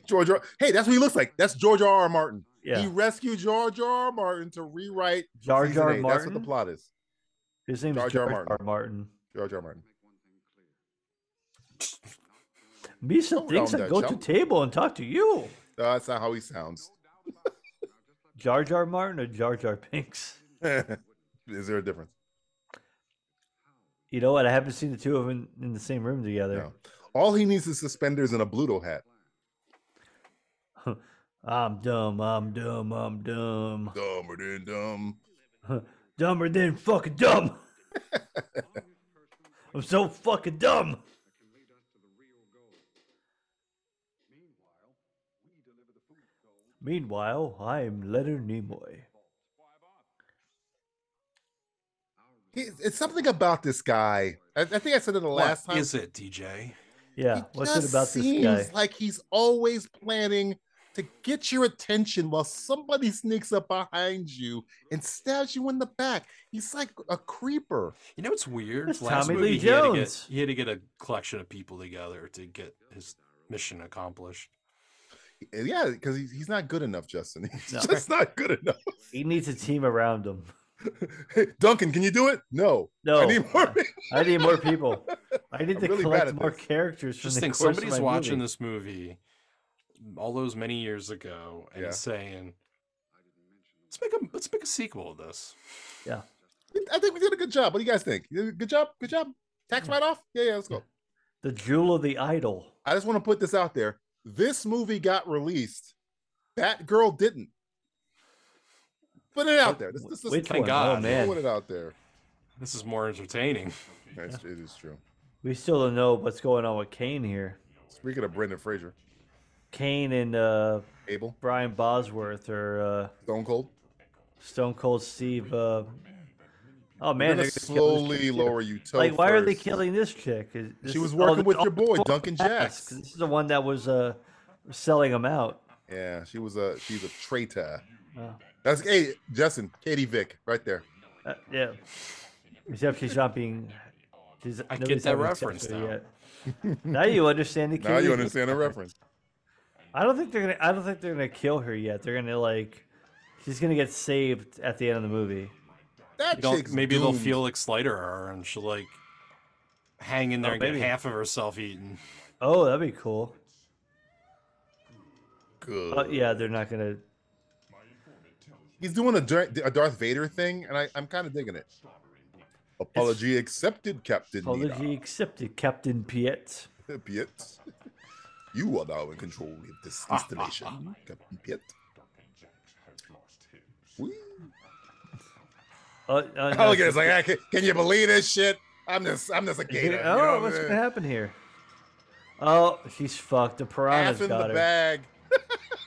[SPEAKER 3] George R. Hey, that's what he looks like. That's George R. R. Martin. He
[SPEAKER 4] Yeah,
[SPEAKER 3] rescued George R. R. Martin to rewrite
[SPEAKER 4] Jar
[SPEAKER 3] season
[SPEAKER 4] Jar
[SPEAKER 3] eight. That's what the
[SPEAKER 4] Martin.
[SPEAKER 3] plot is.
[SPEAKER 4] His name's
[SPEAKER 3] Jar
[SPEAKER 4] Jar
[SPEAKER 3] Jar
[SPEAKER 4] Jar
[SPEAKER 3] Martin.
[SPEAKER 4] Martin.
[SPEAKER 3] George R. R. Martin.
[SPEAKER 4] Misa
[SPEAKER 3] Don't
[SPEAKER 4] thinks
[SPEAKER 3] round
[SPEAKER 4] I
[SPEAKER 3] that,
[SPEAKER 4] go to
[SPEAKER 3] chump.
[SPEAKER 4] table and talk to you.
[SPEAKER 3] Uh, that's not how he sounds. [laughs]
[SPEAKER 4] Jar Jar Martin or Jar Jar Pinks?
[SPEAKER 3] is there a difference?
[SPEAKER 4] You know what? I haven't seen the two of them in, in the same room together.
[SPEAKER 3] No. All he needs is suspenders and a Bluto hat.
[SPEAKER 4] I'm dumb. I'm dumb. I'm dumb.
[SPEAKER 3] Dumber than dumb.
[SPEAKER 4] Dumber than fucking
[SPEAKER 3] [laughs]
[SPEAKER 4] dumb. I'm so fucking dumb. Meanwhile, I'm Leonard Nimoy.
[SPEAKER 3] He, it's something about this guy. I, I think I said it the last
[SPEAKER 5] what
[SPEAKER 3] time.
[SPEAKER 5] is it, DJ?
[SPEAKER 4] Yeah,
[SPEAKER 3] He
[SPEAKER 4] what's it
[SPEAKER 3] just
[SPEAKER 4] about this
[SPEAKER 3] seems
[SPEAKER 4] guy?
[SPEAKER 3] Like he's always planning to get your attention while somebody sneaks up behind you and stabs you in the back. He's like a creeper.
[SPEAKER 5] You know what's weird?
[SPEAKER 4] That's Tommy Lee
[SPEAKER 5] he had to get-
[SPEAKER 4] Jones.
[SPEAKER 5] He had, to get, a collection of people together to get his mission accomplished.
[SPEAKER 3] Yeah, because he's, he's not good enough, Justin. [laughs] He's
[SPEAKER 4] No.
[SPEAKER 3] just not good enough.
[SPEAKER 4] He needs a team around him.
[SPEAKER 3] Hey, [laughs] Duncan, can you do it? No.
[SPEAKER 4] No,
[SPEAKER 3] I need more. [laughs]
[SPEAKER 4] I need more people. I need
[SPEAKER 3] I'm
[SPEAKER 4] to
[SPEAKER 3] really bad
[SPEAKER 4] collect
[SPEAKER 3] at
[SPEAKER 4] more
[SPEAKER 3] this.
[SPEAKER 4] characters. From
[SPEAKER 5] Just
[SPEAKER 4] the
[SPEAKER 5] think,
[SPEAKER 4] course of
[SPEAKER 5] somebody's
[SPEAKER 4] my
[SPEAKER 5] watching
[SPEAKER 4] movie.
[SPEAKER 5] this movie all those many years ago and
[SPEAKER 3] Yeah.
[SPEAKER 5] saying, "Let's make a let's make a sequel of this."
[SPEAKER 3] I think we did a good job. What do you guys think? You did a Good job. Good job. Tax write off. Yeah, yeah. Let's go.
[SPEAKER 4] The Jewel of the Idol.
[SPEAKER 3] I just want to put this out there. This movie got released. That girl didn't. Put it out there. This, this, this,
[SPEAKER 4] Which
[SPEAKER 5] thank
[SPEAKER 4] one? Oh
[SPEAKER 5] God.
[SPEAKER 3] Put it
[SPEAKER 4] man,
[SPEAKER 3] out there.
[SPEAKER 5] This is more entertaining.
[SPEAKER 3] That's, It is true.
[SPEAKER 4] we still don't know what's going on with Kane here.
[SPEAKER 3] Speaking of Brendan Fraser,
[SPEAKER 4] Kane and uh,
[SPEAKER 3] Abel,
[SPEAKER 4] Brian Bosworth or uh,
[SPEAKER 3] Stone Cold,
[SPEAKER 4] Stone Cold Steve. Uh... Oh
[SPEAKER 3] We're
[SPEAKER 4] man,
[SPEAKER 3] gonna
[SPEAKER 4] they're gonna kill this chick,
[SPEAKER 3] slowly
[SPEAKER 4] too.
[SPEAKER 3] lower you. Toe
[SPEAKER 4] Like, why are they
[SPEAKER 3] first.
[SPEAKER 4] killing this chick? Is- this
[SPEAKER 3] She was
[SPEAKER 4] is- oh,
[SPEAKER 3] working
[SPEAKER 4] this-
[SPEAKER 3] with
[SPEAKER 4] oh,
[SPEAKER 3] your boy
[SPEAKER 4] this
[SPEAKER 3] Duncan
[SPEAKER 4] is Jacks,
[SPEAKER 3] Jacks.
[SPEAKER 4] 'cause This is the one that was uh, selling him out.
[SPEAKER 3] Yeah, she was a she's a traitor.
[SPEAKER 4] Oh.
[SPEAKER 3] That's hey Justin, Katie Vick, right there.
[SPEAKER 4] Uh, yeah. Except she's not being. She's,
[SPEAKER 5] I get
[SPEAKER 4] nobody's
[SPEAKER 5] that
[SPEAKER 4] having
[SPEAKER 5] reference
[SPEAKER 4] sex with
[SPEAKER 5] now.
[SPEAKER 4] her Yet. now you understand
[SPEAKER 3] [laughs]
[SPEAKER 4] the.
[SPEAKER 3] Now you
[SPEAKER 4] Kiwi-
[SPEAKER 3] understand the reference.
[SPEAKER 4] I don't think they're gonna. I don't think they're gonna kill her yet. They're gonna like. She's gonna get saved at the end of the movie.
[SPEAKER 3] That
[SPEAKER 5] You don't-
[SPEAKER 3] chick's
[SPEAKER 5] maybe they'll
[SPEAKER 3] doomed.
[SPEAKER 5] Felix Leiter her and she'll like hang in there
[SPEAKER 4] Oh,
[SPEAKER 5] and
[SPEAKER 4] maybe.
[SPEAKER 5] get half of herself eaten. [laughs]
[SPEAKER 4] Oh, that'd be cool.
[SPEAKER 3] good.
[SPEAKER 4] But yeah, they're not gonna.
[SPEAKER 3] He's doing a, Dar- a Darth Vader thing, and I, I'm kind of digging it. Apology accepted, Captain.
[SPEAKER 4] Apology accepted, Captain Piet.
[SPEAKER 3] Nita. Piet. You are now in control of this
[SPEAKER 4] Ah,
[SPEAKER 3] installation, Captain Piet. Whee.
[SPEAKER 4] Uh, uh, no,
[SPEAKER 3] Oh, yeah, it's like, I can, can you believe this shit? I'm just, I'm just a
[SPEAKER 4] Is it-
[SPEAKER 3] gator. you know
[SPEAKER 4] oh,
[SPEAKER 3] what
[SPEAKER 4] what's
[SPEAKER 3] I'm
[SPEAKER 4] gonna
[SPEAKER 3] saying?
[SPEAKER 4] happen here? Oh, she's fucked. The piranha's
[SPEAKER 3] Ass in
[SPEAKER 4] got
[SPEAKER 3] the
[SPEAKER 4] her.
[SPEAKER 3] bag.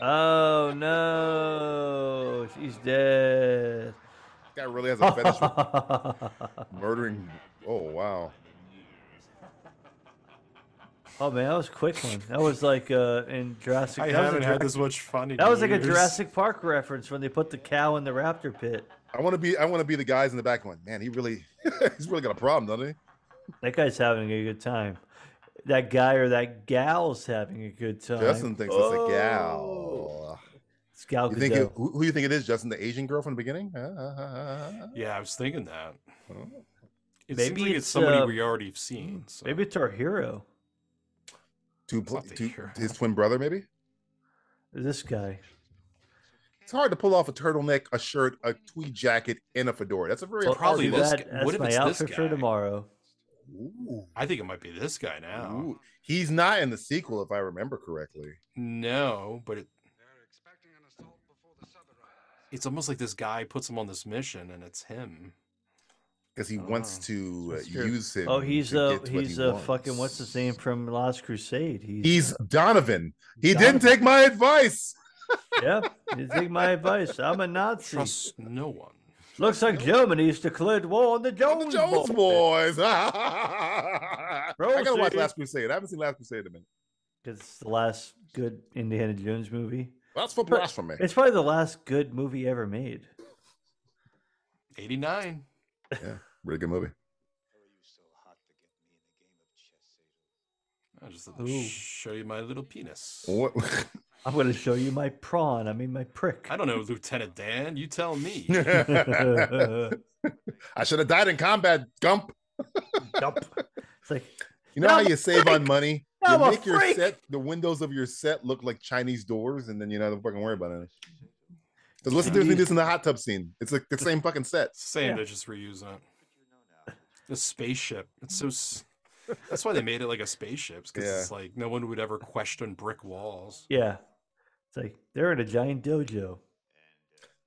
[SPEAKER 4] Oh no, she's dead.
[SPEAKER 3] Guy really has a fetish for
[SPEAKER 4] [laughs]
[SPEAKER 3] murdering. Oh wow,
[SPEAKER 4] Oh man, that was a quick one. That was like uh, in Jurassic.
[SPEAKER 5] I
[SPEAKER 4] that was a
[SPEAKER 5] haven't
[SPEAKER 4] Jura-
[SPEAKER 5] had this much fun. In
[SPEAKER 4] That was like a
[SPEAKER 5] years.
[SPEAKER 4] Jurassic Park reference when they put the cow in the raptor pit.
[SPEAKER 3] I want to be, I want to be the guys in the back. One man, he really, [laughs] he's really got a problem, doesn't he?
[SPEAKER 4] That guy's having a good time. That guy or that gal's having a good time.
[SPEAKER 3] Justin thinks it's a
[SPEAKER 4] Oh,
[SPEAKER 3] gal.
[SPEAKER 4] It's Gal
[SPEAKER 3] You think it,
[SPEAKER 4] Gadot.
[SPEAKER 3] who, who you think it is, Justin? The Asian girl from the beginning? Ah, ah, ah, ah,
[SPEAKER 5] Yeah, I was thinking that.
[SPEAKER 3] Oh.
[SPEAKER 5] It
[SPEAKER 4] Maybe
[SPEAKER 5] seems like it's,
[SPEAKER 4] it's,
[SPEAKER 5] somebody
[SPEAKER 4] uh,
[SPEAKER 5] we already have seen. So.
[SPEAKER 4] Maybe it's our hero.
[SPEAKER 3] Two, pl-
[SPEAKER 5] Not the
[SPEAKER 3] two,
[SPEAKER 5] hero.
[SPEAKER 3] his twin brother, maybe.
[SPEAKER 4] This guy.
[SPEAKER 3] It's hard to pull off a turtleneck, a shirt, a tweed jacket, and a fedora. That's a very
[SPEAKER 4] Well,
[SPEAKER 3] hard
[SPEAKER 5] probably
[SPEAKER 3] look.
[SPEAKER 5] this
[SPEAKER 4] that,
[SPEAKER 5] guy-
[SPEAKER 4] that's
[SPEAKER 5] what if
[SPEAKER 4] my
[SPEAKER 5] it's this
[SPEAKER 4] outfit for
[SPEAKER 5] guy?
[SPEAKER 4] tomorrow.
[SPEAKER 3] Ooh.
[SPEAKER 5] I think it might be this guy now.
[SPEAKER 3] Ooh. He's not in the sequel, if I remember correctly.
[SPEAKER 5] No, but it, it's almost like this guy puts him on this mission, and it's him.
[SPEAKER 3] Because he
[SPEAKER 5] Oh,
[SPEAKER 3] wants to uh,
[SPEAKER 5] that's true.
[SPEAKER 3] use him.
[SPEAKER 4] Oh, he's
[SPEAKER 3] to
[SPEAKER 4] a
[SPEAKER 3] get what
[SPEAKER 4] he's
[SPEAKER 3] he
[SPEAKER 4] a fucking what's
[SPEAKER 3] wants.
[SPEAKER 4] his name from Last Crusade. He's,
[SPEAKER 3] He's Donovan. He didn't
[SPEAKER 4] Donovan.
[SPEAKER 3] take my advice.
[SPEAKER 4] yep. You take my advice. I'm a Nazi.
[SPEAKER 5] Trust no one.
[SPEAKER 4] Looks like Germany's declared war on the
[SPEAKER 3] the
[SPEAKER 4] Jones,
[SPEAKER 3] Jones
[SPEAKER 4] Boys.
[SPEAKER 3] Boys. [laughs] I gotta watch
[SPEAKER 4] Proceed.
[SPEAKER 3] Last Crusade. I haven't seen Last Crusade in a minute.
[SPEAKER 4] 'Cause It's the last good Indiana Jones movie.
[SPEAKER 3] That's for
[SPEAKER 4] But- [laughs]
[SPEAKER 3] blasphemy.
[SPEAKER 4] It's probably the last good movie ever made.
[SPEAKER 5] 89.
[SPEAKER 3] Yeah, really good
[SPEAKER 4] [laughs]
[SPEAKER 3] movie.
[SPEAKER 5] I'll just show you my little penis.
[SPEAKER 3] What? [laughs]
[SPEAKER 4] I'm going to show you my prawn. I mean, my prick. [laughs]
[SPEAKER 5] I don't know, Lieutenant Dan. You tell
[SPEAKER 3] [laughs]
[SPEAKER 5] me.
[SPEAKER 4] Dump.
[SPEAKER 3] I should have died in combat, Gump.
[SPEAKER 4] It's like,
[SPEAKER 3] You know
[SPEAKER 4] Now
[SPEAKER 3] how
[SPEAKER 4] I'm a
[SPEAKER 3] you save on money? You
[SPEAKER 4] [laughs] Now I'm a
[SPEAKER 3] make your
[SPEAKER 4] freak.
[SPEAKER 3] set, the windows of your set look like Chinese doors, and then you don't fucking worry about it. Because what's the difference between this and the hot tub scene? It's like the same fucking set.
[SPEAKER 5] Same,
[SPEAKER 4] Yeah.
[SPEAKER 5] they're just reusing it. The spaceship. It's so. S- That's why they made it like a spaceship, because
[SPEAKER 3] Yeah.
[SPEAKER 5] it's like no one would ever question brick walls.
[SPEAKER 4] yeah. It's like, they're in a giant dojo.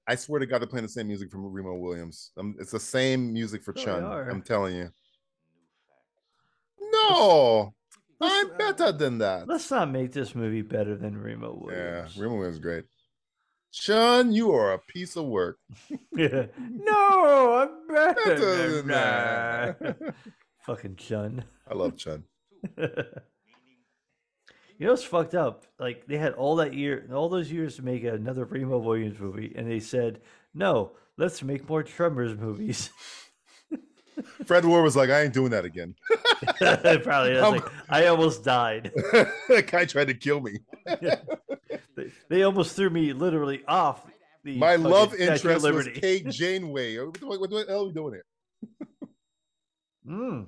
[SPEAKER 3] I swear to God, they're playing the same music from Remo Williams. Um, it's the same music for
[SPEAKER 4] Sure they
[SPEAKER 3] Chun.
[SPEAKER 4] are.
[SPEAKER 3] I'm telling you. No, I'm better than that.
[SPEAKER 4] Let's not make this movie better than uh, Remo
[SPEAKER 3] Yeah,
[SPEAKER 4] Williams.
[SPEAKER 3] Remo Williams is great. Chun, you are a piece of work.
[SPEAKER 4] Yeah. [laughs] no, I'm
[SPEAKER 3] Better
[SPEAKER 4] better
[SPEAKER 3] than
[SPEAKER 4] than that.
[SPEAKER 3] that.
[SPEAKER 4] [laughs] Fucking Chun.
[SPEAKER 3] I love Chun.
[SPEAKER 4] you know what's fucked up? Like they had all that year, all those years to make another Remo Williams movie, and they said, "No, let's make more Tremors movies." [laughs]
[SPEAKER 3] Fred Ward was like, I ain't doing that again. [laughs]
[SPEAKER 4] Probably that's
[SPEAKER 3] Um,
[SPEAKER 4] like, I almost died. [laughs]
[SPEAKER 3] that guy tried to kill me.
[SPEAKER 4] They, they almost threw me literally off. The
[SPEAKER 3] My
[SPEAKER 4] fucking [laughs]
[SPEAKER 3] love
[SPEAKER 4] Statue of
[SPEAKER 3] interest was
[SPEAKER 4] Liberty.
[SPEAKER 3] Kate Janeway. What the, what the hell are we doing here?
[SPEAKER 4] Mm.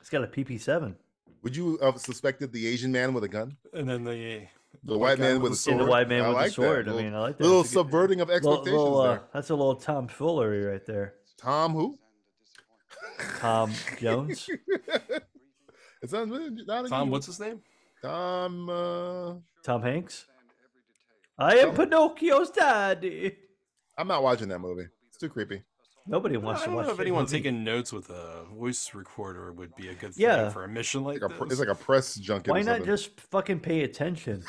[SPEAKER 4] It's got a PP seven.
[SPEAKER 3] Would you have suspected the Asian man with a gun?
[SPEAKER 5] And then the
[SPEAKER 4] Oh
[SPEAKER 3] The white
[SPEAKER 5] guy
[SPEAKER 3] man with a
[SPEAKER 5] the-
[SPEAKER 4] In
[SPEAKER 3] sword?
[SPEAKER 4] the white man
[SPEAKER 3] I
[SPEAKER 4] with
[SPEAKER 3] like
[SPEAKER 4] the
[SPEAKER 3] that.
[SPEAKER 4] sword. I
[SPEAKER 3] Little-
[SPEAKER 4] mean, I like that.
[SPEAKER 3] little
[SPEAKER 4] That's a good-
[SPEAKER 3] subverting of
[SPEAKER 4] little-
[SPEAKER 3] expectations
[SPEAKER 4] little, uh,
[SPEAKER 3] there.
[SPEAKER 4] that's a little tomfoolery right there.
[SPEAKER 3] Tom who?
[SPEAKER 4] Tom Jones. uh,
[SPEAKER 3] [laughs] It's not, not
[SPEAKER 5] Tom, what's his name?
[SPEAKER 3] Tom? Uh,
[SPEAKER 4] Tom Hanks. I am Pinocchio's daddy.
[SPEAKER 3] I'm not watching that movie. It's too creepy.
[SPEAKER 4] Nobody
[SPEAKER 5] I
[SPEAKER 4] wants to
[SPEAKER 5] don't
[SPEAKER 4] watch
[SPEAKER 5] know if
[SPEAKER 4] that
[SPEAKER 5] anyone
[SPEAKER 4] movie.
[SPEAKER 5] taking notes with a voice recorder would be a good thing
[SPEAKER 4] Yeah.
[SPEAKER 5] for a mission like
[SPEAKER 3] Like a, pr-
[SPEAKER 5] this.
[SPEAKER 3] it's like a press junket.
[SPEAKER 4] Why
[SPEAKER 3] or
[SPEAKER 4] not
[SPEAKER 3] something.
[SPEAKER 4] just fucking pay attention?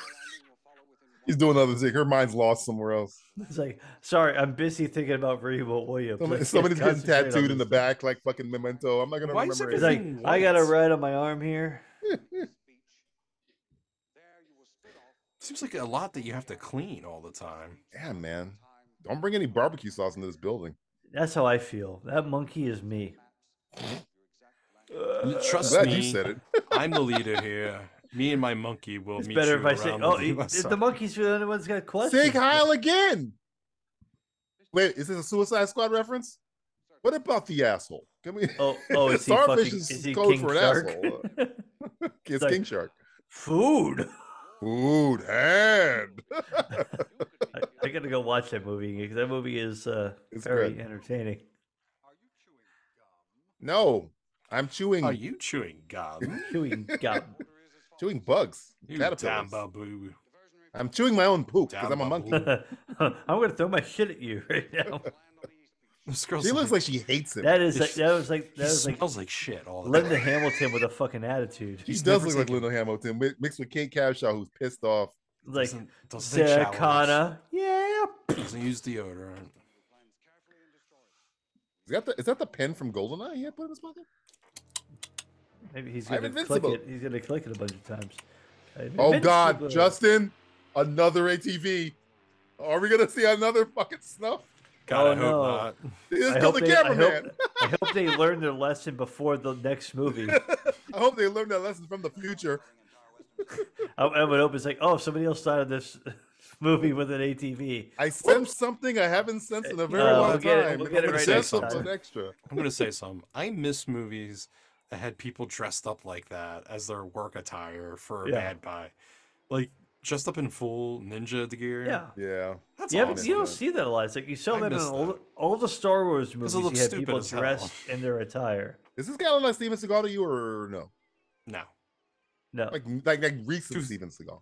[SPEAKER 3] He's doing other thing. Her mind's lost somewhere else.
[SPEAKER 4] It's like, sorry, I'm busy thinking about Rebo Williams.
[SPEAKER 3] Somebody-
[SPEAKER 4] I
[SPEAKER 3] somebody's
[SPEAKER 4] can't
[SPEAKER 3] getting
[SPEAKER 4] concentrate on
[SPEAKER 3] tattooed in the
[SPEAKER 4] this.
[SPEAKER 3] back like fucking memento. I'm not gonna
[SPEAKER 5] Why is
[SPEAKER 3] remember.
[SPEAKER 4] It's
[SPEAKER 3] it.
[SPEAKER 5] everything-
[SPEAKER 4] like,
[SPEAKER 5] Fucking
[SPEAKER 4] I got a
[SPEAKER 5] what?
[SPEAKER 4] red on my arm here.
[SPEAKER 5] Seems like a lot that you have to clean all the time.
[SPEAKER 3] Damn, man. Don't bring any barbecue sauce into this building.
[SPEAKER 4] That's how I feel. That monkey is me.
[SPEAKER 5] L- Trust
[SPEAKER 3] Glad
[SPEAKER 5] me,
[SPEAKER 3] you said it.
[SPEAKER 5] I'm the leader here. Me and my monkey will
[SPEAKER 4] It's
[SPEAKER 5] meet
[SPEAKER 4] better
[SPEAKER 5] you
[SPEAKER 4] if I say,
[SPEAKER 5] around
[SPEAKER 3] [laughs]
[SPEAKER 4] "Oh,
[SPEAKER 5] the
[SPEAKER 4] it-
[SPEAKER 5] USA."
[SPEAKER 4] the monkey's the only one's got questions."
[SPEAKER 3] Sig Heil again. Wait, is this a Suicide Squad reference? What about the asshole? Can we?
[SPEAKER 4] Oh, oh,
[SPEAKER 3] [laughs]
[SPEAKER 4] is he
[SPEAKER 3] Starfish
[SPEAKER 4] fucking?
[SPEAKER 3] is
[SPEAKER 4] Is he
[SPEAKER 3] code
[SPEAKER 4] King
[SPEAKER 3] for an
[SPEAKER 4] [laughs]
[SPEAKER 3] asshole.
[SPEAKER 4] Shark?
[SPEAKER 3] it's
[SPEAKER 4] like-
[SPEAKER 3] King Shark. [laughs]
[SPEAKER 4] Food.
[SPEAKER 3] Ooh, damn.
[SPEAKER 4] I, I gotta go watch that movie because that movie is uh,
[SPEAKER 3] It's
[SPEAKER 4] very
[SPEAKER 3] good.
[SPEAKER 4] entertaining.
[SPEAKER 3] no, I'm chewing
[SPEAKER 5] Are Oh, you chewing
[SPEAKER 4] [laughs]
[SPEAKER 5] gum?
[SPEAKER 4] Chewing gum.
[SPEAKER 3] chewing bugs.
[SPEAKER 5] You
[SPEAKER 3] caterpillars.
[SPEAKER 5] damn baboo.
[SPEAKER 3] I'm chewing my own poop because
[SPEAKER 5] Damn
[SPEAKER 3] I'm a monkey.
[SPEAKER 5] baboon.
[SPEAKER 4] I'm gonna throw my shit at you [laughs] right
[SPEAKER 3] [laughs]
[SPEAKER 4] now.
[SPEAKER 5] This girl
[SPEAKER 3] She looks like she hates him.
[SPEAKER 4] That is
[SPEAKER 5] It's-
[SPEAKER 4] like, that was like
[SPEAKER 5] she
[SPEAKER 4] that was like
[SPEAKER 5] smells like shit all the
[SPEAKER 4] Linda
[SPEAKER 5] time.
[SPEAKER 4] Hamilton with a fucking attitude.
[SPEAKER 3] she
[SPEAKER 5] she's
[SPEAKER 3] does
[SPEAKER 5] never
[SPEAKER 3] look like
[SPEAKER 5] taken-
[SPEAKER 3] Linda Hamilton mi- mixed with Kate Capshaw, who's pissed off.
[SPEAKER 4] Like
[SPEAKER 5] Doesn't- doesn't take
[SPEAKER 4] Sarah
[SPEAKER 5] showers,
[SPEAKER 4] Connor. Yeah.
[SPEAKER 5] Doesn't use deodorant.
[SPEAKER 3] Is that the, is that the pen from Goldeneye he had put in his pocket?
[SPEAKER 4] Maybe he's
[SPEAKER 3] I'm
[SPEAKER 4] gonna click
[SPEAKER 3] invincible.
[SPEAKER 4] it. He's gonna click it a bunch of times. I'm
[SPEAKER 3] Oh God,
[SPEAKER 4] invincible.
[SPEAKER 3] Justin, another ATV. Are we gonna see another fucking snuff?
[SPEAKER 5] God, I
[SPEAKER 4] Oh,
[SPEAKER 5] hope
[SPEAKER 4] no.
[SPEAKER 5] not.
[SPEAKER 3] He just
[SPEAKER 4] I
[SPEAKER 3] killed
[SPEAKER 4] hope,
[SPEAKER 3] the
[SPEAKER 4] they, I,
[SPEAKER 3] cameraman.
[SPEAKER 4] hope, I hope they learn their lesson before the
[SPEAKER 3] [laughs]
[SPEAKER 4] next movie.
[SPEAKER 3] I hope they learned that lesson from the future.
[SPEAKER 4] I, I would hope it's like, oh, somebody else started this [laughs] movie with an ATV.
[SPEAKER 3] I sense something I haven't sensed in a very
[SPEAKER 4] Uh,
[SPEAKER 3] long
[SPEAKER 4] we'll get it-
[SPEAKER 3] time.
[SPEAKER 4] we'll
[SPEAKER 3] and I'm
[SPEAKER 4] get it
[SPEAKER 3] gonna
[SPEAKER 4] right
[SPEAKER 3] say
[SPEAKER 4] next time.
[SPEAKER 3] something extra.
[SPEAKER 5] I'm gonna say some. I miss movies that had people dressed up like that as their work attire for a
[SPEAKER 4] Yeah.
[SPEAKER 5] bad buy, like dressed up in full ninja gear.
[SPEAKER 4] Yeah.
[SPEAKER 3] Yeah,
[SPEAKER 5] that's
[SPEAKER 4] You, haven't-
[SPEAKER 5] awesome.
[SPEAKER 4] you don't see that a lot. It's like you saw
[SPEAKER 5] I
[SPEAKER 4] that in
[SPEAKER 5] miss
[SPEAKER 4] all,
[SPEAKER 5] that.
[SPEAKER 4] all the Star Wars movies. You
[SPEAKER 5] looks
[SPEAKER 4] had
[SPEAKER 5] stupid
[SPEAKER 4] people
[SPEAKER 5] as hell.
[SPEAKER 4] dressed in their attire.
[SPEAKER 3] is this guy look like Steven Seagal to you or no?
[SPEAKER 5] No,
[SPEAKER 4] No,
[SPEAKER 3] Like like like recent
[SPEAKER 5] Dude.
[SPEAKER 3] Steven Seagal.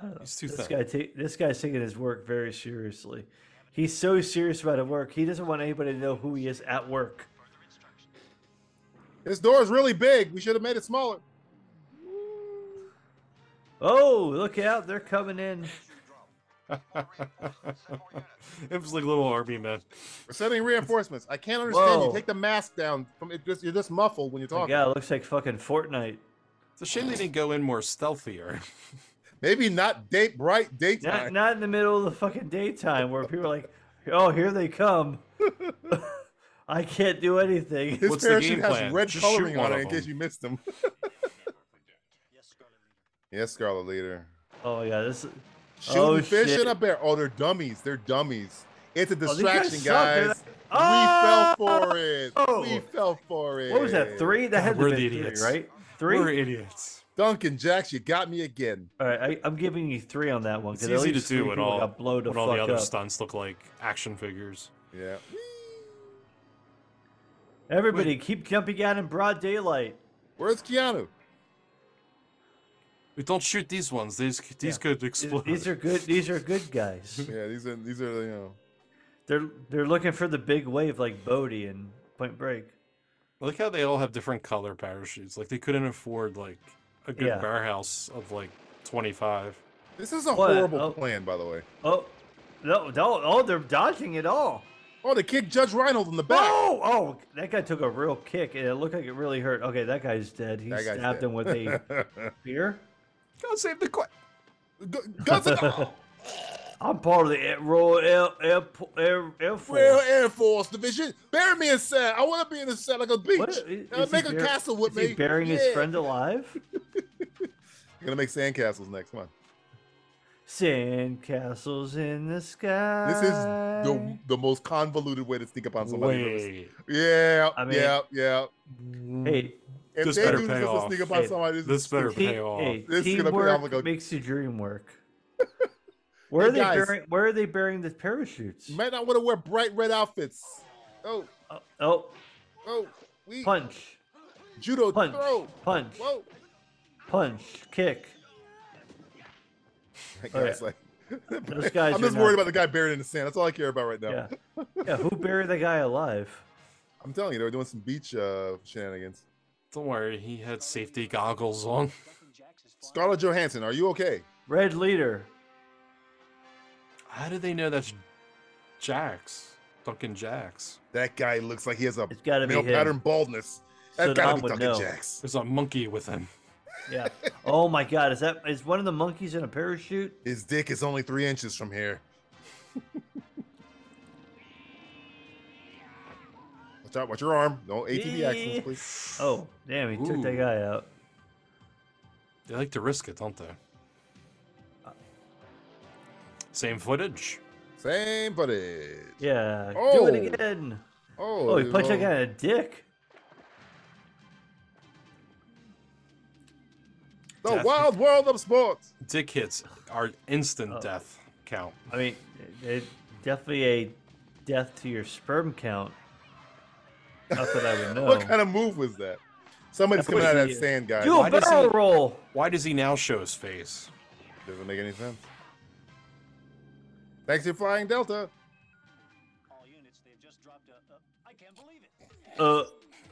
[SPEAKER 4] I don't know.
[SPEAKER 5] He's too
[SPEAKER 4] Oh, this
[SPEAKER 5] thin.
[SPEAKER 4] guy ta- this guy's taking his work very seriously. He's so serious about his work. He doesn't want anybody to know who he is at work.
[SPEAKER 3] This door is really big. We should have made it smaller.
[SPEAKER 4] Oh, look out! They're coming in.
[SPEAKER 5] it was like little army men.
[SPEAKER 3] We're sending reinforcements. I can't understand you.
[SPEAKER 4] Whoa.
[SPEAKER 3] Take the mask down. From it just, you're just muffled when you're
[SPEAKER 4] My
[SPEAKER 3] talking.
[SPEAKER 4] God, it looks like fucking Fortnite.
[SPEAKER 5] It's a shame they didn't go in more stealthier.
[SPEAKER 4] [laughs]
[SPEAKER 3] Maybe not date bright daytime.
[SPEAKER 4] Not, not in the middle of the fucking daytime where people are like, oh, here they come. [laughs] I can't do anything.
[SPEAKER 3] His
[SPEAKER 5] What's the
[SPEAKER 3] parachute
[SPEAKER 5] game
[SPEAKER 3] has
[SPEAKER 5] plan?
[SPEAKER 3] red
[SPEAKER 5] Just shoot
[SPEAKER 3] coloring
[SPEAKER 5] one
[SPEAKER 3] on it
[SPEAKER 5] of
[SPEAKER 3] in case
[SPEAKER 5] them.
[SPEAKER 3] you missed him. [laughs] yes, Scarlet Leader.
[SPEAKER 4] Oh my god, this.
[SPEAKER 3] Shooting
[SPEAKER 4] Oh,
[SPEAKER 3] fish
[SPEAKER 4] shit. Oh,
[SPEAKER 3] and a bear. Oh, they're dummies. They're dummies. It's a
[SPEAKER 4] these guys
[SPEAKER 3] distraction,
[SPEAKER 4] suck. They're
[SPEAKER 3] guys.
[SPEAKER 4] not-
[SPEAKER 3] We fell for it. We
[SPEAKER 4] Oh!
[SPEAKER 3] fell for it.
[SPEAKER 4] What was that? Three? That had to
[SPEAKER 5] we're the
[SPEAKER 4] be three,
[SPEAKER 5] idiots.
[SPEAKER 4] right?
[SPEAKER 5] We're
[SPEAKER 4] 3
[SPEAKER 5] idiots.
[SPEAKER 3] Duncan Jacks, you got me again.
[SPEAKER 4] All right, I, I'm giving you three on that one
[SPEAKER 5] It's
[SPEAKER 4] because at
[SPEAKER 5] easy to
[SPEAKER 4] least three
[SPEAKER 5] do when
[SPEAKER 4] people
[SPEAKER 5] all,
[SPEAKER 4] got blown the
[SPEAKER 5] when all the
[SPEAKER 4] fuck
[SPEAKER 5] other
[SPEAKER 4] up.
[SPEAKER 5] stunts look like action figures.
[SPEAKER 3] Yeah.
[SPEAKER 4] Everybody, keep jumping out in broad daylight.
[SPEAKER 3] Where's Keanu?
[SPEAKER 5] We don't shoot these ones. These these could
[SPEAKER 4] Th-
[SPEAKER 5] explode.
[SPEAKER 4] These are good. These are
[SPEAKER 5] [laughs]
[SPEAKER 4] good guys.
[SPEAKER 3] Yeah, these are these are you know.
[SPEAKER 4] they're they're looking for the big wave like Bodie and Point Break.
[SPEAKER 5] I like how they all have different color parachutes. Like they couldn't afford like a good
[SPEAKER 4] Yeah.
[SPEAKER 5] warehouse of like twenty five.
[SPEAKER 3] This is a
[SPEAKER 4] What?
[SPEAKER 3] horrible
[SPEAKER 4] Oh.
[SPEAKER 3] plan, by the way.
[SPEAKER 4] Oh, no, no! Oh, they're dodging it all.
[SPEAKER 3] Oh, they kicked Judge Reinhold in the back.
[SPEAKER 4] Oh, oh! That guy took a real kick, and it looked like it really hurt. Okay, that guy's dead. He
[SPEAKER 3] That guy's
[SPEAKER 4] stabbed
[SPEAKER 3] dead.
[SPEAKER 4] him with a
[SPEAKER 3] [laughs]
[SPEAKER 4] spear.
[SPEAKER 5] God save the queen.
[SPEAKER 3] Gu- Guns and
[SPEAKER 4] [laughs]
[SPEAKER 3] all.
[SPEAKER 4] I'm part of the Royal Air, Air, Air, Air Force.
[SPEAKER 3] Royal Air Force Division. Bury me in sand. I want to be in the sand like a beach.
[SPEAKER 4] What- is-
[SPEAKER 3] Uh,
[SPEAKER 4] is he
[SPEAKER 3] make a
[SPEAKER 4] bur-
[SPEAKER 3] castle with
[SPEAKER 4] is
[SPEAKER 3] me.
[SPEAKER 4] He burying his
[SPEAKER 3] Yeah.
[SPEAKER 4] friend alive?
[SPEAKER 3] We're gonna make sandcastles next. Come on.
[SPEAKER 4] Sand castles in the sky.
[SPEAKER 3] This is
[SPEAKER 4] Uh,
[SPEAKER 3] the the most convoluted way to sneak up on somebody. I've ever seen.
[SPEAKER 5] Wait,
[SPEAKER 3] Yeah,
[SPEAKER 4] I mean-
[SPEAKER 3] yeah, yeah.
[SPEAKER 4] Hey,
[SPEAKER 3] If
[SPEAKER 5] This
[SPEAKER 3] they
[SPEAKER 5] better
[SPEAKER 3] do
[SPEAKER 5] pay
[SPEAKER 3] this to
[SPEAKER 5] off.
[SPEAKER 3] sneak up on
[SPEAKER 4] Hey,
[SPEAKER 3] somebody, this,
[SPEAKER 5] this
[SPEAKER 3] is
[SPEAKER 5] better
[SPEAKER 3] stupid.
[SPEAKER 4] te-
[SPEAKER 5] pay off.
[SPEAKER 4] hey,
[SPEAKER 3] This is gonna pay off
[SPEAKER 4] teamwork
[SPEAKER 3] like a-
[SPEAKER 4] makes the dream work.
[SPEAKER 3] [laughs]
[SPEAKER 4] Where are
[SPEAKER 3] Hey,
[SPEAKER 4] they
[SPEAKER 3] guys.
[SPEAKER 4] burying? Where are they burying the parachutes?
[SPEAKER 3] You might not want to wear bright red outfits. Oh,
[SPEAKER 4] Oh, oh,
[SPEAKER 3] oh, we
[SPEAKER 4] punch,
[SPEAKER 3] judo
[SPEAKER 4] punch,
[SPEAKER 3] throw.
[SPEAKER 4] punch,
[SPEAKER 3] Whoa,
[SPEAKER 4] punch, kick.
[SPEAKER 3] that
[SPEAKER 4] Oh,
[SPEAKER 3] guy's
[SPEAKER 4] yeah.
[SPEAKER 3] like. [laughs]
[SPEAKER 4] Those guys
[SPEAKER 3] I'm
[SPEAKER 4] are
[SPEAKER 3] just worried
[SPEAKER 4] not-
[SPEAKER 3] about the guy buried in the sand. That's all I care about right now.
[SPEAKER 4] Yeah, yeah. Who buried the guy alive?
[SPEAKER 3] I'm telling you, they were doing some beach uh, shenanigans.
[SPEAKER 5] Don't worry, he had safety goggles on.
[SPEAKER 3] Scarlett Johansson, are you okay?
[SPEAKER 4] Red leader.
[SPEAKER 5] How do they know that's Jax? Duncan Jax.
[SPEAKER 3] That guy looks like he has a
[SPEAKER 4] It's gotta be
[SPEAKER 3] male
[SPEAKER 4] him.
[SPEAKER 3] pattern baldness. That's gotta
[SPEAKER 4] So Dom
[SPEAKER 3] be
[SPEAKER 4] would
[SPEAKER 3] Duncan
[SPEAKER 4] know.
[SPEAKER 3] Jacks.
[SPEAKER 5] There's a monkey with him.
[SPEAKER 4] Yeah. Oh my God! Is that is one of the monkeys in a parachute?
[SPEAKER 3] His dick is only three inches from
[SPEAKER 4] [laughs]
[SPEAKER 3] here. watch out! Watch your arm. No ATV
[SPEAKER 4] Yeah.
[SPEAKER 3] accidents, please.
[SPEAKER 4] Oh, damn! He took that
[SPEAKER 5] Ooh.
[SPEAKER 4] guy out.
[SPEAKER 5] They like to risk it, don't they? Same footage.
[SPEAKER 3] Same footage.
[SPEAKER 4] Yeah. Do
[SPEAKER 3] Oh.
[SPEAKER 4] it again.
[SPEAKER 3] Oh,
[SPEAKER 4] Oh, he punched that
[SPEAKER 3] well,
[SPEAKER 4] guy in the dick.
[SPEAKER 3] The wild world of sports.
[SPEAKER 5] Dick hits are instant
[SPEAKER 4] Oh.
[SPEAKER 5] death count.
[SPEAKER 4] I mean, it, it- definitely a death to your sperm count. Not that I
[SPEAKER 3] [laughs]
[SPEAKER 4] would know.
[SPEAKER 3] What kind of move was that? Somebody's coming out of that
[SPEAKER 4] was-
[SPEAKER 3] sand, guy.
[SPEAKER 4] Do
[SPEAKER 5] Why
[SPEAKER 4] a
[SPEAKER 5] does
[SPEAKER 4] barrel
[SPEAKER 5] he-
[SPEAKER 4] roll.
[SPEAKER 5] Why does he now show his face?
[SPEAKER 3] Doesn't make any sense. Thanks to Flying Delta.
[SPEAKER 4] Uh.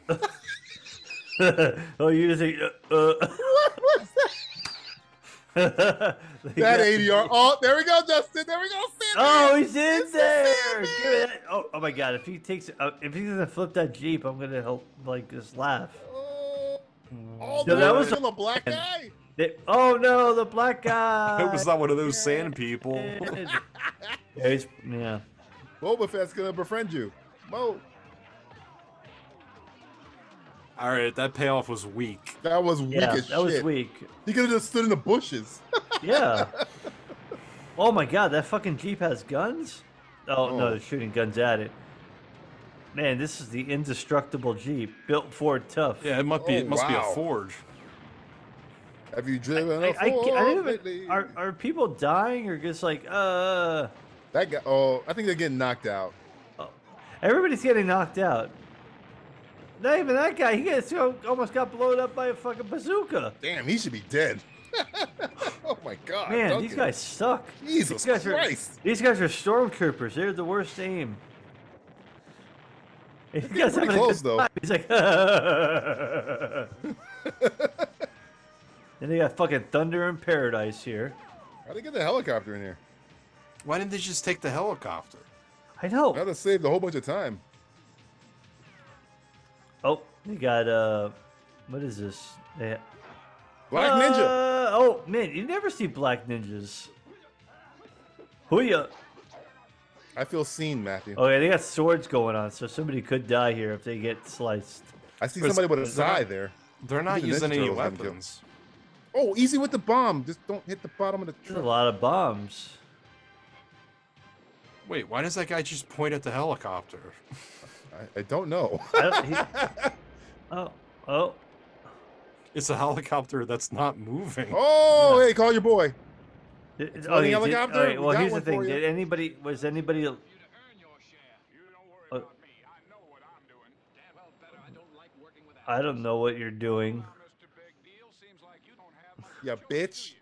[SPEAKER 4] [laughs] oh, you just think, uh,
[SPEAKER 3] [laughs]
[SPEAKER 4] uh. [laughs] Like
[SPEAKER 3] That ADR. Oh, there we go, Justin. There we go. Sand
[SPEAKER 4] Oh,
[SPEAKER 3] man.
[SPEAKER 4] he's in
[SPEAKER 3] It's the
[SPEAKER 4] there. Give
[SPEAKER 3] Sandman.
[SPEAKER 4] me that. Oh, oh my God! If he takes, uh, if he doesn't flip that jeep, I'm gonna help. Like just laugh.
[SPEAKER 3] Oh, all
[SPEAKER 4] No,
[SPEAKER 3] the
[SPEAKER 4] that
[SPEAKER 3] way
[SPEAKER 4] was
[SPEAKER 3] to the black
[SPEAKER 4] and-
[SPEAKER 3] guy.
[SPEAKER 4] They- oh no,
[SPEAKER 3] [laughs]
[SPEAKER 4] the black guy.
[SPEAKER 5] It was not one of those sand people.
[SPEAKER 4] [laughs] did. yeah, he's, yeah.
[SPEAKER 3] Boba Fett's gonna befriend you. Mo,
[SPEAKER 5] All right, that payoff was weak.
[SPEAKER 3] that was weak
[SPEAKER 4] Yeah,
[SPEAKER 3] as
[SPEAKER 4] that was
[SPEAKER 3] shit.
[SPEAKER 4] weak.
[SPEAKER 3] He could have just stood in the bushes. [laughs]
[SPEAKER 4] Yeah. oh my god, that fucking Jeep has guns? Oh,
[SPEAKER 3] Oh.
[SPEAKER 4] no, they're shooting guns at it. Man, this is the indestructible Jeep built Ford tough.
[SPEAKER 5] Yeah, it must be.
[SPEAKER 3] Oh,
[SPEAKER 5] It must be
[SPEAKER 3] wow.
[SPEAKER 5] a Ford.
[SPEAKER 3] Have you driven
[SPEAKER 4] I,
[SPEAKER 3] a
[SPEAKER 4] I, I
[SPEAKER 3] Ford
[SPEAKER 4] don't
[SPEAKER 3] lately?
[SPEAKER 4] even, are, are people dying or just like, uh.
[SPEAKER 3] That guy. Oh, I think they're getting knocked out.
[SPEAKER 4] oh. Everybody's getting knocked out. Not even that guy. He gets, almost got blown up by a fucking bazooka.
[SPEAKER 3] Damn, he should be dead. [laughs] oh my god.
[SPEAKER 4] Man, these
[SPEAKER 3] Duncan.
[SPEAKER 4] guys suck.
[SPEAKER 3] Jesus
[SPEAKER 4] these guys
[SPEAKER 3] Christ.
[SPEAKER 4] Are, these guys are stormtroopers. They're the
[SPEAKER 3] [laughs]
[SPEAKER 4] worst aim. He's guys
[SPEAKER 3] pretty
[SPEAKER 4] having a good
[SPEAKER 3] close, though.
[SPEAKER 4] time. He's like, [laughs] and they got fucking thunder in paradise here.
[SPEAKER 3] How'd they get the helicopter in here?
[SPEAKER 5] Why didn't they just take the helicopter?
[SPEAKER 4] I know.
[SPEAKER 3] That'd have saved a whole bunch of time.
[SPEAKER 4] Oh, they got uh, what is this? They,
[SPEAKER 3] Black
[SPEAKER 4] uh,
[SPEAKER 3] Ninja.
[SPEAKER 4] Oh man, you never see black ninjas. Hooya!
[SPEAKER 3] I feel seen, Matthew.
[SPEAKER 4] Oh yeah, they got swords going on, so somebody could die here if they get sliced.
[SPEAKER 3] I see
[SPEAKER 5] Chris-
[SPEAKER 3] somebody with a
[SPEAKER 5] is that-
[SPEAKER 3] sigh there.
[SPEAKER 5] They're not
[SPEAKER 3] Ninja
[SPEAKER 5] using any
[SPEAKER 3] Turtles haven't killed.
[SPEAKER 5] weapons.
[SPEAKER 3] Oh, easy with the bomb. Just don't hit the bottom of the
[SPEAKER 4] There's a
[SPEAKER 3] truck.
[SPEAKER 4] lot of bombs.
[SPEAKER 5] Wait, why does that guy just point at the helicopter? [laughs]
[SPEAKER 3] I, I don't know. [laughs]
[SPEAKER 4] I don't, he- oh, oh,
[SPEAKER 5] It's a helicopter that's not moving.
[SPEAKER 3] Oh, hey, call your boy.
[SPEAKER 4] Did-
[SPEAKER 3] It's
[SPEAKER 4] oh,
[SPEAKER 3] floating
[SPEAKER 4] you did-
[SPEAKER 3] helicopter,
[SPEAKER 4] all right,
[SPEAKER 3] we
[SPEAKER 4] well,
[SPEAKER 3] got
[SPEAKER 4] here's the
[SPEAKER 3] one
[SPEAKER 4] thing.
[SPEAKER 3] for you.
[SPEAKER 4] Did anybody? Was anybody? Uh, I don't know what
[SPEAKER 3] [laughs]
[SPEAKER 4] you're doing.
[SPEAKER 3] Yeah, bitch.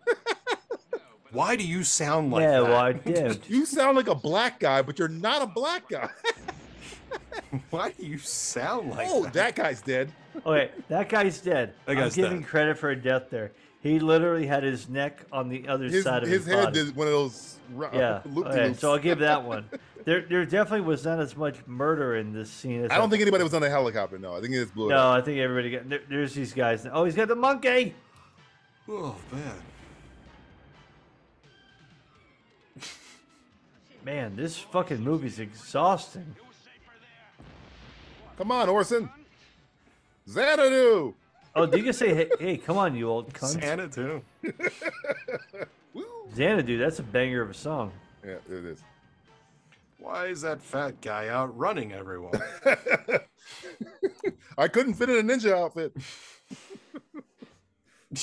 [SPEAKER 5] Why do you sound like
[SPEAKER 4] yeah,
[SPEAKER 5] that?
[SPEAKER 4] well, I did.
[SPEAKER 3] [laughs] You sound like a black guy, but you're not a black
[SPEAKER 4] [laughs]
[SPEAKER 3] guy.
[SPEAKER 5] Why do you sound like
[SPEAKER 3] oh,
[SPEAKER 5] that?
[SPEAKER 3] that guy's dead.
[SPEAKER 4] okay, that guy's dead.
[SPEAKER 5] That guy's
[SPEAKER 4] I'm giving
[SPEAKER 5] dead.
[SPEAKER 4] credit for a death there. He literally had his neck on the other
[SPEAKER 3] His,
[SPEAKER 4] side of
[SPEAKER 3] his
[SPEAKER 4] his,
[SPEAKER 3] head
[SPEAKER 4] body.
[SPEAKER 3] did one of those ru- [laughs]
[SPEAKER 4] [laughs]
[SPEAKER 3] uh,
[SPEAKER 4] yeah. Okay,
[SPEAKER 3] loop-de-loops.
[SPEAKER 4] so I'll give
[SPEAKER 3] [laughs]
[SPEAKER 4] that one. There, there definitely was not as much murder in this scene. As
[SPEAKER 3] I don't think anybody was on a helicopter. No, I think it just blew it
[SPEAKER 4] No,
[SPEAKER 3] up.
[SPEAKER 4] I think everybody got. There, there's these guys. now. Oh, he's got the monkey.
[SPEAKER 5] Oh man.
[SPEAKER 4] Man, this fucking movie's exhausting.
[SPEAKER 3] Come on, Orson. Xanadu.
[SPEAKER 4] Oh, did you just say, hey, hey, come on, you old cunt?
[SPEAKER 5] Santa too.
[SPEAKER 3] Woo.
[SPEAKER 4] Xanadu, that's a banger of a song.
[SPEAKER 3] Yeah, it is.
[SPEAKER 5] Why is that fat guy out running everyone? [laughs]
[SPEAKER 3] I couldn't fit in a ninja
[SPEAKER 4] [laughs]
[SPEAKER 3] outfit.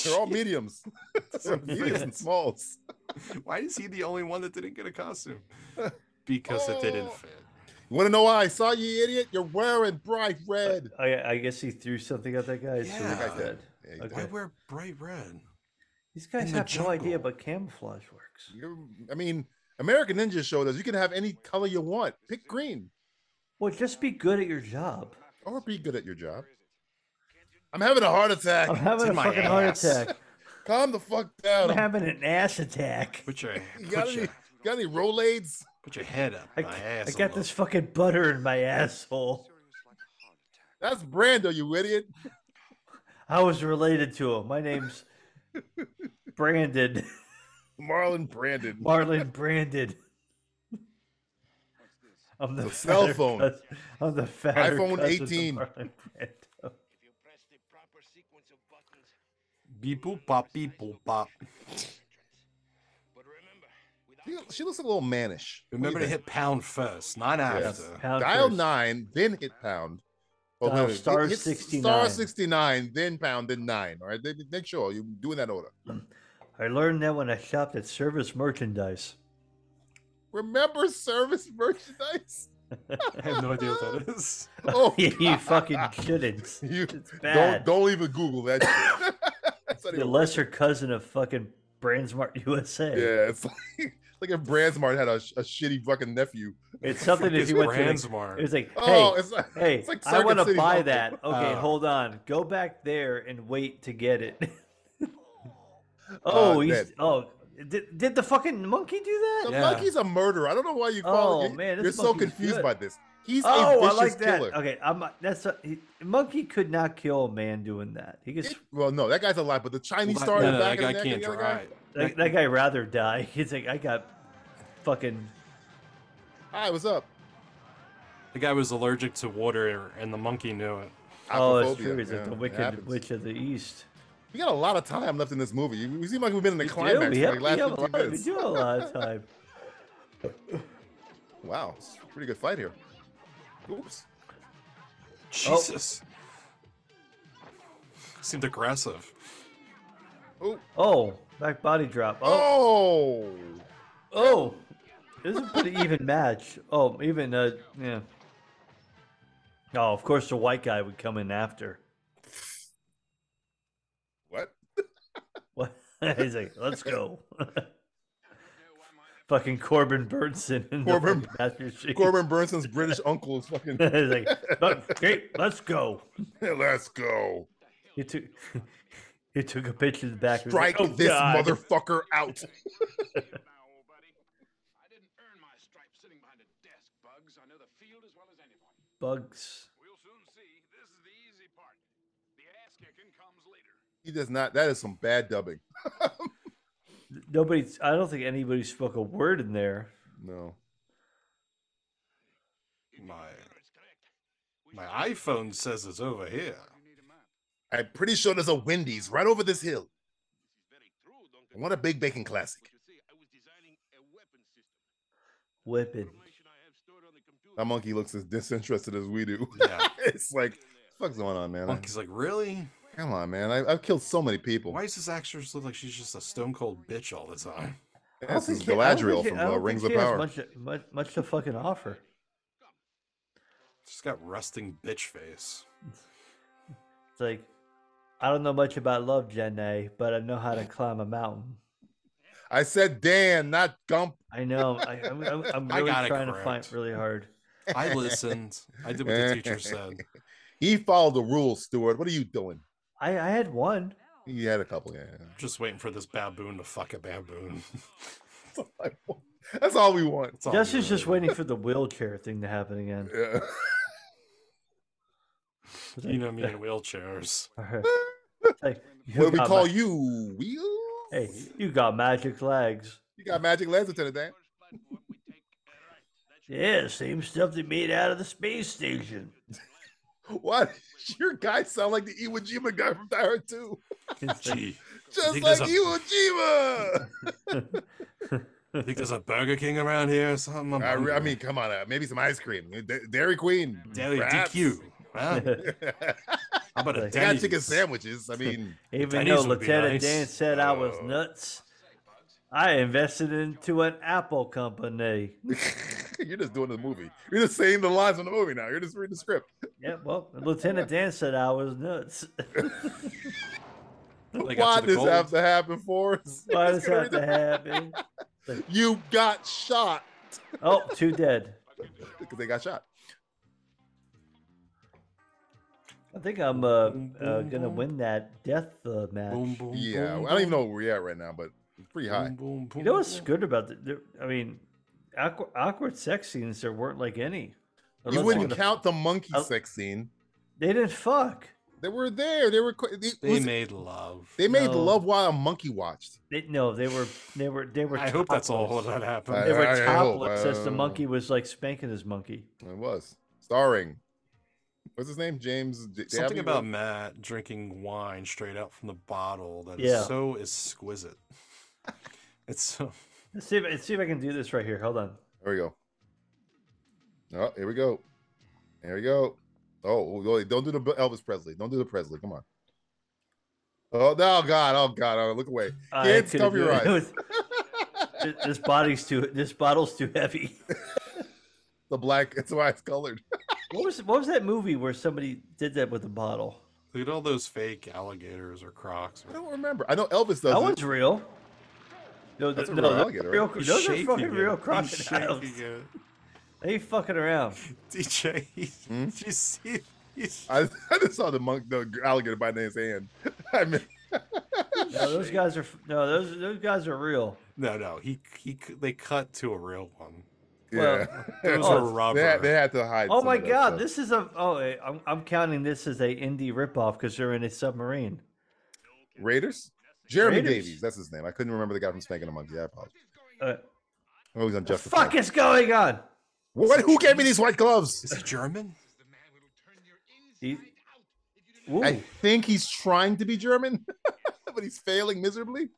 [SPEAKER 3] They're all mediums. [laughs] They're mediums and smalls.
[SPEAKER 5] Why is he the only one that didn't get a costume?
[SPEAKER 3] [laughs]
[SPEAKER 5] Because it
[SPEAKER 3] Oh.
[SPEAKER 5] didn't fit.
[SPEAKER 3] You want to know why I saw you, idiot? You're wearing bright red.
[SPEAKER 4] I, I guess he threw something at that guy. so
[SPEAKER 5] Yeah.
[SPEAKER 4] he's
[SPEAKER 5] Guy's
[SPEAKER 4] dead.
[SPEAKER 3] dead. Yeah, he's
[SPEAKER 5] Why
[SPEAKER 4] Okay.
[SPEAKER 5] wear bright red?
[SPEAKER 4] These guys
[SPEAKER 5] in the
[SPEAKER 4] have no idea
[SPEAKER 5] jungle?
[SPEAKER 4] about camouflage works.
[SPEAKER 3] You- I mean, American Ninja showed us you can have any color you want. Pick green
[SPEAKER 4] Well, just be good at
[SPEAKER 5] [laughs]
[SPEAKER 4] your job.
[SPEAKER 3] or be good at your job. I'm having a heart attack.
[SPEAKER 4] [laughs] I'm having a
[SPEAKER 5] in my
[SPEAKER 4] fucking heart
[SPEAKER 5] ass.
[SPEAKER 4] attack.
[SPEAKER 3] Calm the fuck down. I'm-
[SPEAKER 4] I'm having an ass attack.
[SPEAKER 5] Put your
[SPEAKER 3] [laughs] you got
[SPEAKER 5] put
[SPEAKER 3] any,
[SPEAKER 5] your,
[SPEAKER 3] got any Rolades?
[SPEAKER 5] put your head up.
[SPEAKER 4] I,
[SPEAKER 5] my
[SPEAKER 4] I
[SPEAKER 5] ass a
[SPEAKER 4] got
[SPEAKER 5] little.
[SPEAKER 4] this fucking butter in my asshole.
[SPEAKER 3] That's Brando, you idiot.
[SPEAKER 4] I was related to him.
[SPEAKER 5] [laughs]
[SPEAKER 4] My name's Brandon.
[SPEAKER 3] Marlon Brandon.
[SPEAKER 4] Marlon Brandon. I'm the,
[SPEAKER 3] The cell
[SPEAKER 4] fatter
[SPEAKER 3] phone.
[SPEAKER 4] cous- I'm the fatter
[SPEAKER 3] iPhone
[SPEAKER 4] cousin to
[SPEAKER 3] 18.
[SPEAKER 4] Marlon Brando.
[SPEAKER 5] beep boop bop beep boop bop.
[SPEAKER 3] She, she looks a little mannish. What do you
[SPEAKER 5] Remember to hit
[SPEAKER 3] think?
[SPEAKER 5] pound first, not
[SPEAKER 3] Yes.
[SPEAKER 5] after.
[SPEAKER 4] Pound
[SPEAKER 3] dial
[SPEAKER 4] first.
[SPEAKER 3] nine, then hit pound. Oh,
[SPEAKER 4] Dial
[SPEAKER 3] wait, hit-
[SPEAKER 4] star
[SPEAKER 3] hit
[SPEAKER 4] 69.
[SPEAKER 3] Star sixty nine, then pound, then nine. All right, They- they- make sure you do in that order.
[SPEAKER 4] I learned that when I shopped at
[SPEAKER 3] [laughs]
[SPEAKER 4] Service Merchandise.
[SPEAKER 3] Remember service
[SPEAKER 4] [laughs]
[SPEAKER 3] merchandise.
[SPEAKER 5] I have no idea what that [laughs] is.
[SPEAKER 3] Oh,
[SPEAKER 4] you
[SPEAKER 3] God.
[SPEAKER 4] fucking
[SPEAKER 3] [laughs]
[SPEAKER 4] shouldn't.
[SPEAKER 3] You
[SPEAKER 4] bad.
[SPEAKER 3] don't don't even Google that. shit. [laughs] That's not
[SPEAKER 4] The
[SPEAKER 3] even-
[SPEAKER 4] lesser cousin of fucking Brandsmart USA. [laughs]
[SPEAKER 3] yeah, it's like, [laughs] like if Brandsmart had a, sh- a shitty fucking nephew.
[SPEAKER 4] [laughs] It's something if
[SPEAKER 5] It's
[SPEAKER 4] you went to. Like,
[SPEAKER 5] Brandsmart.
[SPEAKER 4] it was like, hey,
[SPEAKER 3] Oh, it's like,
[SPEAKER 4] hey,
[SPEAKER 3] it's like
[SPEAKER 4] I want to
[SPEAKER 3] Circuit City Uh.
[SPEAKER 4] buy
[SPEAKER 3] Market.
[SPEAKER 4] that. Okay,
[SPEAKER 5] Oh.
[SPEAKER 4] hold on. Go back there and wait to get it.
[SPEAKER 3] [laughs]
[SPEAKER 4] oh, he's
[SPEAKER 3] dead.
[SPEAKER 4] oh. Did, did the fucking monkey do that?
[SPEAKER 3] The
[SPEAKER 5] Yeah.
[SPEAKER 3] monkey's a murderer. I don't know why you call.
[SPEAKER 4] Oh,
[SPEAKER 3] you-
[SPEAKER 4] man, this
[SPEAKER 3] you're so
[SPEAKER 4] monkey's
[SPEAKER 3] confused
[SPEAKER 4] good.
[SPEAKER 3] by this. He's
[SPEAKER 4] oh,
[SPEAKER 3] a
[SPEAKER 4] I
[SPEAKER 3] vicious
[SPEAKER 4] like that.
[SPEAKER 3] killer.
[SPEAKER 4] Okay, I'm uh, that's a, he, monkey could not kill a man doing that. He could, s-
[SPEAKER 3] Well, no, that guy's alive, but the Chinese
[SPEAKER 5] Well,
[SPEAKER 3] star
[SPEAKER 5] no,
[SPEAKER 3] in the
[SPEAKER 5] no,
[SPEAKER 3] back
[SPEAKER 5] that guy
[SPEAKER 3] of the neck
[SPEAKER 5] can't
[SPEAKER 3] and the other guy.
[SPEAKER 5] drive.
[SPEAKER 4] that, that guy rather die. [laughs] He's like, I got fucking
[SPEAKER 3] Hi, what's up?
[SPEAKER 5] The guy was allergic to water, and the monkey knew it.
[SPEAKER 4] oh, it's
[SPEAKER 3] Aquaphobia,
[SPEAKER 4] true. He's
[SPEAKER 3] yeah,
[SPEAKER 4] like the
[SPEAKER 3] it
[SPEAKER 4] wicked
[SPEAKER 3] happens.
[SPEAKER 4] witch of the east.
[SPEAKER 3] We got a lot of time left in this movie. You- We seem like we've been in the
[SPEAKER 4] We do,
[SPEAKER 3] climax
[SPEAKER 4] we
[SPEAKER 3] for
[SPEAKER 4] have-
[SPEAKER 3] like last
[SPEAKER 4] we have a
[SPEAKER 3] 15
[SPEAKER 4] lot- we
[SPEAKER 3] minutes.
[SPEAKER 4] do have a
[SPEAKER 3] [laughs]
[SPEAKER 4] lot of time.
[SPEAKER 3] Wow, it's a pretty good fight here. Oops.
[SPEAKER 5] Jesus. Seemed aggressive.
[SPEAKER 3] Oh.
[SPEAKER 4] Oh, back body drop. Oh,
[SPEAKER 3] Oh.
[SPEAKER 4] [laughs] oh, this is a pretty even match. Oh, even uh, yeah. Oh, of course the white guy would come in after. [laughs]
[SPEAKER 3] What?
[SPEAKER 4] What? He's like, let's go. [laughs] fucking Corbin Burnson and
[SPEAKER 3] Corbin-
[SPEAKER 4] the fucking [laughs] Master Chief.
[SPEAKER 3] Corbin Burnson's British uncle is fucking. [laughs]
[SPEAKER 4] He's like, "Look, great, let's go.
[SPEAKER 3] Let's go.
[SPEAKER 4] He took [laughs] he took a pitch in the back. He was like,
[SPEAKER 3] Strike
[SPEAKER 4] [laughs] "Oh,
[SPEAKER 3] this
[SPEAKER 4] God."
[SPEAKER 3] motherfucker out.
[SPEAKER 8] now, old buddy. I didn't stripe sitting behind a desk, Bugs. I know the field as well as anyone.
[SPEAKER 4] Bugs.
[SPEAKER 8] We'll soon see. This is the easy part. The ass kicking comes later.
[SPEAKER 3] He does not. That is some bad dubbing.
[SPEAKER 4] Nobody's. I don't think anybody spoke a word in there.
[SPEAKER 3] No.
[SPEAKER 5] My my iPhone says it's over here.
[SPEAKER 3] I'm pretty sure there's a Wendy's right over this hill. I want a big bacon classic.
[SPEAKER 4] Weapon.
[SPEAKER 3] That monkey looks as disinterested as we do.
[SPEAKER 5] Yeah.
[SPEAKER 3] [laughs] it's like, what the fuck's going on, man?
[SPEAKER 5] Monkey's like, really?
[SPEAKER 3] Come on, man. I, I've killed so many people.
[SPEAKER 5] Why does this actress look like she's just a stone cold bitch all the time?
[SPEAKER 4] I don't
[SPEAKER 3] This is
[SPEAKER 4] think she- I don't
[SPEAKER 3] Galadriel
[SPEAKER 4] think she-
[SPEAKER 3] from
[SPEAKER 4] I don't
[SPEAKER 3] uh,
[SPEAKER 4] think
[SPEAKER 3] Rings
[SPEAKER 4] she
[SPEAKER 3] of
[SPEAKER 4] has
[SPEAKER 3] Power.
[SPEAKER 4] Much, to- much, much to fucking offer.
[SPEAKER 5] She's got rusting bitch face.
[SPEAKER 4] It's like, I don't know much about love, Jenna, but I know how to climb a mountain.
[SPEAKER 3] I said Dan, not Gump.
[SPEAKER 4] I know. I, I'm, I'm,
[SPEAKER 3] [laughs]
[SPEAKER 4] I'm
[SPEAKER 5] I
[SPEAKER 4] really
[SPEAKER 5] got it
[SPEAKER 4] trying to find
[SPEAKER 5] correct.
[SPEAKER 4] really hard.
[SPEAKER 5] I listened. I did what the teacher said.
[SPEAKER 3] He followed the rules, Stuart. What are you doing?
[SPEAKER 4] I, I had one.
[SPEAKER 3] He had a couple. Yeah.
[SPEAKER 5] Just waiting for this baboon to fuck a
[SPEAKER 4] [laughs]
[SPEAKER 5] baboon.
[SPEAKER 3] That's all I want. That's all we want.
[SPEAKER 5] That's all
[SPEAKER 4] Justin's
[SPEAKER 5] we
[SPEAKER 4] just
[SPEAKER 5] really-
[SPEAKER 4] waiting for the wheelchair thing to happen
[SPEAKER 3] [laughs]
[SPEAKER 4] again. [laughs]
[SPEAKER 3] Yeah.
[SPEAKER 4] It's
[SPEAKER 5] You
[SPEAKER 4] like,
[SPEAKER 5] know me in wheelchairs.
[SPEAKER 4] alright. It's like, you
[SPEAKER 3] What do we
[SPEAKER 4] got
[SPEAKER 3] call
[SPEAKER 4] ma-
[SPEAKER 3] you? Wheels?
[SPEAKER 4] Hey, you got magic legs.
[SPEAKER 3] You got magic legs, Lieutenant Dan.
[SPEAKER 4] Yeah, same stuff they made out of the space station.
[SPEAKER 3] Why does your guy sound like the Iwo Jima guy from Die Hard 2?
[SPEAKER 4] [laughs] It's like,
[SPEAKER 5] Gee,
[SPEAKER 3] Just
[SPEAKER 5] think
[SPEAKER 3] like
[SPEAKER 5] there's a-
[SPEAKER 3] Iwo Jima!
[SPEAKER 5] I think there's a Burger King around here or something. I'm
[SPEAKER 3] I, re- I
[SPEAKER 5] hungry.
[SPEAKER 3] mean, come on, uh, maybe some ice cream. D- Dairy Queen.
[SPEAKER 5] Deli
[SPEAKER 3] perhaps.
[SPEAKER 5] DQ. Wow. How
[SPEAKER 4] [laughs]
[SPEAKER 5] about a
[SPEAKER 3] [laughs]
[SPEAKER 4] Like-
[SPEAKER 3] they got
[SPEAKER 5] Denny's?
[SPEAKER 3] chicken sandwiches. I mean, [laughs]
[SPEAKER 4] Even
[SPEAKER 5] Denny's
[SPEAKER 4] though
[SPEAKER 5] would be
[SPEAKER 4] Lieutenant
[SPEAKER 5] nice.
[SPEAKER 4] Dan said I was
[SPEAKER 3] Oh.
[SPEAKER 4] nuts, I invested into an Apple company.
[SPEAKER 3] you're just doing the movie. You're just saying the lines from the movie now. You're just reading the script.
[SPEAKER 4] Yeah, well,
[SPEAKER 3] [laughs]
[SPEAKER 4] Lieutenant Dan said I was nuts. [laughs]
[SPEAKER 5] They got
[SPEAKER 3] [laughs]
[SPEAKER 5] to
[SPEAKER 3] Why
[SPEAKER 5] the
[SPEAKER 3] does
[SPEAKER 5] gold.
[SPEAKER 3] this have to happen for us?
[SPEAKER 4] Why
[SPEAKER 3] You're
[SPEAKER 4] does
[SPEAKER 3] just gonna
[SPEAKER 4] that
[SPEAKER 3] read
[SPEAKER 4] happen?
[SPEAKER 3] the- You got shot.
[SPEAKER 4] Oh, two dead.
[SPEAKER 3] Because they got shot.
[SPEAKER 4] I think I'm uh, uh, gonna win that death uh, match.
[SPEAKER 5] Boom, boom,
[SPEAKER 3] Yeah.
[SPEAKER 5] boom,
[SPEAKER 3] I don't
[SPEAKER 5] boom,
[SPEAKER 3] even know where we're at right now, but it's pretty high.
[SPEAKER 5] boom, boom, boom,
[SPEAKER 4] You know what's
[SPEAKER 5] boom.
[SPEAKER 4] good about the? there- I mean, awkward, awkward sex scenes there weren't like any. Unless
[SPEAKER 3] You
[SPEAKER 4] you
[SPEAKER 3] wouldn't
[SPEAKER 4] wanna-
[SPEAKER 3] count the monkey
[SPEAKER 5] Oh.
[SPEAKER 4] I-
[SPEAKER 3] sex scene.
[SPEAKER 4] They didn't fuck.
[SPEAKER 3] They were there. They were. qu- They,
[SPEAKER 5] They
[SPEAKER 3] listen,
[SPEAKER 5] made love.
[SPEAKER 3] they made
[SPEAKER 4] No.
[SPEAKER 3] love while a monkey watched.
[SPEAKER 4] They, no, they were they were they were.
[SPEAKER 5] I hope that's all
[SPEAKER 4] topless.
[SPEAKER 5] that happened.
[SPEAKER 3] I-
[SPEAKER 4] They were
[SPEAKER 3] I- I hope,
[SPEAKER 4] topless as the
[SPEAKER 3] uh,
[SPEAKER 4] monkey was like spanking his monkey.
[SPEAKER 3] It was starring. What's his name? James. J-
[SPEAKER 5] Something
[SPEAKER 3] Dabney?
[SPEAKER 5] about Matt drinking wine straight out from the bottle that is
[SPEAKER 4] Yeah.
[SPEAKER 5] so exquisite. [laughs] It's so
[SPEAKER 4] Let's see if let's see if I can do this right here. Hold on.
[SPEAKER 3] There we go. Oh, here we go. There we go. Oh, oh, wait, don't do the B- Elvis Presley. Don't do the Presley. Come on. Oh no, God! Oh God! Oh, look away.
[SPEAKER 4] I
[SPEAKER 3] Kids,
[SPEAKER 4] couldn't
[SPEAKER 3] cover
[SPEAKER 4] do
[SPEAKER 3] your
[SPEAKER 4] Uh, it.
[SPEAKER 3] eyes.
[SPEAKER 4] This- this body's too. This bottle's too heavy.
[SPEAKER 3] The black. It's why it's colored. [laughs]
[SPEAKER 4] What was what was that movie where somebody did that with a bottle?
[SPEAKER 5] look at all those fake alligators or crocs.
[SPEAKER 3] I don't remember. I know Elvis does
[SPEAKER 4] That
[SPEAKER 3] it.
[SPEAKER 4] one's real. No,
[SPEAKER 3] That's
[SPEAKER 4] th-
[SPEAKER 3] a
[SPEAKER 4] no,
[SPEAKER 3] real
[SPEAKER 4] those,
[SPEAKER 3] alligator,
[SPEAKER 4] are
[SPEAKER 3] right?
[SPEAKER 4] real,
[SPEAKER 5] He's
[SPEAKER 4] those are
[SPEAKER 5] shaking
[SPEAKER 4] fucking real
[SPEAKER 5] it. He's
[SPEAKER 4] crocodiles.
[SPEAKER 5] shaking it.
[SPEAKER 4] They ain't fucking around.
[SPEAKER 5] DJ, he's-
[SPEAKER 3] Hmm?
[SPEAKER 5] did you see? He's,
[SPEAKER 3] I, [laughs] I just saw the monk, the alligator biting his hand. [laughs] I mean,
[SPEAKER 4] No, those guys are f- no, those those guys are real.
[SPEAKER 5] no, no, he he. c- They cut to a real one.
[SPEAKER 3] yeah.
[SPEAKER 5] [laughs] Those
[SPEAKER 3] [laughs]
[SPEAKER 4] Oh,
[SPEAKER 5] are
[SPEAKER 4] it's-
[SPEAKER 5] rubber.
[SPEAKER 3] they, had, they had to hide.
[SPEAKER 4] Oh
[SPEAKER 3] some
[SPEAKER 4] my
[SPEAKER 3] of that
[SPEAKER 4] god,
[SPEAKER 3] stuff.
[SPEAKER 4] this is a oh eh, I'm, I'm counting this as a indie ripoff because they're in a submarine.
[SPEAKER 3] Raiders. Jeremy
[SPEAKER 4] Raiders.
[SPEAKER 3] Davies. That's his name. I couldn't remember the guy from Spanking the Monkey. I apologize.
[SPEAKER 4] Uh,
[SPEAKER 3] I was on
[SPEAKER 4] the
[SPEAKER 3] Justice.
[SPEAKER 4] fuck is going on?
[SPEAKER 3] What? Who gave me these white gloves?
[SPEAKER 5] Is he German?
[SPEAKER 4] He- Ooh,
[SPEAKER 3] I think he's trying to be German, [laughs] but he's failing miserably.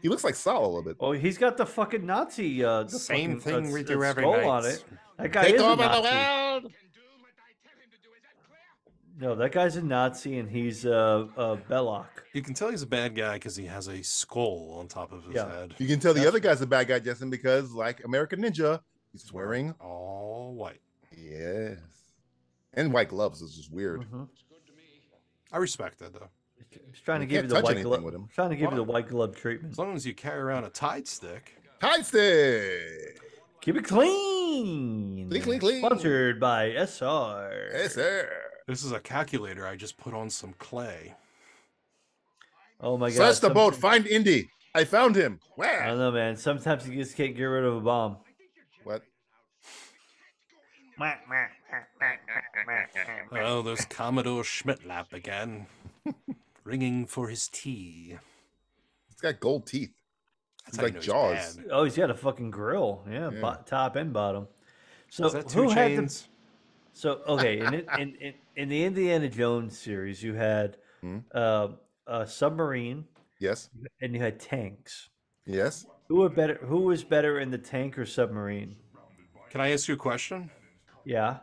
[SPEAKER 3] He looks like Saul a little bit.
[SPEAKER 4] oh, he's got the fucking Nazi. Uh, the
[SPEAKER 5] Same
[SPEAKER 4] fucking, uh,
[SPEAKER 5] thing we
[SPEAKER 4] s-
[SPEAKER 5] do
[SPEAKER 4] uh,
[SPEAKER 5] every
[SPEAKER 4] skull
[SPEAKER 5] night.
[SPEAKER 4] on it. That guy
[SPEAKER 3] Take
[SPEAKER 4] is a
[SPEAKER 3] over the
[SPEAKER 4] Nazi.
[SPEAKER 3] world.
[SPEAKER 4] No, that guy's a Nazi and he's uh, uh Belloc.
[SPEAKER 5] You can tell he's a bad guy because he has a skull on top of his
[SPEAKER 4] Yeah.
[SPEAKER 5] head.
[SPEAKER 3] You can tell the other guy's a bad guy, Justin, because like American Ninja, he's wearing
[SPEAKER 5] all white.
[SPEAKER 3] yes, and white gloves. It's just weird.
[SPEAKER 4] Mhm.
[SPEAKER 5] I respect that though.
[SPEAKER 4] He's trying to
[SPEAKER 3] You
[SPEAKER 4] give you
[SPEAKER 3] can't
[SPEAKER 4] the
[SPEAKER 3] touch
[SPEAKER 4] white
[SPEAKER 3] anything
[SPEAKER 4] glove.
[SPEAKER 3] with him.
[SPEAKER 4] Trying to give you the white glove treatment.
[SPEAKER 5] As long as you carry around a Tide stick,
[SPEAKER 3] Tight stick.
[SPEAKER 4] Keep it clean.
[SPEAKER 3] Clean, clean, clean.
[SPEAKER 4] Sponsored by SR.
[SPEAKER 3] Yes, sir.
[SPEAKER 5] this is a calculator. I just put on some clay.
[SPEAKER 4] Oh my god.
[SPEAKER 3] Search the boat.
[SPEAKER 4] sometimes-
[SPEAKER 3] Find Indy. I found him.
[SPEAKER 4] I
[SPEAKER 3] Where?
[SPEAKER 4] Uh, don't know, man. Sometimes you just can't get rid of a bomb.
[SPEAKER 3] What?
[SPEAKER 5] Oh, there's Commodore Schmitlap
[SPEAKER 3] [laughs]
[SPEAKER 5] again, ringing for his tea.
[SPEAKER 3] It's got gold teeth.
[SPEAKER 5] That's how you
[SPEAKER 3] like
[SPEAKER 5] know he's
[SPEAKER 3] Jaws.
[SPEAKER 5] bad.
[SPEAKER 4] Oh, he's got a fucking grill. Yeah,
[SPEAKER 3] Yeah.
[SPEAKER 4] bo- top and bottom. So
[SPEAKER 5] Is that two
[SPEAKER 4] who had the
[SPEAKER 5] chains?
[SPEAKER 4] So okay, in it, in, in in the Indiana Jones series, you had
[SPEAKER 3] Mhm.
[SPEAKER 4] uh, a submarine
[SPEAKER 3] Yes.
[SPEAKER 4] and you had tanks.
[SPEAKER 3] Yes.
[SPEAKER 4] Who were better? Who was better in the tank or submarine?
[SPEAKER 5] Can I ask you a question?
[SPEAKER 4] Yeah,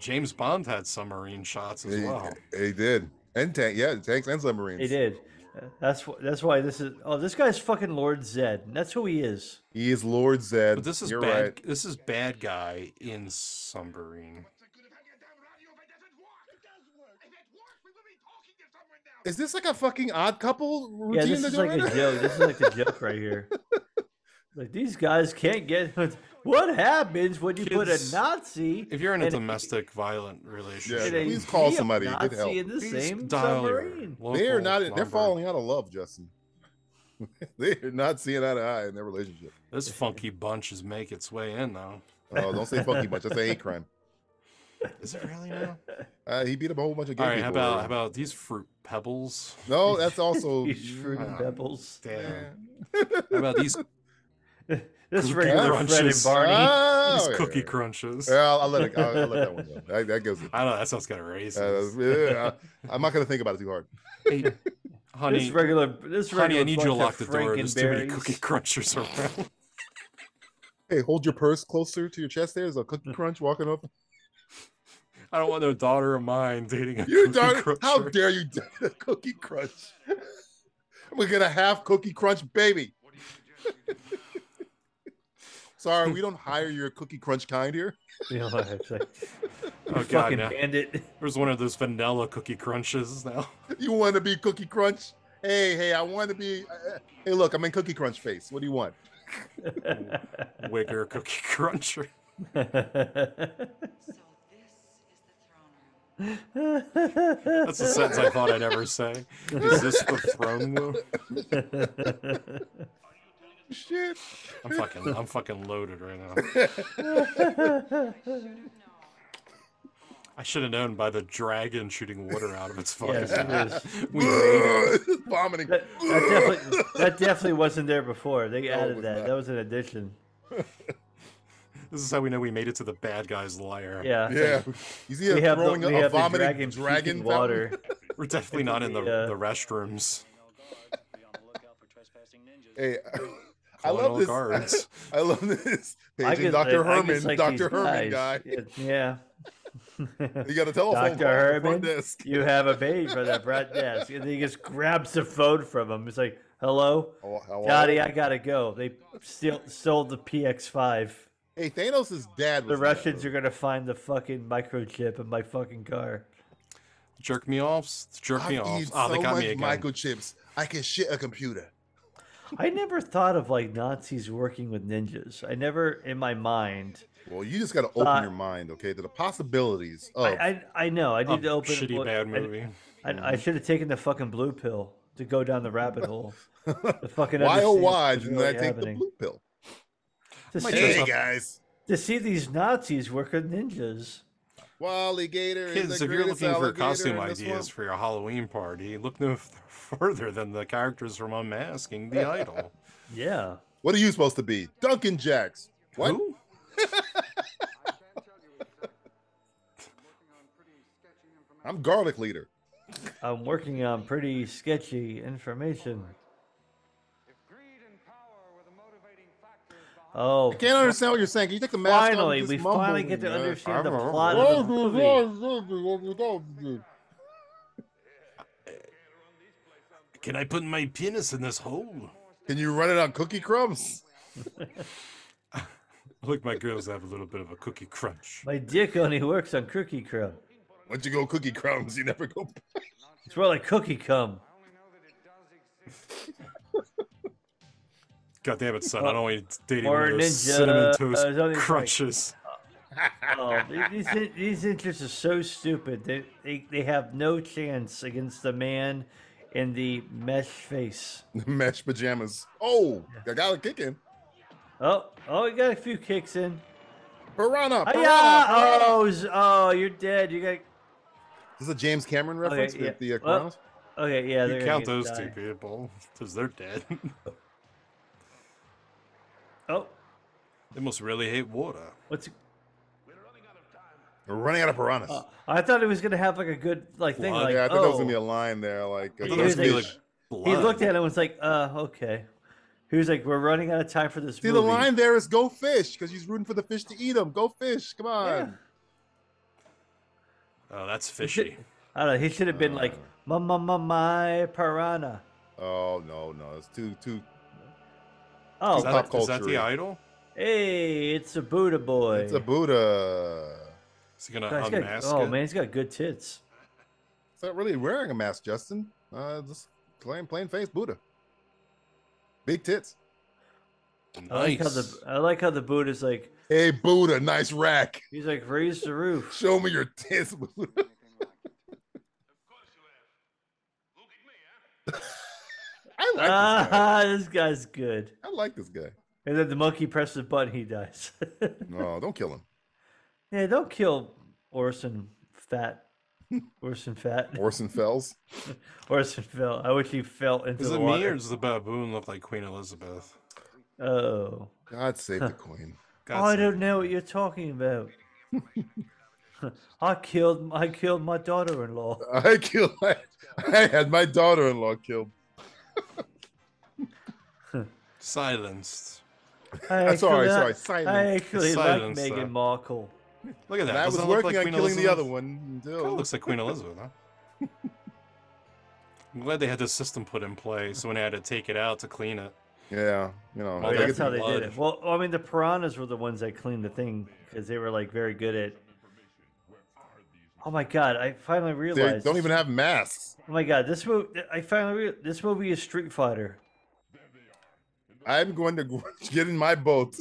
[SPEAKER 5] James Bond had submarine shots as
[SPEAKER 3] He,
[SPEAKER 5] well.
[SPEAKER 3] he did. And tank. Yeah, tanks and submarines.
[SPEAKER 4] they did. Uh, That's wh- that's why this is. Oh, this guy's fucking Lord Zed. and That's who he is.
[SPEAKER 3] He is Lord Zed.
[SPEAKER 5] But this is
[SPEAKER 3] You're
[SPEAKER 5] bad.
[SPEAKER 3] right.
[SPEAKER 5] This is bad guy in submarine.
[SPEAKER 3] Is this like a fucking odd couple routine?
[SPEAKER 4] Yeah, this
[SPEAKER 3] they're
[SPEAKER 4] is
[SPEAKER 3] doing
[SPEAKER 4] like a
[SPEAKER 3] right now?
[SPEAKER 4] joke. This is like a joke right here. Like these guys can't get. What happens when you put a
[SPEAKER 5] Kids,
[SPEAKER 4] Nazi?
[SPEAKER 5] If you're in a
[SPEAKER 4] and
[SPEAKER 5] domestic violent
[SPEAKER 3] Yeah,
[SPEAKER 5] relationship,
[SPEAKER 4] and a
[SPEAKER 3] please call somebody to get
[SPEAKER 4] neo-Nazi
[SPEAKER 3] help.
[SPEAKER 4] In the
[SPEAKER 5] please
[SPEAKER 4] same
[SPEAKER 5] dial your
[SPEAKER 4] submarine.
[SPEAKER 3] [laughs] They are
[SPEAKER 5] local
[SPEAKER 3] not. They're
[SPEAKER 5] number.
[SPEAKER 3] falling out of love, Justin. [laughs] they are not seeing eye to eye in their relationship.
[SPEAKER 5] This funky bunch is make its way in though.
[SPEAKER 3] Oh, don't say funky bunch. That's a hate crime.
[SPEAKER 5] Is it really
[SPEAKER 3] [laughs]
[SPEAKER 5] now?
[SPEAKER 3] Uh, he beat up a whole bunch of gay
[SPEAKER 5] All right,
[SPEAKER 3] people.
[SPEAKER 5] how about how
[SPEAKER 3] already.
[SPEAKER 5] about these fruit pebbles?
[SPEAKER 3] No, that's
[SPEAKER 4] [laughs]
[SPEAKER 3] also. Oh,
[SPEAKER 4] These fruity
[SPEAKER 5] Ah.
[SPEAKER 4] pebbles.
[SPEAKER 5] Damn. how about
[SPEAKER 3] [laughs]
[SPEAKER 5] these
[SPEAKER 4] This
[SPEAKER 5] Cookie
[SPEAKER 4] regular Fred and
[SPEAKER 5] Crunches.
[SPEAKER 4] Barney.
[SPEAKER 3] Oh,
[SPEAKER 5] these
[SPEAKER 3] yeah,
[SPEAKER 5] cookie
[SPEAKER 3] yeah.
[SPEAKER 5] crunches?
[SPEAKER 3] Yeah, I'll, I'll let it. I'll, I'll let that one go. That, that gives it.
[SPEAKER 5] [laughs] I don't know. That sounds kind of
[SPEAKER 3] Uh,
[SPEAKER 5] racist.
[SPEAKER 3] yeah, I, am not gonna think about it too hard.
[SPEAKER 5] Hey,
[SPEAKER 3] [laughs]
[SPEAKER 5] honey,
[SPEAKER 4] this regular. This regular.
[SPEAKER 5] honey, I need you to
[SPEAKER 4] bunch
[SPEAKER 5] lock
[SPEAKER 4] of
[SPEAKER 5] the door. There's too many
[SPEAKER 4] Frankenberries.
[SPEAKER 5] cookie crunchers [laughs] around.
[SPEAKER 3] Hey, hold your purse closer to your chest. There's a
[SPEAKER 4] [laughs]
[SPEAKER 3] cookie crunch walking up.
[SPEAKER 5] I don't want no daughter of mine dating a
[SPEAKER 3] You
[SPEAKER 5] cookie
[SPEAKER 3] don't. How
[SPEAKER 5] cruncher.
[SPEAKER 3] dare you, date a cookie crunch? I'm gonna get a half cookie crunch baby. [laughs] Sorry, we
[SPEAKER 4] [laughs]
[SPEAKER 3] don't hire your cookie crunch kind here. [laughs]
[SPEAKER 4] You know, it's
[SPEAKER 5] [laughs]
[SPEAKER 4] like,
[SPEAKER 5] Oh god,
[SPEAKER 4] fucking
[SPEAKER 5] no.
[SPEAKER 4] bandit.
[SPEAKER 5] there's one of those vanilla cookie crunches now. [laughs]
[SPEAKER 3] You want to be cookie crunch? Hey, hey, I want to be. Uh, hey, look, I'm in cookie crunch face. What do you want?
[SPEAKER 5] Wigger cookie cruncher. That's a sentence I thought I'd ever say. Is this the throne room?
[SPEAKER 4] [laughs]
[SPEAKER 3] Shit. [laughs]
[SPEAKER 5] I'm fucking, I'm fucking loaded right now. I should have known by the dragon shooting water out of its fucking
[SPEAKER 4] yes, it
[SPEAKER 5] mouth.
[SPEAKER 4] is.
[SPEAKER 5] [laughs] We made it.
[SPEAKER 3] Vomiting.
[SPEAKER 4] That, that definitely, that definitely wasn't there before. They
[SPEAKER 3] it
[SPEAKER 4] added
[SPEAKER 3] was
[SPEAKER 4] that.
[SPEAKER 3] not.
[SPEAKER 4] That was an addition.
[SPEAKER 5] This is how we know we made it to the bad guy's lair.
[SPEAKER 4] Yeah. it's
[SPEAKER 3] Yeah.
[SPEAKER 4] like,
[SPEAKER 3] He's either
[SPEAKER 4] we have the,
[SPEAKER 3] throwing
[SPEAKER 4] we
[SPEAKER 3] a,
[SPEAKER 4] have the
[SPEAKER 3] vomiting
[SPEAKER 4] dragon,
[SPEAKER 3] dragon,
[SPEAKER 4] puking
[SPEAKER 3] fountain.
[SPEAKER 4] water.
[SPEAKER 5] We're definitely not in the,
[SPEAKER 4] Yeah.
[SPEAKER 5] the restrooms.
[SPEAKER 3] Hey, [laughs] I
[SPEAKER 5] Calling
[SPEAKER 3] love
[SPEAKER 5] all
[SPEAKER 3] this.
[SPEAKER 5] guards.
[SPEAKER 3] [laughs] I love this.
[SPEAKER 4] I
[SPEAKER 3] Paging
[SPEAKER 4] could,
[SPEAKER 3] Dr.
[SPEAKER 4] like- I
[SPEAKER 3] Herman,
[SPEAKER 4] could, like, these
[SPEAKER 3] Dr. Herman guy.
[SPEAKER 4] guys. Yeah. yeah.
[SPEAKER 3] You got a telephone
[SPEAKER 4] Dr.
[SPEAKER 3] call at the front
[SPEAKER 4] Herman,
[SPEAKER 3] desk.
[SPEAKER 4] you have a page for that front desk. And he just grabs the phone from him. He's like, hello?
[SPEAKER 3] Hello- hello?
[SPEAKER 4] Daddy, I gotta go. They still sold the PX5.
[SPEAKER 3] Hey, Thanos' dad
[SPEAKER 4] The
[SPEAKER 3] was
[SPEAKER 4] Russians are gonna find the fucking microchip in my fucking car.
[SPEAKER 5] Jerk me offs. Jerk
[SPEAKER 3] I
[SPEAKER 5] me offs.
[SPEAKER 3] eat
[SPEAKER 4] Oh,
[SPEAKER 5] Ah, they
[SPEAKER 3] so
[SPEAKER 5] got
[SPEAKER 3] much
[SPEAKER 5] me again.
[SPEAKER 3] microchips. I can shit a computer.
[SPEAKER 4] I never thought of like Nazis working with ninjas. I never in my mind.
[SPEAKER 3] Well, you just got to open
[SPEAKER 4] Uh,
[SPEAKER 3] your mind, okay, to the possibilities of.
[SPEAKER 4] I, I I know. I
[SPEAKER 5] Oh,
[SPEAKER 4] need to open
[SPEAKER 5] shitty
[SPEAKER 4] well,
[SPEAKER 5] bad
[SPEAKER 4] I-
[SPEAKER 5] movie.
[SPEAKER 4] I, I, should have taken the fucking blue pill to go down the
[SPEAKER 3] [laughs]
[SPEAKER 4] rabbit hole. The fucking
[SPEAKER 3] why oh why
[SPEAKER 4] understand what's
[SPEAKER 3] didn't
[SPEAKER 4] really
[SPEAKER 3] I take
[SPEAKER 4] happening.
[SPEAKER 3] the blue pill?
[SPEAKER 4] To
[SPEAKER 5] Might
[SPEAKER 4] see,
[SPEAKER 5] just-
[SPEAKER 3] Hey
[SPEAKER 5] up-
[SPEAKER 3] guys,
[SPEAKER 4] to see these Nazis work with ninjas.
[SPEAKER 3] Wally Gator. is
[SPEAKER 5] Kids,
[SPEAKER 3] the
[SPEAKER 5] if you're
[SPEAKER 3] greatest
[SPEAKER 5] looking for
[SPEAKER 3] alligator
[SPEAKER 5] costume
[SPEAKER 3] in the
[SPEAKER 5] ideas
[SPEAKER 3] swamp.
[SPEAKER 5] for your Halloween party, look no [laughs] f- further than the characters from Unmasking
[SPEAKER 4] [laughs]
[SPEAKER 5] the Idol.
[SPEAKER 4] Yeah.
[SPEAKER 3] what are you supposed to be, Duncan Jacks? What?
[SPEAKER 5] Who?
[SPEAKER 3] I'm garlic leader.
[SPEAKER 4] I'm working on pretty sketchy information. Oh,
[SPEAKER 3] I can't understand what you're saying. Can you take the mask
[SPEAKER 4] finally,
[SPEAKER 3] off?
[SPEAKER 4] we finally get to understand the
[SPEAKER 5] I'm-
[SPEAKER 4] plot of the movie.
[SPEAKER 3] understand.
[SPEAKER 5] Can I put my penis in this hole?
[SPEAKER 3] Can you run it on cookie crumbs?
[SPEAKER 5] Look, my girls have a little bit of a cookie crunch.
[SPEAKER 4] My dick only works on cookie crumb.
[SPEAKER 3] Once you go cookie crumbs, you never go. [laughs]
[SPEAKER 4] It's more like cookie cum.
[SPEAKER 5] God damn it, son! I don't want you dating
[SPEAKER 4] Or
[SPEAKER 5] one of those
[SPEAKER 4] Oh, ninja,
[SPEAKER 5] cinnamon
[SPEAKER 4] uh, it's only
[SPEAKER 5] toast
[SPEAKER 4] like-
[SPEAKER 5] crunches.
[SPEAKER 4] Oh, th- these in- these interests are so stupid. They, they they have no chance against the man in the mesh face.
[SPEAKER 3] Mesh pajamas. Oh, I got a kick in.
[SPEAKER 4] Oh, oh, he got a few kicks in.
[SPEAKER 3] Piranha! Piranha!
[SPEAKER 4] Hiya!
[SPEAKER 3] Piranha!
[SPEAKER 4] Oh, z- oh, you're dead. You got
[SPEAKER 3] Is this a James Cameron reference
[SPEAKER 4] yeah.
[SPEAKER 3] with the uh,
[SPEAKER 4] Well,
[SPEAKER 3] Piranhas?
[SPEAKER 4] okay. Yeah,
[SPEAKER 5] You
[SPEAKER 4] they're
[SPEAKER 5] count
[SPEAKER 4] gonna
[SPEAKER 5] those
[SPEAKER 4] die.
[SPEAKER 5] two people because they're dead. [laughs]
[SPEAKER 4] Oh,
[SPEAKER 5] they must really hate water.
[SPEAKER 4] what's?
[SPEAKER 3] We're running out of piranhas.
[SPEAKER 4] Uh, I thought it was gonna have like a good like thing.
[SPEAKER 5] Blood.
[SPEAKER 4] Like,
[SPEAKER 3] yeah, I thought
[SPEAKER 4] oh.
[SPEAKER 3] that was gonna be a line there. Like, uh,
[SPEAKER 5] I
[SPEAKER 4] He
[SPEAKER 5] thought it was
[SPEAKER 4] was
[SPEAKER 5] gonna be
[SPEAKER 4] like-
[SPEAKER 5] like
[SPEAKER 4] He
[SPEAKER 5] blood.
[SPEAKER 4] looked at it and was like, uh, okay. He was like, we're running out of time for this
[SPEAKER 3] see
[SPEAKER 4] movie.
[SPEAKER 3] the line there is "Go fish" because he's rooting for the fish to eat them. Go fish! Come on.
[SPEAKER 4] Yeah.
[SPEAKER 5] Oh, that's fishy.
[SPEAKER 4] I don't know. He should have been
[SPEAKER 3] Uh.
[SPEAKER 4] like, ma ma ma my piranha.
[SPEAKER 3] Oh no, no, it's too too.
[SPEAKER 4] Oh,
[SPEAKER 5] Is that,
[SPEAKER 3] pop
[SPEAKER 5] is that the
[SPEAKER 3] culture-y.
[SPEAKER 5] idol?
[SPEAKER 4] hey, it's a Buddha boy.
[SPEAKER 3] It's a Buddha.
[SPEAKER 5] Is he gonna
[SPEAKER 4] God, he's got-
[SPEAKER 5] unmask
[SPEAKER 4] oh
[SPEAKER 5] it?
[SPEAKER 4] man, he's got good tits.
[SPEAKER 3] It's not really wearing a mask, Justin. Uh, just plain plain face Buddha. Big tits.
[SPEAKER 4] I like how Oh, the
[SPEAKER 5] Nice.
[SPEAKER 4] I like how the Buddha's like
[SPEAKER 3] Hey Buddha, nice rack.
[SPEAKER 4] he's like raise the roof.
[SPEAKER 3] Show me your tits, Buddha. I like this guy.
[SPEAKER 4] Ah, [laughs] this guy's good.
[SPEAKER 3] I like this guy.
[SPEAKER 4] And then the monkey presses the button, he dies. [laughs]
[SPEAKER 3] No, don't kill him.
[SPEAKER 4] yeah, don't kill Orson Fat.
[SPEAKER 5] [laughs]
[SPEAKER 4] Orson Fat.
[SPEAKER 3] Orson Fells.
[SPEAKER 4] [laughs] Orson fell. I wish he fell into
[SPEAKER 5] Is
[SPEAKER 4] the
[SPEAKER 5] it
[SPEAKER 4] water.
[SPEAKER 5] me or does the baboon look like Queen Elizabeth?
[SPEAKER 4] Oh.
[SPEAKER 3] God save the queen.
[SPEAKER 5] God
[SPEAKER 4] I
[SPEAKER 5] save
[SPEAKER 4] don't
[SPEAKER 5] her.
[SPEAKER 4] know what you're talking about. [laughs] I killed I killed my daughter-in-law.
[SPEAKER 3] I killed. I, I had my daughter-in-law killed.
[SPEAKER 5] Silenced.
[SPEAKER 4] I
[SPEAKER 3] Uh, sorry, sorry,
[SPEAKER 4] actually- I
[SPEAKER 3] silence.
[SPEAKER 4] actually like
[SPEAKER 5] Silence,
[SPEAKER 4] Meghan
[SPEAKER 5] uh,
[SPEAKER 4] Markle.
[SPEAKER 5] Look at that.
[SPEAKER 3] And I was
[SPEAKER 5] Doesn't that look
[SPEAKER 3] working
[SPEAKER 5] like
[SPEAKER 3] on
[SPEAKER 5] Queen
[SPEAKER 3] killing the
[SPEAKER 5] Elizabeth?
[SPEAKER 3] other one.
[SPEAKER 5] Kind
[SPEAKER 3] Until...
[SPEAKER 5] of looks like Queen Elizabeth, huh?
[SPEAKER 3] [laughs]
[SPEAKER 5] I'm glad they had this system put in place when they had to take it out to clean it.
[SPEAKER 3] Yeah, you know.
[SPEAKER 5] Oh,
[SPEAKER 3] I
[SPEAKER 5] yeah,
[SPEAKER 3] get
[SPEAKER 4] that's how they did
[SPEAKER 5] blood.
[SPEAKER 4] it. Well, I mean, the piranhas were the ones that cleaned the thing because they were like very good at. Oh my god! I finally
[SPEAKER 3] They
[SPEAKER 4] realized.
[SPEAKER 3] don't even have masks.
[SPEAKER 4] Oh my god! This movie. I finally real this movie is Street Fighter.
[SPEAKER 3] I'm going to [laughs] get in my boat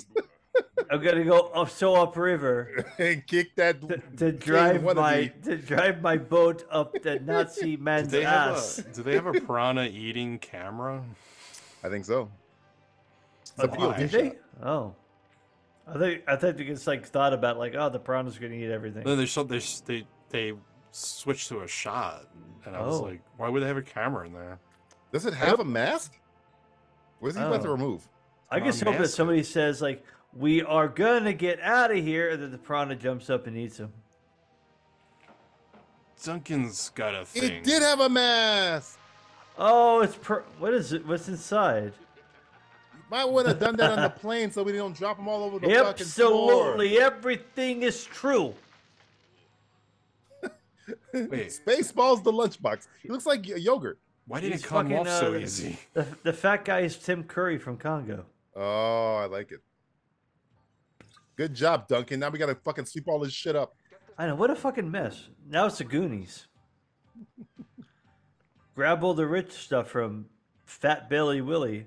[SPEAKER 4] I'm gonna go up so
[SPEAKER 5] [laughs]
[SPEAKER 4] upriver
[SPEAKER 3] and kick that
[SPEAKER 4] to, to
[SPEAKER 3] king
[SPEAKER 4] drive
[SPEAKER 3] wannabe.
[SPEAKER 4] my to drive my boat up
[SPEAKER 5] [laughs]
[SPEAKER 4] the Nazi man's
[SPEAKER 5] They have
[SPEAKER 4] ass.
[SPEAKER 5] a, [laughs] do they have a piranha eating
[SPEAKER 3] [laughs]
[SPEAKER 5] camera?
[SPEAKER 3] I think so.
[SPEAKER 4] Oh,
[SPEAKER 3] appeal
[SPEAKER 4] did
[SPEAKER 3] picture.
[SPEAKER 4] they? Oh, I think I think they just like thought about like, oh, the piranhas gonna eat everything.
[SPEAKER 5] No, they shot. They s- they they switched to a shot, and I was
[SPEAKER 4] Oh.
[SPEAKER 5] like, why would they have a camera in there?
[SPEAKER 3] Does it have a mask? Where's he about to
[SPEAKER 4] Oh.
[SPEAKER 3] remove?
[SPEAKER 4] I
[SPEAKER 5] Ron
[SPEAKER 4] just hope that
[SPEAKER 5] Masked.
[SPEAKER 4] somebody says like, "We are gonna get out of here," and then the piranha jumps up and eats him.
[SPEAKER 5] Duncan's got a thing.
[SPEAKER 3] It did have a mask.
[SPEAKER 4] Oh, it's per- what is it? What's inside?
[SPEAKER 3] Might would have done that on the [laughs] plane so we don't drop them all over the fucking
[SPEAKER 4] Absolutely, everything is true.
[SPEAKER 3] floor.
[SPEAKER 5] Wait.
[SPEAKER 3] Spaceballs the lunchbox. He looks like y- yogurt.
[SPEAKER 5] Why did
[SPEAKER 4] He's
[SPEAKER 5] it come
[SPEAKER 4] fucking,
[SPEAKER 5] off so
[SPEAKER 4] uh,
[SPEAKER 5] easy?
[SPEAKER 4] The, the fat guy is Tim Curry from Congo.
[SPEAKER 3] Oh, I like it. Good job, Duncan. Now we gotta fucking sweep all this shit up.
[SPEAKER 4] I know what a fucking mess. Now it's the Goonies. Grab all the rich stuff from Fat Billy Willie.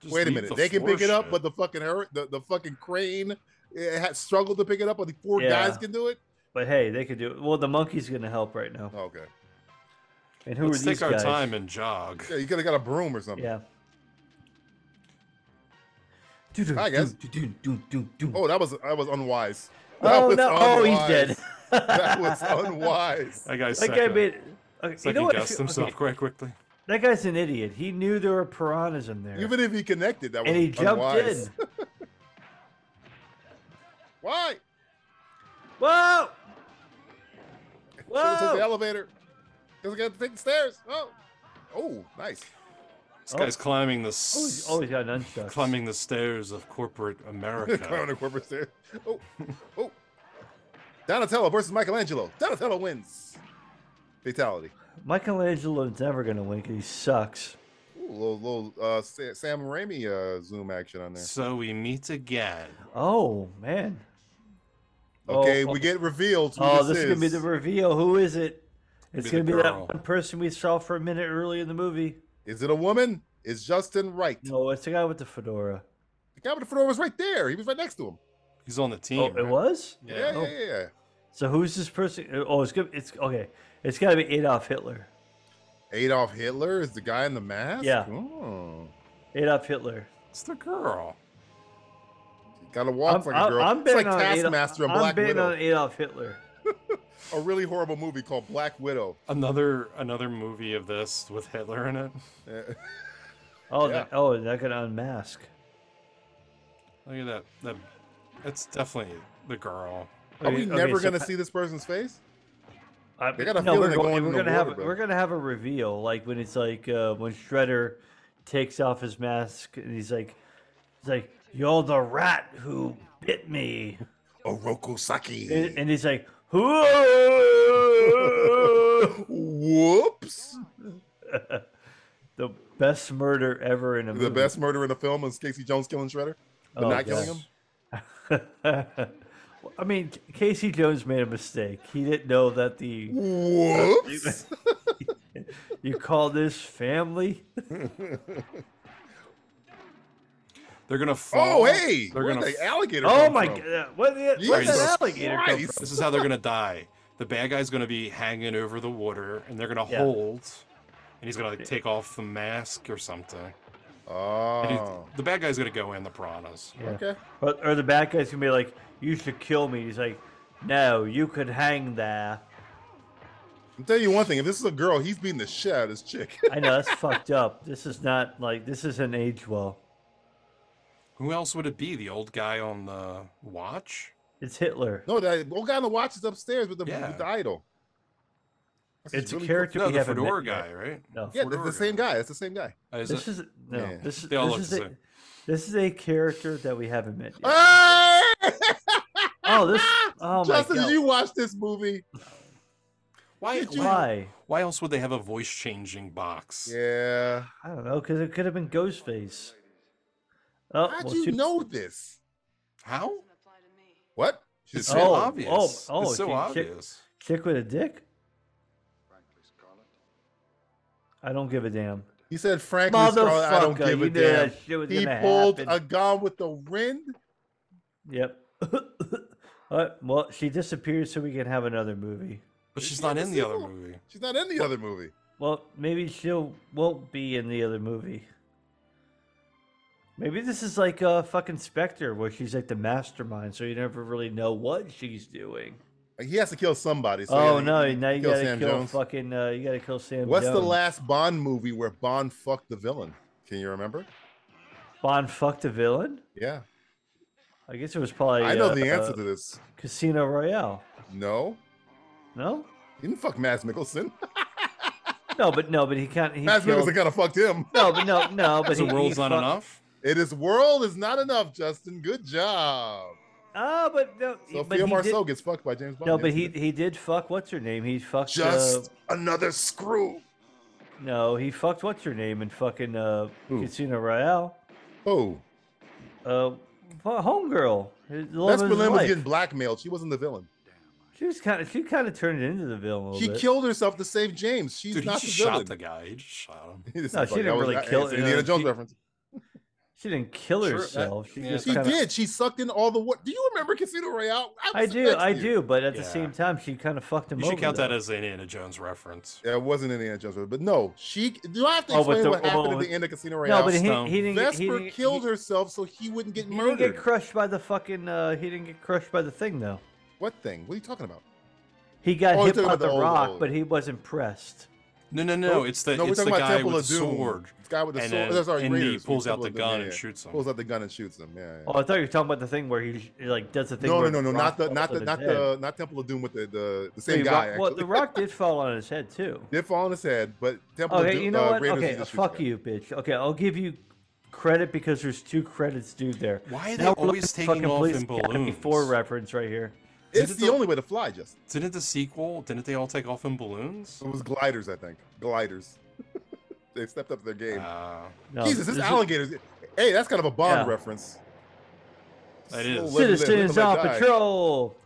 [SPEAKER 5] Just
[SPEAKER 3] Wait a
[SPEAKER 5] leave
[SPEAKER 3] minute.
[SPEAKER 5] the
[SPEAKER 3] they can
[SPEAKER 5] floor
[SPEAKER 3] pick it up,
[SPEAKER 5] shit.
[SPEAKER 3] but the fucking her- the, the fucking crane it had struggled to pick it up, but the four
[SPEAKER 4] Yeah.
[SPEAKER 3] guys can do it.
[SPEAKER 4] But hey, they could do it. Well, the monkey's gonna help right now.
[SPEAKER 3] Okay.
[SPEAKER 4] And who
[SPEAKER 5] let's
[SPEAKER 4] are these
[SPEAKER 5] take our
[SPEAKER 4] guys?
[SPEAKER 5] time and jog.
[SPEAKER 3] Yeah, you could have got a broom or
[SPEAKER 5] [laughs]
[SPEAKER 3] something.
[SPEAKER 4] Yeah.
[SPEAKER 3] Hi, guys. Oh, that was that was unwise. That
[SPEAKER 4] Oh
[SPEAKER 3] was
[SPEAKER 4] no! Oh, he's dead.
[SPEAKER 5] [laughs]
[SPEAKER 3] unwise. [laughs] that was
[SPEAKER 4] [laughs]
[SPEAKER 3] unwise.
[SPEAKER 5] That guy's
[SPEAKER 4] That
[SPEAKER 5] second,
[SPEAKER 4] guy made. Okay, you
[SPEAKER 5] second
[SPEAKER 4] know what?
[SPEAKER 5] guessed
[SPEAKER 4] If- [laughs]
[SPEAKER 5] himself
[SPEAKER 4] okay,
[SPEAKER 5] quite quickly.
[SPEAKER 4] that guy's an idiot. He knew there were piranhas in there,
[SPEAKER 3] Even if he connected, that was
[SPEAKER 4] and he jumped
[SPEAKER 3] unwise.
[SPEAKER 4] in.
[SPEAKER 3] Why?
[SPEAKER 4] [laughs] Whoa!
[SPEAKER 3] Should have took the
[SPEAKER 4] Whoa!
[SPEAKER 3] elevator. Doesn't got to take the stairs. Oh, oh, nice. [laughs]
[SPEAKER 5] This guy's climbing the s-
[SPEAKER 4] Oh, he's, oh, he's got an unshuck.
[SPEAKER 5] climbing the stairs of
[SPEAKER 4] [laughs]
[SPEAKER 5] corporate
[SPEAKER 3] Climbing
[SPEAKER 5] America.
[SPEAKER 3] the corporate stairs. Oh, oh. Donatello versus Michelangelo. Donatello wins. Fatality.
[SPEAKER 4] Michelangelo's never gonna win 'cause he sucks.
[SPEAKER 3] Ooh, little little uh, Sa- Sam Raimi uh, zoom action on there.
[SPEAKER 5] so we meet again.
[SPEAKER 4] Oh man! Oh,
[SPEAKER 3] Okay,
[SPEAKER 4] oh.
[SPEAKER 3] we get revealed. Who
[SPEAKER 4] Oh,
[SPEAKER 3] this,
[SPEAKER 4] this is gonna be the reveal. Who is it? It's
[SPEAKER 5] Be the
[SPEAKER 4] gonna be that
[SPEAKER 5] girl.
[SPEAKER 4] one person we saw for a minute early in the movie.
[SPEAKER 3] Is it a woman? Is Justin right?
[SPEAKER 4] No, it's the guy with the fedora.
[SPEAKER 3] The guy with the fedora was right there. He was right next to him.
[SPEAKER 5] He's on the team.
[SPEAKER 4] Oh, it
[SPEAKER 5] right?
[SPEAKER 4] was.
[SPEAKER 3] Yeah,
[SPEAKER 5] Yeah.
[SPEAKER 3] yeah, yeah. yeah.
[SPEAKER 4] So who's this person? Oh, it's good. It's okay. It's got to be Adolf Hitler.
[SPEAKER 3] Adolf Hitler is the guy in the mask.
[SPEAKER 4] Yeah.
[SPEAKER 3] Oh.
[SPEAKER 4] Adolf Hitler.
[SPEAKER 5] It's the girl.
[SPEAKER 3] Gotta walk
[SPEAKER 4] I'm,
[SPEAKER 3] like a
[SPEAKER 4] I'm-
[SPEAKER 3] girl.
[SPEAKER 4] I'm
[SPEAKER 3] it's like
[SPEAKER 4] betting on Adolf-
[SPEAKER 3] Taskmaster and
[SPEAKER 4] I'm
[SPEAKER 3] Black
[SPEAKER 4] betting
[SPEAKER 3] Widow.
[SPEAKER 4] on Adolf Hitler.
[SPEAKER 3] A really horrible movie called Black Widow.
[SPEAKER 10] Another another movie of this with Hitler in it.
[SPEAKER 3] Eh,
[SPEAKER 4] Oh,
[SPEAKER 3] Yeah.
[SPEAKER 4] that, oh, they're gonna unmask.
[SPEAKER 10] Look at that. That it's definitely the girl.
[SPEAKER 3] Are
[SPEAKER 4] Okay,
[SPEAKER 3] we
[SPEAKER 4] okay,
[SPEAKER 3] never
[SPEAKER 4] so
[SPEAKER 3] gonna
[SPEAKER 4] pa-
[SPEAKER 3] see this person's face?
[SPEAKER 4] I,
[SPEAKER 3] They got a
[SPEAKER 4] no,
[SPEAKER 3] feeling
[SPEAKER 4] we're
[SPEAKER 3] they're going
[SPEAKER 4] going. We're
[SPEAKER 3] in the
[SPEAKER 4] gonna have.
[SPEAKER 3] water, but-
[SPEAKER 4] We're gonna have a reveal, like when it's like uh, when Shredder takes off his mask and he's like, he's like, "You're the rat who bit me,"
[SPEAKER 3] Orokosaki.
[SPEAKER 4] and, and he's like, "Whoa!"
[SPEAKER 3] [laughs]
[SPEAKER 4] [laughs]
[SPEAKER 3] Whoops.
[SPEAKER 4] the best murder ever in a movie.
[SPEAKER 3] The best murder in the film is Casey Jones killing Shredder, but
[SPEAKER 4] Oh,
[SPEAKER 3] not killing
[SPEAKER 4] yes.
[SPEAKER 3] him.
[SPEAKER 4] Well, [laughs] I mean, C- Casey Jones made a mistake. He didn't know that the
[SPEAKER 3] Whoops.
[SPEAKER 4] you call this family.
[SPEAKER 10] They're gonna fall.
[SPEAKER 3] [laughs] oh hey,
[SPEAKER 10] They're
[SPEAKER 3] where'd
[SPEAKER 10] gonna
[SPEAKER 3] the
[SPEAKER 10] f-
[SPEAKER 3] alligator?
[SPEAKER 4] Oh
[SPEAKER 3] come
[SPEAKER 4] my
[SPEAKER 3] from?
[SPEAKER 4] god! What the, where'd
[SPEAKER 3] Jesus
[SPEAKER 4] that alligator come from?
[SPEAKER 3] Christ.
[SPEAKER 10] This is how they're gonna die. The bad guy's gonna be hanging over the water, and they're gonna
[SPEAKER 4] Yeah.
[SPEAKER 10] hold, and he's gonna like, take off the mask or something. And he's-
[SPEAKER 3] Oh.
[SPEAKER 10] the bad guy's gonna go in the piranhas.
[SPEAKER 4] Yeah.
[SPEAKER 3] Okay.
[SPEAKER 4] Or, or the bad guy's gonna be like, "You should kill me." He's like, "No, you could hang there."
[SPEAKER 3] I'll tell you one thing. If this is a girl, he's beating the shit out of this chick. [laughs]
[SPEAKER 4] I know that's [laughs] fucked up. This is not like this isn't age well.
[SPEAKER 10] Who else would it be? The old guy on the watch?
[SPEAKER 4] It's Hitler.
[SPEAKER 3] no, that old guy on the watch is upstairs with the,
[SPEAKER 10] Yeah.
[SPEAKER 3] with the idol. That's
[SPEAKER 4] it's
[SPEAKER 3] really
[SPEAKER 4] a
[SPEAKER 3] cool.
[SPEAKER 4] character
[SPEAKER 10] no,
[SPEAKER 4] we
[SPEAKER 10] the
[SPEAKER 4] haven't met
[SPEAKER 10] fedora
[SPEAKER 4] yet.
[SPEAKER 10] guy, right?
[SPEAKER 4] No,
[SPEAKER 3] Yeah, the,
[SPEAKER 10] Fedora
[SPEAKER 3] the same guy. It's the same guy.
[SPEAKER 10] Uh, Is
[SPEAKER 4] this
[SPEAKER 10] it?
[SPEAKER 4] is no.
[SPEAKER 3] Yeah.
[SPEAKER 4] This is
[SPEAKER 10] They all
[SPEAKER 4] this
[SPEAKER 10] look
[SPEAKER 4] is
[SPEAKER 10] the
[SPEAKER 4] a,
[SPEAKER 10] same.
[SPEAKER 4] this is a character that we haven't met yet.
[SPEAKER 3] [laughs] oh,
[SPEAKER 4] Oh, this. Oh my
[SPEAKER 3] Justin,
[SPEAKER 4] god!
[SPEAKER 3] did you watch this
[SPEAKER 4] [laughs]
[SPEAKER 3] movie?
[SPEAKER 10] why,
[SPEAKER 3] Did you-
[SPEAKER 10] why?
[SPEAKER 4] Why?
[SPEAKER 10] Why else would they have a voice changing box?
[SPEAKER 3] Yeah.
[SPEAKER 4] I don't know. Because it could have been Ghostface. Oh,
[SPEAKER 3] How'd
[SPEAKER 4] well,
[SPEAKER 3] you
[SPEAKER 4] too-
[SPEAKER 3] know this?
[SPEAKER 10] How?
[SPEAKER 3] What?
[SPEAKER 10] It's
[SPEAKER 4] Oh,
[SPEAKER 10] so
[SPEAKER 4] oh,
[SPEAKER 10] obvious.
[SPEAKER 4] oh,
[SPEAKER 10] it's so
[SPEAKER 4] she- she-
[SPEAKER 10] obvious.
[SPEAKER 4] Chick with a dick. I don't give a damn.
[SPEAKER 3] He said, "Frankly, Scarlett, I don't
[SPEAKER 4] Motherfucker,
[SPEAKER 3] give a
[SPEAKER 4] you knew
[SPEAKER 3] damn."
[SPEAKER 4] that shit was
[SPEAKER 3] He
[SPEAKER 4] gonna
[SPEAKER 3] pulled a
[SPEAKER 4] happen.
[SPEAKER 3] gun with the wind.
[SPEAKER 4] Yep. [laughs] All right, well, she disappears so we can have another movie.
[SPEAKER 10] But she's
[SPEAKER 3] she
[SPEAKER 10] not
[SPEAKER 3] in
[SPEAKER 10] in
[SPEAKER 3] the
[SPEAKER 10] the other
[SPEAKER 3] sequel?
[SPEAKER 10] movie.
[SPEAKER 3] She's not in the other movie.
[SPEAKER 4] Well, maybe she'll won't be in the other movie. Maybe this is like uh, fucking Spectre, where she's like the mastermind, so you never really know what she's doing.
[SPEAKER 3] Like, He has to kill somebody. So
[SPEAKER 4] oh
[SPEAKER 3] yeah,
[SPEAKER 4] no!
[SPEAKER 3] he-
[SPEAKER 4] Now you
[SPEAKER 3] kill
[SPEAKER 4] gotta
[SPEAKER 3] Sam
[SPEAKER 4] kill
[SPEAKER 3] Jones.
[SPEAKER 4] fucking. Uh, you gotta kill Sam.
[SPEAKER 3] What's the
[SPEAKER 4] Jones.
[SPEAKER 3] last Bond movie where Bond fucked the villain? Can you remember?
[SPEAKER 4] Bond fucked a villain.
[SPEAKER 3] Yeah,
[SPEAKER 4] I guess it was probably.
[SPEAKER 3] I know
[SPEAKER 4] uh,
[SPEAKER 3] the answer
[SPEAKER 4] uh,
[SPEAKER 3] to this.
[SPEAKER 4] Casino Royale.
[SPEAKER 3] No,
[SPEAKER 4] No.
[SPEAKER 3] he didn't fuck Mads Mikkelsen.
[SPEAKER 4] No, but no, but he can't. He
[SPEAKER 3] Mads
[SPEAKER 4] killed...
[SPEAKER 3] Mikkelsen kind of fucked him.
[SPEAKER 4] No, but no, no, but
[SPEAKER 10] Because the
[SPEAKER 4] he, he
[SPEAKER 10] world's not
[SPEAKER 4] fuck-
[SPEAKER 10] enough.
[SPEAKER 3] It is world is not enough, Justin. Good job.
[SPEAKER 4] Ah, but no, he- but
[SPEAKER 3] Sophia
[SPEAKER 4] he
[SPEAKER 3] Marceau
[SPEAKER 4] did,
[SPEAKER 3] gets fucked by James Bond.
[SPEAKER 4] no, but
[SPEAKER 3] Yes,
[SPEAKER 4] he he did fuck. What's her name? He fucked.
[SPEAKER 3] just
[SPEAKER 4] Uh,
[SPEAKER 3] another screw.
[SPEAKER 4] no, he fucked. What's her name? And fucking uh,
[SPEAKER 3] Who?
[SPEAKER 4] Casino Royale.
[SPEAKER 3] Oh,
[SPEAKER 4] Uh, fu- homegirl. his- the love
[SPEAKER 3] Bess
[SPEAKER 4] of his
[SPEAKER 3] Berlin was
[SPEAKER 4] life.
[SPEAKER 3] getting blackmailed. She wasn't the villain.
[SPEAKER 4] She was kind of. She kind of turned into the villain. A little
[SPEAKER 3] She
[SPEAKER 4] bit.
[SPEAKER 3] killed herself to save James. She's
[SPEAKER 10] Dude, he
[SPEAKER 3] not
[SPEAKER 10] just
[SPEAKER 3] the villain. [laughs]
[SPEAKER 10] shot the guy. He just shot him.
[SPEAKER 3] This is
[SPEAKER 4] No, she
[SPEAKER 3] fucking-
[SPEAKER 4] didn't
[SPEAKER 3] that was-
[SPEAKER 4] really
[SPEAKER 3] that-
[SPEAKER 4] kill-
[SPEAKER 3] it's an Indiana
[SPEAKER 4] no,
[SPEAKER 3] Jones
[SPEAKER 4] she-
[SPEAKER 3] reference.
[SPEAKER 4] She didn't kill
[SPEAKER 10] Sure, that-
[SPEAKER 4] herself. she
[SPEAKER 10] yeah.
[SPEAKER 4] just
[SPEAKER 3] She
[SPEAKER 4] kinda,
[SPEAKER 3] did. She sucked in all the water. Do you remember Casino Royale?
[SPEAKER 4] I
[SPEAKER 3] was
[SPEAKER 4] do.
[SPEAKER 3] next
[SPEAKER 4] I
[SPEAKER 3] to you.
[SPEAKER 4] do. But at the
[SPEAKER 10] Yeah.
[SPEAKER 4] same time, she kind of fucked him
[SPEAKER 10] You
[SPEAKER 4] over.
[SPEAKER 10] should count
[SPEAKER 4] though.
[SPEAKER 10] that as an Indiana Jones reference.
[SPEAKER 3] Yeah, it wasn't Indiana Jones, but no, she. Do I have to
[SPEAKER 4] Oh, but
[SPEAKER 3] explain
[SPEAKER 4] the-
[SPEAKER 3] what happened
[SPEAKER 4] oh,
[SPEAKER 3] at the end of Casino Royale?
[SPEAKER 4] No, but he,
[SPEAKER 10] Stone.
[SPEAKER 4] he didn't. get- he
[SPEAKER 3] Vesper
[SPEAKER 4] didn't,
[SPEAKER 3] killed
[SPEAKER 4] he,
[SPEAKER 3] herself so he wouldn't get
[SPEAKER 4] He
[SPEAKER 3] murdered.
[SPEAKER 4] didn't get crushed by the fucking. Uh, he didn't get crushed by the thing though.
[SPEAKER 3] what thing? What are you talking about?
[SPEAKER 4] He got
[SPEAKER 3] Oh, you're
[SPEAKER 4] hit
[SPEAKER 3] talking
[SPEAKER 4] by
[SPEAKER 3] about
[SPEAKER 4] the,
[SPEAKER 3] the old-
[SPEAKER 4] rock,
[SPEAKER 3] old-
[SPEAKER 4] but he wasn't pressed.
[SPEAKER 10] No, no, no. It's the
[SPEAKER 3] no, we're
[SPEAKER 10] it's the
[SPEAKER 3] talking about
[SPEAKER 10] guy
[SPEAKER 3] Temple
[SPEAKER 10] with
[SPEAKER 3] of
[SPEAKER 10] the
[SPEAKER 3] Doom.
[SPEAKER 10] sword.
[SPEAKER 3] The guy with the
[SPEAKER 10] And
[SPEAKER 3] sword.
[SPEAKER 10] then-
[SPEAKER 3] oh, sorry,
[SPEAKER 10] and he
[SPEAKER 3] Raiders.
[SPEAKER 10] pulls out
[SPEAKER 3] Temple
[SPEAKER 10] the
[SPEAKER 3] of Doom,
[SPEAKER 10] gun
[SPEAKER 3] yeah,
[SPEAKER 10] and
[SPEAKER 3] yeah.
[SPEAKER 10] shoots him.
[SPEAKER 3] Pulls out the gun and shoots him. Yeah. yeah.
[SPEAKER 4] Oh, I thought you were talking about the thing where he like does the thing.
[SPEAKER 3] no, no,
[SPEAKER 4] where
[SPEAKER 3] no, no,
[SPEAKER 4] the
[SPEAKER 3] not
[SPEAKER 4] rock
[SPEAKER 3] the, not
[SPEAKER 4] falls
[SPEAKER 3] the,
[SPEAKER 4] on
[SPEAKER 3] not
[SPEAKER 4] his head.
[SPEAKER 3] the, not Temple of Doom with the the, the
[SPEAKER 4] Wait,
[SPEAKER 3] same
[SPEAKER 4] rock-
[SPEAKER 3] guy.
[SPEAKER 4] well,
[SPEAKER 3] actually.
[SPEAKER 4] the rock did fall on his
[SPEAKER 3] [laughs]
[SPEAKER 4] head too.
[SPEAKER 3] did fall on his head, but Temple of
[SPEAKER 4] Okay,
[SPEAKER 3] Doom,
[SPEAKER 4] you know
[SPEAKER 3] uh,
[SPEAKER 4] what?
[SPEAKER 3] Raiders
[SPEAKER 4] okay,
[SPEAKER 3] just shoots
[SPEAKER 4] fuck
[SPEAKER 3] the guy.
[SPEAKER 4] you, bitch. Okay, I'll give you credit because there's two credits due there.
[SPEAKER 10] Why are
[SPEAKER 4] Now
[SPEAKER 10] they
[SPEAKER 4] we're
[SPEAKER 10] always
[SPEAKER 4] looking at
[SPEAKER 10] taking
[SPEAKER 4] fucking
[SPEAKER 10] off
[SPEAKER 4] Police
[SPEAKER 10] in
[SPEAKER 4] Academy Four
[SPEAKER 10] balloons?
[SPEAKER 4] reference right here.
[SPEAKER 3] It's
[SPEAKER 10] Did
[SPEAKER 3] the
[SPEAKER 10] the-
[SPEAKER 3] only way to fly, Justin.
[SPEAKER 10] Didn't the sequel? Didn't they all take off in balloons?
[SPEAKER 3] It was gliders, I think. Gliders. [laughs] they stepped up their game.
[SPEAKER 10] Uh,
[SPEAKER 4] No,
[SPEAKER 3] Jesus, this
[SPEAKER 4] is-
[SPEAKER 3] alligators. Hey, that's kind of a Bond
[SPEAKER 4] Yeah.
[SPEAKER 3] reference.
[SPEAKER 10] That is.
[SPEAKER 3] let him live, let
[SPEAKER 4] Citizens
[SPEAKER 3] him
[SPEAKER 4] on
[SPEAKER 3] die.
[SPEAKER 4] patrol.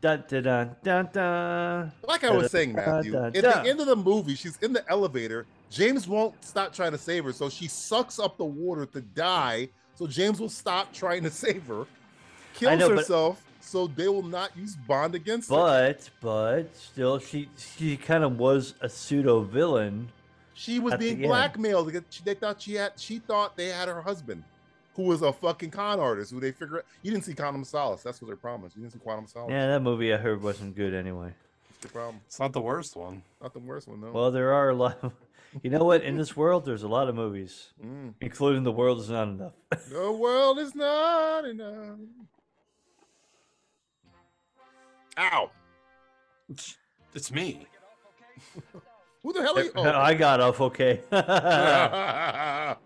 [SPEAKER 4] Dun dun dun dun dun.
[SPEAKER 3] Like I was saying, Matthew,
[SPEAKER 4] Da, da,
[SPEAKER 3] at the
[SPEAKER 4] da.
[SPEAKER 3] end of the movie, she's in the elevator. James won't stop trying to save her, so she sucks up the water to die. So James will stop trying to [laughs] save her, kills
[SPEAKER 4] know, but-
[SPEAKER 3] herself, so they will not use Bond against her.
[SPEAKER 4] But but still, she she kind of was a pseudo villain.
[SPEAKER 3] She was
[SPEAKER 4] at the
[SPEAKER 3] being
[SPEAKER 4] end.
[SPEAKER 3] blackmailed. because She, they thought she had. She thought they had her husband, who is a fucking con artist who they figure you didn't see Quantum Solace. That's what they promised. You didn't see Quantum Solace.
[SPEAKER 4] Yeah, that movie I heard wasn't good anyway.
[SPEAKER 3] That's the problem.
[SPEAKER 10] It's not the worst one.
[SPEAKER 3] Not the worst one, no.
[SPEAKER 4] Well, there are a lot. Of, you know what? In this world, there's a lot of movies,
[SPEAKER 3] Mm.
[SPEAKER 4] including The World Is Not Enough. [laughs]
[SPEAKER 3] the world is not enough. Ow!
[SPEAKER 10] It's, it's me.
[SPEAKER 3] Who the hell are you?
[SPEAKER 4] [laughs] I got off okay.
[SPEAKER 3] [laughs] Oh.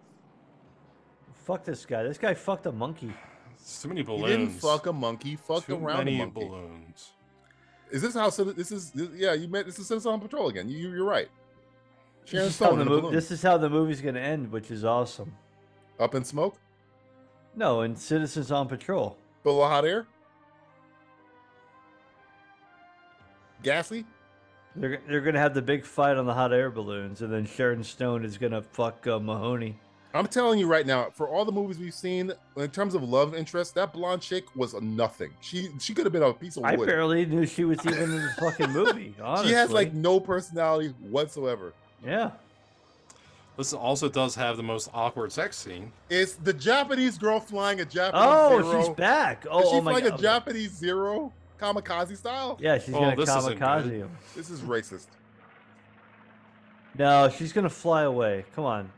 [SPEAKER 4] [laughs] Fuck this guy. This guy fucked a monkey.
[SPEAKER 10] It's too many
[SPEAKER 3] he
[SPEAKER 10] balloons.
[SPEAKER 3] didn't fuck a monkey. He Fucked
[SPEAKER 10] too
[SPEAKER 3] around
[SPEAKER 10] many
[SPEAKER 3] a monkey.
[SPEAKER 10] balloons.
[SPEAKER 3] Is this how? Citi- This is this, yeah. You met. This is Citizen on Patrol again. You, you- you're right. Sharon
[SPEAKER 4] This is, how
[SPEAKER 3] Stone
[SPEAKER 4] the
[SPEAKER 3] in a
[SPEAKER 4] mov-
[SPEAKER 3] balloon.
[SPEAKER 4] this is how the movie's going to end, which is awesome.
[SPEAKER 3] Up in smoke.
[SPEAKER 4] No, and Citizens on Patrol.
[SPEAKER 3] Full of hot air. Gassy.
[SPEAKER 4] They're, they're going to have the big fight on the hot air balloons, and then Sharon Stone is going to fuck uh, Mahoney.
[SPEAKER 3] I'm telling you right now, for all the movies we've seen, in terms of love interest, that blonde chick was a nothing. She she could have been a piece of
[SPEAKER 4] I
[SPEAKER 3] wood.
[SPEAKER 4] barely knew she was even in the fucking movie,
[SPEAKER 3] [laughs]
[SPEAKER 4] honestly.
[SPEAKER 3] she has like no personality whatsoever.
[SPEAKER 4] Yeah.
[SPEAKER 10] This also does have the most awkward sex scene.
[SPEAKER 3] It's the Japanese girl flying a Japanese
[SPEAKER 4] Oh,
[SPEAKER 3] zero.
[SPEAKER 4] she's back. Oh,
[SPEAKER 3] Is she
[SPEAKER 4] oh my
[SPEAKER 3] flying
[SPEAKER 4] god.
[SPEAKER 3] a Japanese zero kamikaze style?
[SPEAKER 4] Yeah, she's
[SPEAKER 10] Oh,
[SPEAKER 4] gonna
[SPEAKER 10] this isn't good.
[SPEAKER 4] kamikaze him.
[SPEAKER 3] This is racist.
[SPEAKER 4] No, she's gonna fly away. Come on.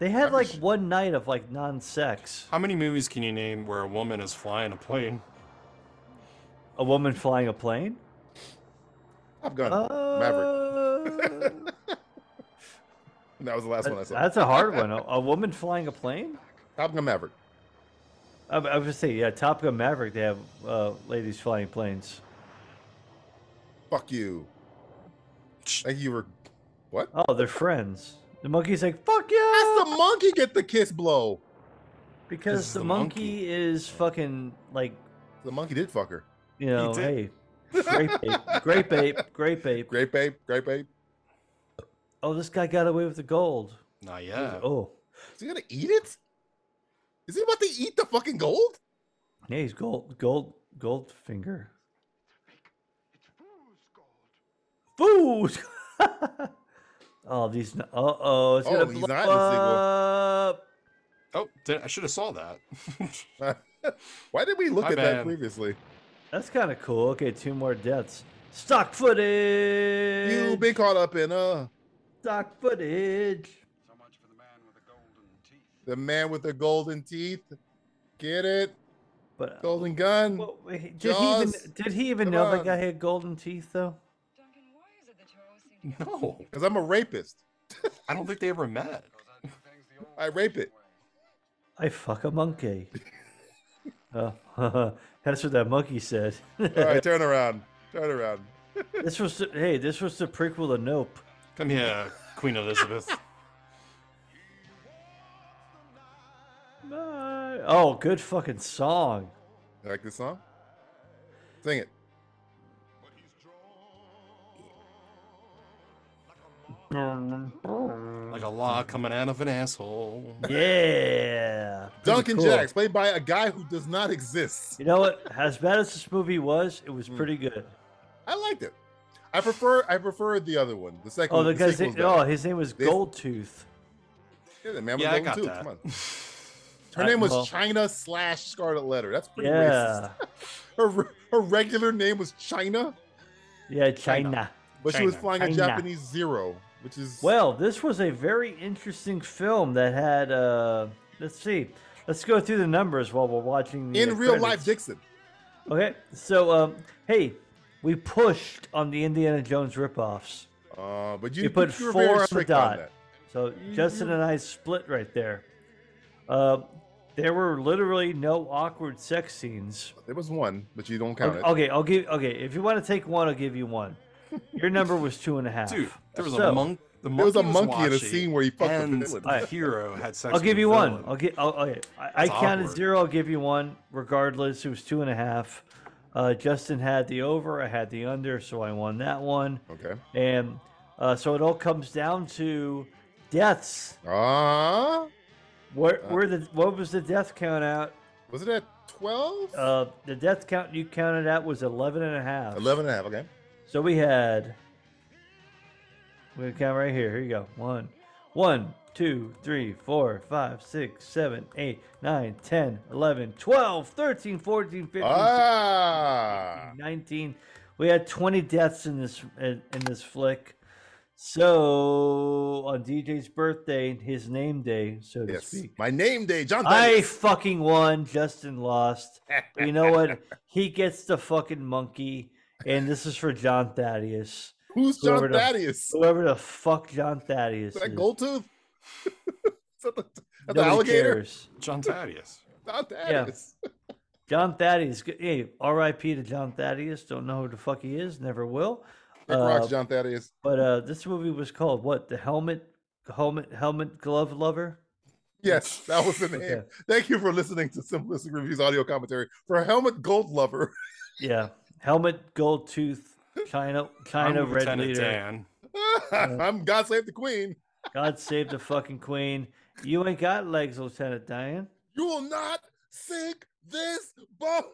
[SPEAKER 4] They had like one night of like non-sex.
[SPEAKER 10] How many movies can you name where a woman is flying a plane?
[SPEAKER 4] A woman flying a plane.
[SPEAKER 3] I've gone Uh, Maverick.
[SPEAKER 4] Uh,
[SPEAKER 3] [laughs]
[SPEAKER 4] [laughs]
[SPEAKER 3] That was the last one I saw.
[SPEAKER 4] that's a hard one. A, a woman flying a plane.
[SPEAKER 3] Top Gun Maverick.
[SPEAKER 4] I, I was say yeah. Top Gun Maverick. They have uh, ladies flying planes.
[SPEAKER 3] Fuck you. Thank you for what?
[SPEAKER 4] Oh, they're friends. The monkey's like fuck yeah.
[SPEAKER 3] That's the monkey get the kiss blow.
[SPEAKER 10] This
[SPEAKER 4] Because
[SPEAKER 10] is
[SPEAKER 4] the,
[SPEAKER 10] the
[SPEAKER 4] monkey,
[SPEAKER 10] monkey.
[SPEAKER 4] is fucking like
[SPEAKER 3] The monkey did fuck her.
[SPEAKER 4] you know hey,
[SPEAKER 10] did.
[SPEAKER 4] grape ape, grape ape, grape ape.
[SPEAKER 3] Great babe, great babe.
[SPEAKER 4] Oh, this guy got away with the gold.
[SPEAKER 10] Not yet.
[SPEAKER 4] Oh,
[SPEAKER 3] Is he gonna eat it? Is he about to eat the fucking gold? [laughs]
[SPEAKER 4] yeah, he's gold, gold, gold finger. Food. [laughs] oh, these. Uh oh, it's
[SPEAKER 3] Oh,
[SPEAKER 4] gonna
[SPEAKER 3] he's
[SPEAKER 4] blow
[SPEAKER 3] not in the sequel.
[SPEAKER 4] up.
[SPEAKER 10] Oh, did, I should have saw that. [laughs]
[SPEAKER 3] Why did we look
[SPEAKER 10] My
[SPEAKER 3] at that
[SPEAKER 10] bad.
[SPEAKER 3] previously?
[SPEAKER 4] That's kind of cool. Okay, two more deaths. Stock footage.
[SPEAKER 3] You been caught up in uh
[SPEAKER 4] stock footage.
[SPEAKER 8] So much for the man with the golden teeth.
[SPEAKER 3] the man with the golden teeth. Get it?
[SPEAKER 4] But
[SPEAKER 3] Golden gun.
[SPEAKER 4] well, wait, did he even
[SPEAKER 3] Jaws,
[SPEAKER 4] did he even
[SPEAKER 3] come
[SPEAKER 4] know
[SPEAKER 3] on.
[SPEAKER 4] that guy had golden teeth though?
[SPEAKER 11] Duncan, why is it that you're always seem to get
[SPEAKER 10] no,
[SPEAKER 3] Because I'm a rapist.
[SPEAKER 10] I don't think they ever met.
[SPEAKER 3] I rape it.
[SPEAKER 4] I fuck
[SPEAKER 3] [laughs]
[SPEAKER 4] a monkey. oh, [laughs] that's what that monkey said. [laughs]
[SPEAKER 3] All right, turn around. Turn around.
[SPEAKER 4] This was the, hey, this was the prequel to Nope.
[SPEAKER 10] Come here, Queen
[SPEAKER 4] [laughs]
[SPEAKER 10] Elizabeth.
[SPEAKER 4] My- Oh, good fucking song.
[SPEAKER 3] You like this song? Sing it.
[SPEAKER 10] like a law coming out of an asshole.
[SPEAKER 4] Yeah. Pretty
[SPEAKER 3] Duncan
[SPEAKER 4] cool.
[SPEAKER 3] Jacks, played by a guy who does not exist.
[SPEAKER 4] You know what? As bad as this movie was, it
[SPEAKER 3] Mm.
[SPEAKER 4] was pretty good.
[SPEAKER 3] I liked it. I prefer I prefer the other one. The second
[SPEAKER 4] Oh,
[SPEAKER 3] one.
[SPEAKER 4] the guy's
[SPEAKER 3] sequel's
[SPEAKER 4] name,
[SPEAKER 3] better.
[SPEAKER 4] oh, his name was
[SPEAKER 3] This-
[SPEAKER 4] Goldtooth.
[SPEAKER 3] Yeah, the man with
[SPEAKER 10] Yeah,
[SPEAKER 3] the
[SPEAKER 10] I
[SPEAKER 3] golden
[SPEAKER 10] got
[SPEAKER 3] tooth.
[SPEAKER 10] that.
[SPEAKER 3] Come
[SPEAKER 10] [laughs]
[SPEAKER 3] on. Her name was
[SPEAKER 4] well-
[SPEAKER 3] China slash Scarlet Letter. That's pretty
[SPEAKER 4] Yeah.
[SPEAKER 3] racist. Her her regular name was China, [laughs]
[SPEAKER 4] Yeah, China.
[SPEAKER 3] but she was
[SPEAKER 10] China.
[SPEAKER 3] flying a
[SPEAKER 4] China.
[SPEAKER 3] Japanese zero, which is
[SPEAKER 4] Well, this was a very interesting film that had uh let's see. Let's go through the numbers while we're watching the uh,
[SPEAKER 3] in real life
[SPEAKER 4] credits.
[SPEAKER 3] Dixon.
[SPEAKER 4] Okay. So um hey, we pushed on the Indiana Jones ripoffs.
[SPEAKER 3] Uh, but you,
[SPEAKER 4] You put
[SPEAKER 3] you were
[SPEAKER 4] four
[SPEAKER 3] very
[SPEAKER 4] on the
[SPEAKER 3] strict
[SPEAKER 4] dot.
[SPEAKER 3] that.
[SPEAKER 4] So Justin and I split right there. Uh, there were literally no awkward sex scenes.
[SPEAKER 3] There was one, but you don't count
[SPEAKER 4] Okay,
[SPEAKER 3] it.
[SPEAKER 4] okay, I'll give. Okay, if you want to take one, I'll give you one. Your number was two and a
[SPEAKER 10] [laughs]
[SPEAKER 4] half.
[SPEAKER 10] Dude, there was
[SPEAKER 4] So,
[SPEAKER 10] a monk. The monkey
[SPEAKER 3] There was a
[SPEAKER 10] was
[SPEAKER 3] monkey in a
[SPEAKER 10] watching,
[SPEAKER 3] scene where he fucked the
[SPEAKER 10] and
[SPEAKER 3] [laughs] villain.
[SPEAKER 10] the hero had sex.
[SPEAKER 4] I'll
[SPEAKER 10] with
[SPEAKER 4] give
[SPEAKER 10] the
[SPEAKER 4] you one.
[SPEAKER 10] villain.
[SPEAKER 4] I'll get. I'll, okay, I, I
[SPEAKER 10] That's
[SPEAKER 4] counted
[SPEAKER 10] awkward.
[SPEAKER 4] zero. I'll give you one, regardless. It was two and a half. Uh, Justin had the over. I had the under, so I won that one.
[SPEAKER 3] Okay.
[SPEAKER 4] And uh, so it all comes down to deaths.
[SPEAKER 3] Ah,
[SPEAKER 4] Where, where the what was the death count out?
[SPEAKER 3] was it at 12?
[SPEAKER 4] Uh, the death count you counted out was 11 and a half.
[SPEAKER 3] 11 and a half, okay.
[SPEAKER 4] So we had. We count right here. Here you go. One, one, two, three, four, five, six, seven, eight, nine, 10, 11, 12, 13, 14, 15,
[SPEAKER 3] ah.
[SPEAKER 4] 16, 19. We had 20 deaths in this in, in this flick. So on DJ's birthday, his name day, so to
[SPEAKER 3] Yes.
[SPEAKER 4] speak.
[SPEAKER 3] My name day, [laughs] John.
[SPEAKER 4] I
[SPEAKER 3] Dennis.
[SPEAKER 4] fucking won. Justin lost. But you
[SPEAKER 3] [laughs]
[SPEAKER 4] know what? He gets the fucking monkey, and this is for John Thaddeus.
[SPEAKER 3] Who's John
[SPEAKER 4] the-
[SPEAKER 3] Thaddeus?
[SPEAKER 4] whoever the fuck John Thaddeus
[SPEAKER 3] Is that
[SPEAKER 4] is.
[SPEAKER 3] gold tooth? [laughs] is that the, is that the
[SPEAKER 4] Nobody
[SPEAKER 3] alligator?
[SPEAKER 4] cares.
[SPEAKER 10] John Thaddeus.
[SPEAKER 3] Not
[SPEAKER 4] Yeah. Uh,
[SPEAKER 3] Thaddeus.
[SPEAKER 4] John Thaddeus. g- Hey, R.I.P. to John Thaddeus. Don't know who the fuck he is. Never will.
[SPEAKER 3] Rick Rocks,
[SPEAKER 4] Uh,
[SPEAKER 3] John Thaddeus.
[SPEAKER 4] But uh, this movie was called what? The helmet, helmet, helmet glove lover.
[SPEAKER 3] Yes, that was the name.
[SPEAKER 4] [laughs] Okay.
[SPEAKER 3] Thank you for listening to Simplistic Reviews audio commentary for Helmet Gold [laughs] Lover.
[SPEAKER 4] Yeah, helmet, gold tooth, China, China
[SPEAKER 10] I'm
[SPEAKER 4] red
[SPEAKER 10] Lieutenant
[SPEAKER 4] leader.
[SPEAKER 10] Dan.
[SPEAKER 3] I'm God Save the Queen.
[SPEAKER 4] God save the fucking queen. You ain't got legs, Lieutenant Diane.
[SPEAKER 3] You will not sink this boat.